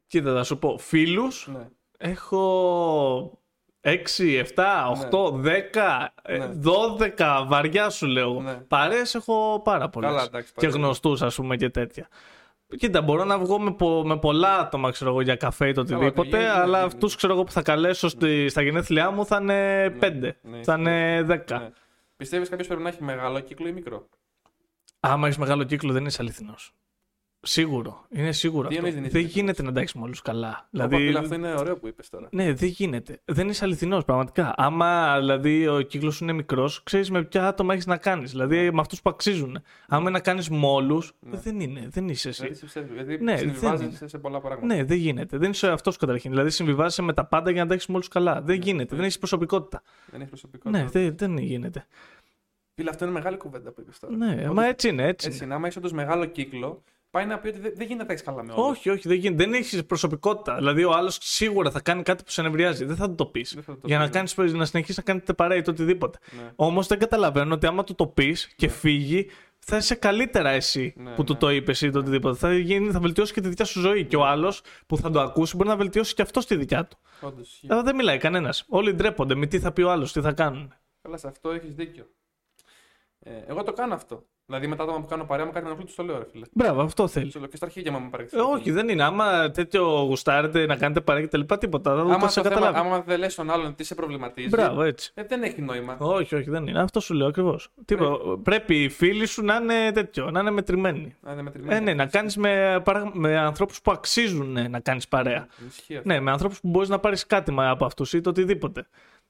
Κοίτα, θα σου πω. Φίλους
Ναι.
έχω 6, 7, 8, 10,
Ναι.
12. ε, Βαριά σου λέω.
Ναι.
Παρέ έχω πάρα πολλές.
Καλά, εντάξει,
Και
παρέες.
γνωστούς, ας πούμε, και τέτοια. Κοίτα, μπορώ να βγω με, πο- με πολλά άτομα ξέρω εγώ, για καφέ ή το
Καλά,
οτιδήποτε,
ναι, ναι,
αλλά
ναι, ναι.
αυτούς ξέρω εγώ που θα καλέσω στη, στα γενέθλιά μου θα είναι 5,
ναι,
θα είναι 10.
ναι. Πιστεύεις κάποιος πρέπει να έχει μεγάλο κύκλο ή μικρό.
Άμα έχεις μεγάλο κύκλο, δεν είσαι αληθινός. Σίγουρο. Είναι σίγουρο
Τι
αυτό.
εννοείς δεν είσαι
δεν
αληθινός?
γίνεται να τα έχει με όλους καλά.
Δηλαδή...
δηλαδή.
αυτό είναι ωραίο που είπες τώρα.
Ναι, δεν γίνεται. Δεν είσαι αληθινός, πραγματικά. Άμα δηλαδή ο κύκλος σου είναι μικρός, ξέρεις με ποια άτομα έχεις να κάνεις.
Ναι.
Δηλαδή με αυτούς που αξίζουν. Άμα να κάνεις με όλους, δεν είναι. Δεν είσαι εσύ.
Δηλαδή, σε ψεύδει, γιατί
Ναι, δεν
συμβιβάζεσαι σε πολλά πράγματα.
Ναι, δεν γίνεται. Δεν είσαι αυτό καταρχήν. Δηλαδή συμβιβάζεσαι με τα πάντα για να τα έχει με όλους καλά.
Ναι,
Δεν γίνεται. Δεν έχεις προσωπικότητα.
Δεν έχεις προσωπικό.
Ναι, δεν, δεν γίνεται.
Φίλε, αυτό είναι μεγάλη κουβέντα που είπες τώρα.
Ναι, μα έτσι είναι. Έτσι είναι.
Έτσι, να άμα έχει όντως μεγάλο κύκλο, πάει να πει ότι δεν, δεν γίνεται να έχεις καλά με όλους.
Όχι, όχι, δεν γίνεται. Δεν έχεις προσωπικότητα. Δηλαδή, ο άλλος σίγουρα θα κάνει κάτι που σε νευριάζει. Δεν θα του το πεις.
Δεν θα του το
Για
πει,
να,
ναι.
κάνεις, να συνεχίσεις να κάνετε παρέα ή το οτιδήποτε.
Ναι.
Όμως δεν καταλαβαίνω ότι άμα του το πεις και φύγει, θα είσαι καλύτερα εσύ
Ναι,
που του
ναι.
το είπες ή το οτιδήποτε. Θα, γίνει, θα βελτιώσει και τη δικιά σου ζωή. Και ο άλλος που θα το ακούσει μπορεί να βελτιώσει και αυτό τη δικιά του.
Όντως.
Αλλά δεν μιλάει κανένας. Όλοι ντρέπονται με τι θα πει ο άλλος, τι θα κάνουν.
Καλά, σε αυτό έχεις δίκιο. Ε, εγώ το κάνω αυτό. Δηλαδή με τα άτομα που κάνω παρέα μου κάτι να του το λέω, ρε φίλε.
Μπράβο, αυτό θέλει.
Τους το λέω. Και στα αρχίδια μου με
Ε,
παρεξηγεί.
όχι, δεν είναι. Άμα τέτοιο γουστάρετε να κάνετε παρέα και τα λοιπά, τίποτα. Δεν
άμα,
θα
το
σε
θέμα-
καταλάβει.
άμα δεν λες τον άλλον τι σε προβληματίζει,
Μπράβο, έτσι.
ε, δεν έχει νόημα.
Όχι, όχι, δεν είναι. Αυτό σου λέω ακριβώς.
Ε.
Πρέπει. πρέπει οι φίλοι σου να είναι τέτοιο, να είναι μετρημένοι.
Να είναι μετρημένο.
Ε, ναι, να κάνεις με, παρα- με ανθρώπους που αξίζουν ε, να κάνεις παρέα.
Ισχύει αυτό.
Ναι, με ανθρώπους που μπορείς να πάρεις κάτι μα- από αυτούς ή το οτιδήποτε.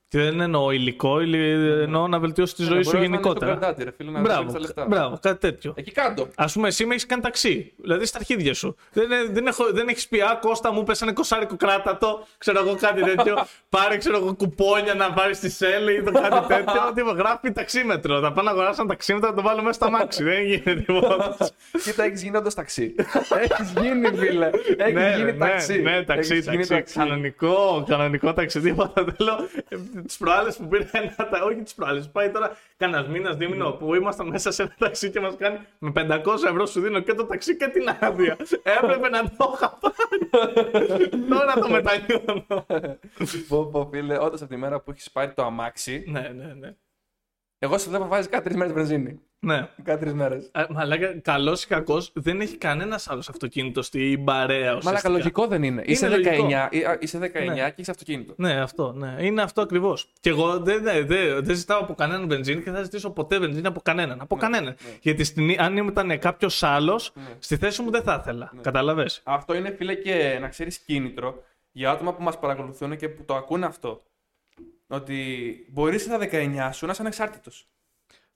Και δεν εννοώ υλικό, υλι- εννοώ να βελτιώσεις τη ζωή
Ναι,
σου
μπορεί να είναι στο
γενικότερα.
πεντάτη, ρε φίλε, να
Μπράβο,
δίνεις τα λεφτά.
μπράβο, κάτι τέτοιο.
Εκεί κάτω.
Ας πούμε, εσύ με έχεις κάνει ταξί. Δηλαδή στα αρχίδια σου. Δεν, ε, δεν, έχω, δεν έχεις πει, Α, Κώστα μου, πες ένα κοσάρικο κράτατο. Ξέρω εγώ κάτι τέτοιο. Πάρε, ξέρω εγώ, κουπόνια να πάρει στη σέλη ή το κάτι τέτοιο. Τίποτα. Γράφει ταξίμετρο. Θα πάω να αγοράσω ένα ταξίμετρο να το βάλω μέσα στα μάξι. δεν γίνεται τίποτα.
Κοίτα, έχεις γίνει όντως ταξί. έχεις γίνει, φίλε. Έχεις
ναι,
γίνει
ναι,
ταξί.
Ναι, ταξί,
Έχεις γίνει
ταξί. Κανονικό, κανονικό ταξί. Τίποτα δεν λέω. Τις προάλλες ε, που πήρα ένα. τα- Όχι τις προάλλες. Πάει τώρα κανένας μήνας,
Ναι.
δίμηνο που ήμασταν μέσα σε ένα ταξί και μας κάνει με 500 ευρώ σου δίνω και το ταξί και την άδεια. Ε, Έπρεπε να το είχα πάρει. Τώρα το μετανιώνω.
Πω, πω, φίλε, όντως από τη μέρα που έχεις πάρει το αμάξι,
ναι, ναι, ναι.
εγώ σου βλέπω βάζεις κάθε τρεις μέρες βενζίνη.
Ναι.
Κάτι τρεις μέρες.
Ε, Μαλάκα, καλός ή κακός, δεν έχει κανένας άλλος αυτοκίνητο στη μπαρέα.
Μαλάκα,
ουσιαστικά.
λογικό δεν είναι. Είσαι
λογικό.
19, ε, α, είσαι 19
Ναι.
και έχεις αυτοκίνητο.
Ναι, αυτό, ναι. Είναι αυτό ακριβώς. Και εγώ δεν, δεν, δεν, δεν ζητάω από κανέναν μπενζίνη και θα ζητήσω ποτέ μπενζίνη από κανέναν.
Ναι,
Από κανέναν. Γιατί στην, αν ήμουν κάποιος άλλος, στη θέση μου δεν θα ήθελα.
Ναι.
Καταλαβες.
Αυτό είναι, φίλε, και να ξέρεις κίνητρο για άτομα που μας παρακολουθούν και που το ακούνε αυτό. Ότι μπορείς στα 19 σου να είσαι ανεξάρτητο.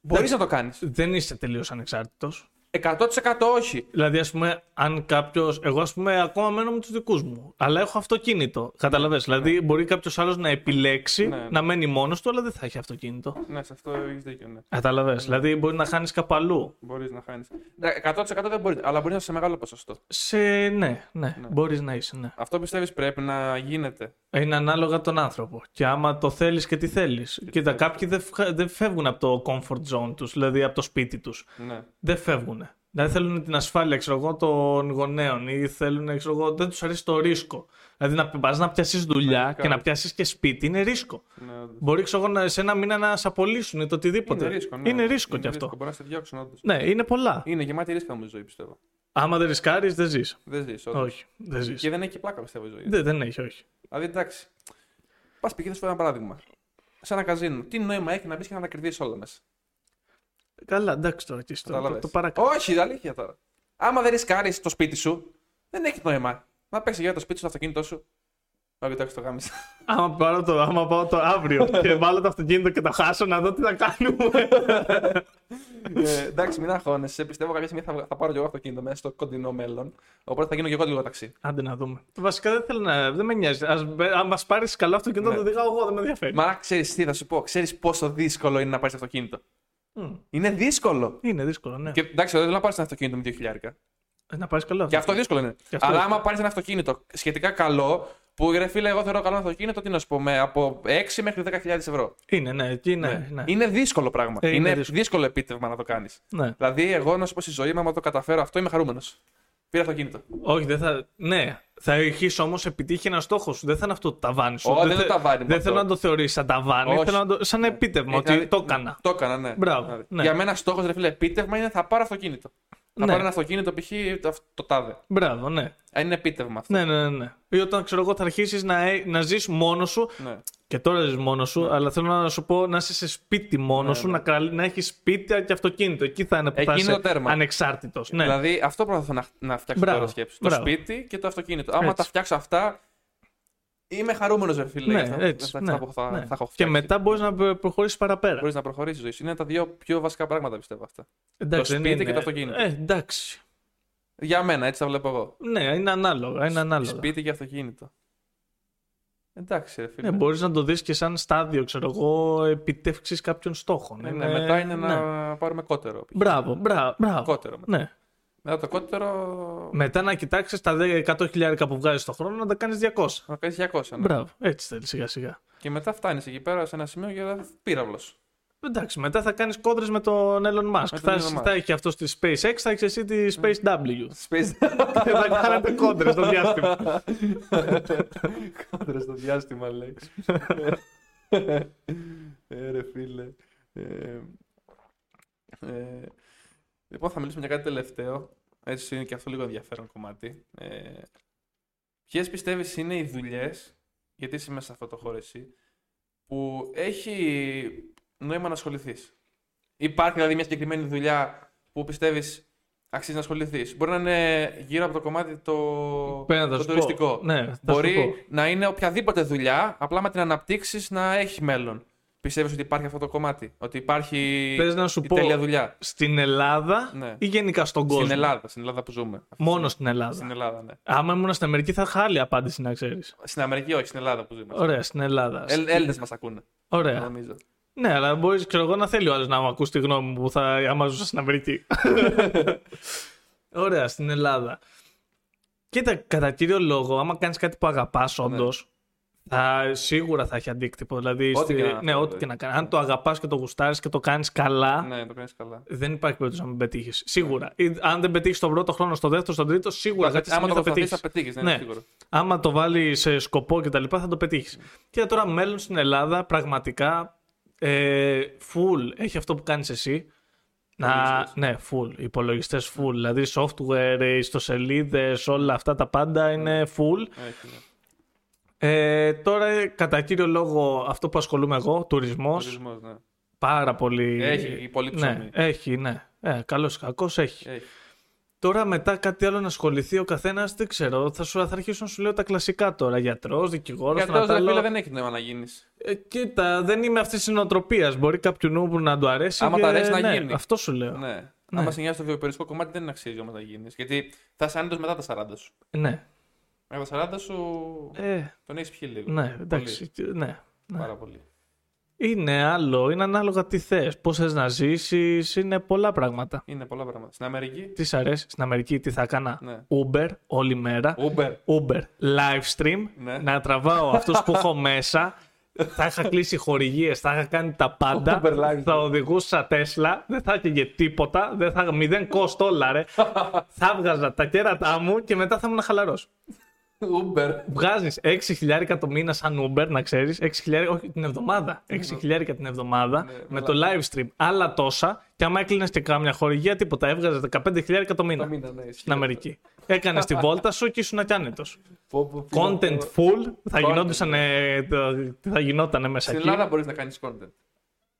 Μπορεί να το κάνεις.
Δεν είσαι τελείως ανεξάρτητος.
100% όχι.
Δηλαδή, ας πούμε, αν κάποιος. Εγώ, ας πούμε, ακόμα μένω με τους δικούς μου. Αλλά έχω αυτοκίνητο. Καταλαβες. Δηλαδή, μπορεί κάποιος άλλος να επιλέξει
Ναι, ναι.
να μένει μόνος του, αλλά δεν θα έχει αυτοκίνητο.
Ναι, σε αυτό έχεις δίκιο, ναι.
Καταλαβες. Δηλαδή, μπορεί να χάνεις κάπου αλλού.
Μπορείς να Ναι, χάνει. 100% δεν μπορεί, αλλά μπορεί να είσαι σε μεγάλο ποσοστό.
Σε. Ναι, ναι. Μπορείς να είσαι, ναι.
Αυτό πιστεύεις πρέπει να γίνεται.
Είναι ανάλογα τον άνθρωπο. Και άμα το θέλεις και τι θέλει. Κοίτα, κάποιοι δεν φχα- δεν φεύγουν από το comfort zone τους, δηλαδή από το σπίτι τους.
Ναι.
δεν φεύγουν. Δηλαδή θέλουν την ασφάλεια ξέρω εγώ, των γονέων ή θέλουν, ξέρω εγώ, δεν τους αρέσει το ρίσκο. Δηλαδή να πας να πιάσεις δουλειά και να πιάσεις και σπίτι είναι ρίσκο.
ναι. όντως.
Μπορεί ξέρω εγώ, να- σε ένα μήνα να σε απολύσουν ή το οτιδήποτε.
Είναι ρίσκο, ναι.
Είναι ρίσκο κι αυτό.
Μπορεί να σε διώξουν, όντως.
Ναι, είναι πολλά.
Είναι γεμάτη ρίσκα μου η ζωή, πιστεύω.
Άμα δεν ρισκάρεις, δεν ζεις.
Δεν ζεις.
Όχι, δεν ζεις.
Και δεν έχει και πλάκα, πιστεύω η ζωή.
Δεν, δεν έχει, όχι.
Δηλαδή, εντάξει. Πας πηγαίνει σου ένα παράδειγμα. Σε ένα καζίνο. Τι νόημα έχει να μπεις και να τα κρυβεί όλα μέσα.
Καλά, εντάξει τώρα και στο- το,
Καταλαβες.
το παρακάτω.
Όχι, αλήθεια τώρα. Άμα δεν ρισκάρει το σπίτι σου, δεν έχει νόημα. Να παίξει για το σπίτι σου, το αυτοκίνητό σου. Να κοιτάξει το γάμισα.
Άμα, πάρω το, άμα πάω το αύριο και βάλω το αυτοκίνητο και το χάσω να δω τι θα κάνουμε.
ε, εντάξει, μην αγχώνεσαι. Πιστεύω κάποια στιγμή θα, θα πάρω και εγώ αυτοκίνητο μέσα στο κοντινό μέλλον. Οπότε θα γίνω και εγώ λίγο ταξί.
Άντε να δούμε. Βασικά δεν θέλω να. Δεν με νοιάζει. Ας, μπε- αν μας πάρεις καλά αυτοκίνητο,
Ναι.
το οδηγάω εγώ, δεν με ενδιαφέρει.
Μα ξέρεις τι θα σου πω, ξέρεις πόσο δύσκολο είναι να πάρεις αυτοκίνητο.
Μμ.
Είναι δύσκολο.
Είναι δύσκολο, ναι.
Και εντάξει, δεν θέλω να πάρεις ένα αυτοκίνητο με 2.000.
Ε, Να πάρεις καλό.
Και αυτό δύσκολο είναι.
Και αυτό
Αλλά
δύσκολο.
άμα πάρεις ένα αυτοκίνητο σχετικά καλό, που ρε φίλε, εγώ θεωρώ καλό αυτοκίνητο, τι να σου πω, με από 6 μέχρι 10.000 ευρώ.
Είναι, ναι, εκεί ναι. ναι.
Είναι δύσκολο πράγμα.
Ε, είναι
είναι
δύσκολο.
δύσκολο. επίτευγμα να το κάνεις.
ναι.
Δηλαδή, εγώ να σου πω στη ζωή μου, άμα το καταφέρω αυτό, είμαι χαρούμενος. Πήρα αυτοκίνητο.
Όχι, δεν θα. Ναι, θα έχεις όμως επιτύχει ένα στόχο σου. Δεν θα είναι αυτό το ταβάνι σου.
Ω, δεν
θε-
είναι το ταβάνι μου
Δεν
αυτό.
θέλω να το Ναι. Ε, θεωρήσει σαν ταβάνι.
Όχι.
Θέλω να το... σαν επίτευγμα ότι
Ήταν-
το έκανα.
Ε, δηλαδή, Το έκανα, ναι.
Μπράβο,
Δηλαδή,
ναι.
Για μένα στόχος, ρε φίλε, επίτευγμα είναι θα πάρω αυτοκίνητο.
Ναι.
Θα πάρω ένα αυτοκίνητο, π.χ. το, αυ- το τάδε.
Μπράβο, ναι.
Ε, Είναι επίτευγμα αυτό.
Ναι, ναι, ναι, ναι. Ή όταν ξέρω εγώ θα αρχίσεις να, ε- να ζεις μόνος σου.
Ναι.
Και τώρα ζεις μόνος σου, αλλά θέλω να σου πω να είσαι σε σπίτι μόνος σου, Να, καλ- να έχεις σπίτι και αυτοκίνητο. Εκεί θα είναι που
Ναι, Εκεί
θα
είναι
είσαι
το τέρμα.
ανεξάρτητος. Ναι.
Δηλαδή, αυτό προσπαθώ να, να φτιάξω
Μπράβο,
τώρα σκέψη. Το
μπράβο.
σπίτι και το αυτοκίνητο. Άμα
Έτσι.
τα φτιάξω αυτά, είμαι χαρούμενος, ρε φίλε. για
ναι,
αυτά-
έτσι.
για αυτά
ναι,
που θα,
ναι.
θα έχω
Και
φτιάξει.
μετά μπορείς να προχωρήσεις παραπέρα.
Μπορείς να προχωρήσεις η ζωή σου. Είναι τα δύο πιο βασικά πράγματα, πιστεύω αυτά.
Εντάξει,
το
δεν
σπίτι
είναι-
και το αυτοκίνητο.
Ε, εντάξει.
Για μένα, έτσι τα βλέπω εγώ.
Ναι, είναι ανάλογα. Είναι ανάλογα.
Σπίτι και αυτοκίνητο. Εντάξει, ρε φίλε.
Ναι, μπορείς να το δεις και σαν στάδιο, ξέρω εγώ, επιτεύξη κάποιων στόχων.
Ναι, ναι, μετά είναι
ναι.
να πάρουμε κότερο.
Μπράβο, μπράβο. μπράβο.
Κότερο. μετά.
Ναι.
Μετά το κότερο.
Μετά να κοιτάξεις τα 100.000 που βγάζεις το χρόνο να τα κάνεις 200.
Να κάνεις 200. ναι.
Μπράβο. Έτσι θέλεις σιγά σιγά.
Και μετά φτάνεις εκεί πέρα σε ένα σημείο και θα πύραυλος.
Εντάξει, μετά θα κάνεις κόντρες με τον Elon Musk.
τον
θα,
Elon Musk. Ναι.
θα έχει αυτό τη SpaceX, θα έχεις εσύ τη SpaceW.
Space.
θα κάνατε κόντρες στο διάστημα.
Κόντρα στο διάστημα, λέει. ε, ρε φίλε. Ε, ε, λοιπόν, θα μιλήσουμε για κάτι τελευταίο. Έτσι είναι και αυτό λίγο ενδιαφέρον κομμάτι. Ε, Ποιες πιστεύεις είναι οι δουλειές, γιατί είσαι μέσα σε αυτό το χώρο εσύ, που έχει νόημα να ασχοληθείς. Υπάρχει δηλαδή μια συγκεκριμένη δουλειά που πιστεύεις αξίζει να ασχοληθείς. Μπορεί να είναι γύρω από το κομμάτι το,
Πέρα να
το
σου πω.
τουριστικό.
Ναι, θα σου πω.
Μπορεί να είναι οποιαδήποτε δουλειά, απλά με την αναπτύξεις να έχει μέλλον. Πιστεύεις ότι υπάρχει αυτό το κομμάτι. Ότι υπάρχει
Θες να σου
η
πω
τέλεια δουλειά.
στην Ελλάδα
Ναι.
ή γενικά στον κόσμο.
Στην Ελλάδα, στην Ελλάδα που ζούμε.
Μόνο στην Ελλάδα.
Στην Ελλάδα, ναι.
Άμα ήμουν στην Αμερική θα είχα άλλη απάντηση να ξέρεις.
Στην Αμερική, όχι, στην Ελλάδα που ζούμε.
Ωραία, στην Ελλάδα.
Έλληνες μας ακούνε,
Ωραία.
νομίζω.
Ναι, αλλά μπορείς ξέρω εγώ να θέλει ο άλλος να μου ακούσει τη γνώμη μου που θα άμα ζούσα στην Αμερική. Ωραία, στην Ελλάδα. Κοίτα, κατά κύριο λόγο, άμα κάνεις κάτι που αγαπάς,
Ναι.
όντω. Θα, σίγουρα θα έχει αντίκτυπο. Δηλαδή,
Ό,τι και να είναι
ναι,
αυτό, δηλαδή.
ό,τι και να κάνει. Αν το αγαπάς και το γουστάρεις και το κάνεις καλά,
Ναι, το κάνεις καλά.
δεν υπάρχει περίπτωση να μην πετύχεις. Σίγουρα. Ή, αν δεν πετύχεις τον πρώτο χρόνο, στον δεύτερο, στον τρίτο, σίγουρα
Ναι, Άμα
κάτι
το
στιγμή θα
προσπαθείς, θα
πετύχεις.
πετύχει, ναι,
Ναι.
είναι σίγουρο.
Άμα το βάλεις σε σκοπό και τα λοιπά, θα το πετύχεις. Και τώρα μέλλον στην Ελλάδα, πραγματικά, ε, full έχει αυτό που κάνεις εσύ. Να, ναι, full. Υπολογιστές full. Δηλαδή software, ιστοσελίδες, όλα αυτά τα πάντα είναι full.
Έχει, ναι.
Ε, τώρα, κατά κύριο λόγο, αυτό που ασχολούμαι εγώ, τουρισμός.
Τουρισμός, ναι.
Πάρα πολύ.
Έχει πολύ ψωμί.
Ναι, έχει, ναι. Ε, Καλός ή κακός έχει.
Έχει.
Τώρα μετά κάτι άλλο να ασχοληθεί ο καθένας, δεν ξέρω. Θα, σου, θα αρχίσω να σου λέω τα κλασικά τώρα. Γιατρός, δικηγόρος,
Γιατί τώρα φίλε δεν έχει νόημα να γίνεις.
ε, κοίτα, δεν είμαι αυτής της νοοτροπίας. Μπορεί κάποιου νου που να του αρέσει.
Άμα
και-
του αρέσει να
ναι,
γίνει.
Αυτό σου λέω. Ναι.
Ναι. Άμα σε νοιάζει το βιοπεριστικό κομμάτι, δεν αξίζει όμως να γίνεις. Γιατί θα είσαι άνετος μετά τα 40 σου. Μετά τα 40 σου
Ναι. Ε,
τον έχεις πιει λίγο.
ναι, εντάξει. Ναι.
Πολύ. Πάρα πολύ.
Είναι άλλο, είναι ανάλογα τι θες, πώς θες να ζήσεις, είναι πολλά πράγματα.
Είναι πολλά πράγματα. Στην Αμερική.
Τι σ' αρέσει, στην Αμερική τι θα έκανα.
Ναι.
Uber όλη μέρα.
Uber.
Uber live stream.
Ναι.
Να τραβάω αυτούς που έχω μέσα. θα είχα κλείσει χορηγίες, θα είχα κάνει τα πάντα.
Uber live stream.
θα οδηγούσα Τέσλα, δεν θα έκαιγε τίποτα, δεν θα, μηδέν κόστο όλα, ρε. θα βγάζα τα κέρατά μου και μετά θα ήμουν χαλαρό.
Uber.
Βγάζει 6 χιλιάρικα το μήνα σαν Uber, να ξέρεις. 6 χιλιάρικα, όχι την εβδομάδα.
Ναι.
6 χιλιάρικα την εβδομάδα με το live stream. Άλλα τόσα. Και άμα έκλεινες και κάμια χορηγία, τίποτα. Έβγαζες 15 χιλιάρικα το μήνα
μήνα, ναι, ισχύει
στην Αμερική. Έκανες τη βόλτα σου και ήσουν ακιάνετος.
Πω, πω, φίλε,
Content
πω.
full. Θα γινόντουσαν. ε, το- Θα γινότανε μέσα
Στην
εκεί.
Ελλάδα μπορείς να κάνεις content.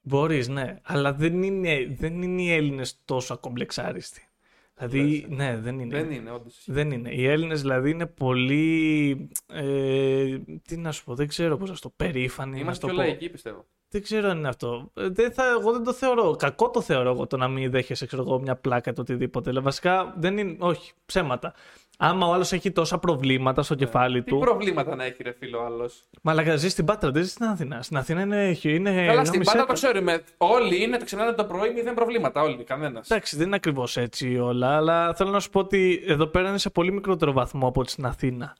Μπορεί, ναι. Αλλά δεν είναι, δεν είναι οι Έλληνες τόσο ακομπλεξάριστοι. Δηλαδή, ναι, δεν είναι.
Δεν είναι, όντως.
Δεν είναι. Οι Έλληνες δηλαδή είναι πολύ. Ε, τι να σου πω, δεν ξέρω πώς να σου το περήφανοι. να
Είμαστε
το
πιο
πω.
λαϊκοί, πιστεύω.
Δεν ξέρω αν είναι αυτό. Ε, Δεν θα, εγώ δεν το θεωρώ. Κακό το θεωρώ εγώ το να μην δέχεσαι ξέρω εγώ, μια πλάκα ή το οτιδήποτε. Αλλά βασικά δεν είναι. Όχι, ψέματα. Άμα ο άλλος έχει τόσα προβλήματα στο κεφάλι
Τι
του.
προβλήματα να έχει, ρε φίλο, άλλος.
Μαλακα ζεις στην Πάτρα, δεν ζεις στην Αθήνα. Στην Αθήνα είναι. έχει- είναι
Καλά, στην
γάμισε
πάντα
τα.
το ξέρουμε. Όλοι είναι, το ξυπνάνε το πρωί, μηδέν προβλήματα. Όλοι, κανένας.
Εντάξει, δεν είναι ακριβώς έτσι όλα, αλλά θέλω να σου πω ότι εδώ πέρα είναι σε πολύ μικρότερο βαθμό από ότι στην Αθήνα.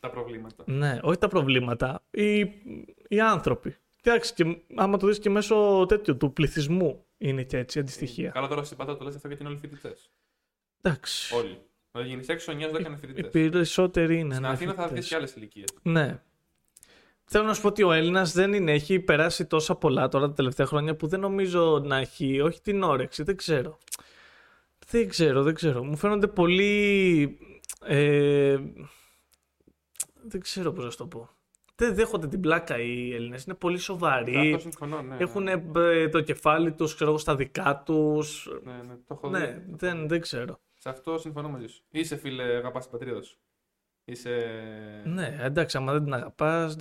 Τα προβλήματα.
Ναι, όχι τα προβλήματα. Οι, οι άνθρωποι. Κοιτάξτε, και άμα το δεις και μέσω τέτοιου του πληθυσμού είναι και έτσι αντιστοιχεία.
Καλά, τώρα στην πάντα το λες αυτό γιατί είναι όλοι φοιτητές.
Εντάξει.
Όλοι. Να γίνεις έξω, 9 δεν έκανε
Οι
φοιτητέ.
περισσότεροι είναι.
Στην
ναι,
Αθήνα θα
φοιτητές.
δει και άλλες ηλικίες.
Ναι. Θέλω να σου πω ότι ο Έλληνας δεν είναι. Έχει περάσει τόσα πολλά τώρα τα τελευταία χρόνια που δεν νομίζω να έχει. Όχι την όρεξη, δεν ξέρω. Δεν ξέρω, δεν ξέρω. Μου φαίνονται πολύ. Ε, δεν ξέρω πώς να σου το πω. Δεν δέχονται την πλάκα οι Έλληνες. Είναι πολύ σοβαροί.
Αυτό συμφωνώ, ναι.
Έχουν το κεφάλι τους, ξέρω εγώ, στα δικά τους.
Ναι, ναι, το έχω
Ναι,
δει.
δεν, δεν ξέρω.
Σε αυτό συμφωνώ μαζί σου. Είσαι φίλε, αγαπάς την πατρίδα σου. Είσαι.
Ναι, εντάξει, άμα δεν την αγαπάς,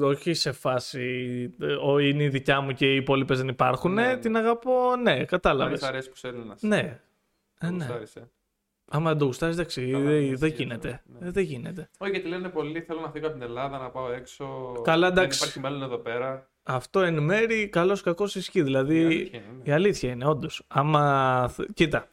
όχι σε φάση. ε, Ο, είναι η δικιά μου και οι υπόλοιπες δεν υπάρχουν.
Ναι, ναι.
Την αγαπώ, ναι,
Δεν σ'
κατάλαβε.
αρέσει που είσαι Έλληνα.
Ναι. Ε, ναι. Άμα δεν το γουστάρεις, εντάξει,
Καλά,
δεν-
ναι,
δεν
ισχύει
γίνεται.
αυτό, ναι.
Ε, Δεν γίνεται.
Όχι, γιατί λένε πολλοί, θέλω να φύγω από την Ελλάδα, να πάω έξω.
Καλά,
Δεν
εντάξει.
υπάρχει μέλλον εδώ πέρα.
Αυτό εν μέρη καλός κακός ισχύει.
Η
Δηλαδή,
αλήθεια είναι, ναι.
η αλήθεια είναι, όντως. Άμα. θ- Κοίτα,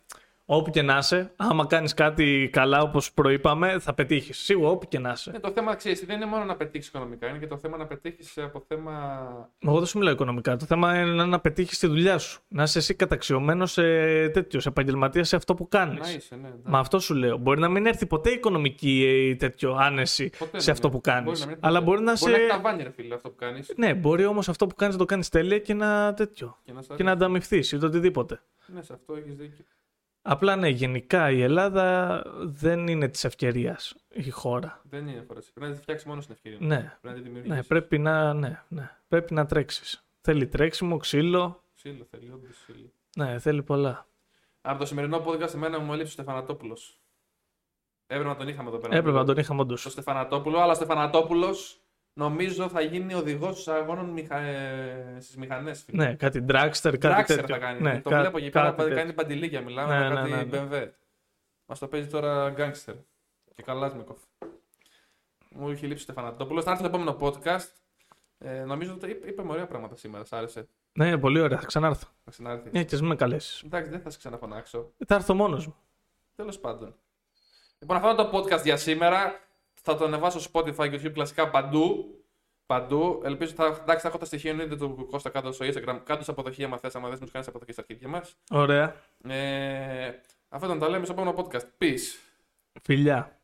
όπου και να είσαι, άμα κάνεις κάτι καλά όπως προείπαμε, θα πετύχεις. Σίγουρα, όπου και να είσαι.
Ναι, το θέμα ξέρεις, δεν είναι μόνο να πετύχεις οικονομικά, είναι και το θέμα να πετύχεις από θέμα.
Εγώ δεν σου μιλάω οικονομικά. Το θέμα είναι να πετύχεις τη δουλειά σου. Να είσαι εσύ καταξιωμένος σε τέτοιο, σε επαγγελματία, σε αυτό που κάνεις.
Να είσαι, ναι. ναι.
Μα αυτό σου λέω. Μπορεί να μην έρθει ποτέ οικονομική ε, τέτοιο άνεση
Ποτέ
σε
να
αυτό
μην-
που κάνεις.
να μην-
Αλλά μπορεί να
Μπορεί
σε.
να έχει τα βάνη, ρε φίλε, αυτό που κάνεις.
Ναι, μπορεί όμως αυτό που κάνεις να το κάνεις τέλεια και να τέτοιο.
Και να σ'
Και να
αρέσει.
ανταμυφθείς ή το οτιδήποτε.
Ναι, σε αυτό έχεις δίκιο.
Απλά ναι, γενικά η Ελλάδα δεν είναι της ευκαιρίας η χώρα.
Δεν είναι φορέ. Πρέπει να τη φτιάξει μόνος στην ευκαιρία.
Ναι,
Πρέπει να τη δημιουργήσει.
ναι, πρέπει να, ναι, ναι, πρέπει να τρέξεις. Θέλει τρέξιμο, ξύλο.
Ξύλο θέλει, όντως ξύλο.
Ναι, θέλει πολλά.
Από το σημερινό podcast εμένα μου έλειψε ο Στεφανατόπουλος. Έπρεπε να τον είχαμε εδώ πέρα.
Έπρεπε να τον είχαμε όντως.
Το Στεφανατόπουλο, αλλά ο Στεφανατόπουλος νομίζω θα γίνει οδηγός στους αγώνων μηχα... ε, στις μηχανές.
Ναι, κάτι dragster, κάτι
Dragster
τέτοιο.
θα κάνει.
Ναι,
το
κά-
βλέπω εκεί πέρα.
κάτι
Κάνει
τέτοιο.
παντιλίκια, μιλάμε
Ναι,
για
ναι,
κάτι
ναι,
BMW. Μας το παίζει τώρα γκάγκστερ. Και καλάσμικοφ. Μου είχε λείψει ο Στεφανατόπουλος. Θα έρθει το επόμενο podcast. Ε, νομίζω ότι είπε- είπαμε ωραία πράγματα σήμερα. Σ' άρεσε
Ναι, πολύ ωραία, θα ξανάρθω.
να ξανάρθεις.
Ναι, και ας μην με καλέσεις.
Εντάξει, δεν θα σε ξαναφωνάξω.
Θα έρθω μόνος μου.
Τέλος πάντων. Λοιπόν, αυτό ήταν το podcast για σήμερα. Θα το ανεβάσω στο Spotify και YouTube κλασικά παντού. Παντού. Ελπίζω θα, εντάξει, θα έχω τα στοιχεία εννοείται του Κώστα κάτω στο Instagram. Κάτω σε αποδοχή, άμα θες, άμα δεν μου κάνεις αποδοχή στα αρχίδια μας.
Ωραία.
Ε, αυτό ήταν τα λέμε στο επόμενο podcast. Peace.
Φιλιά.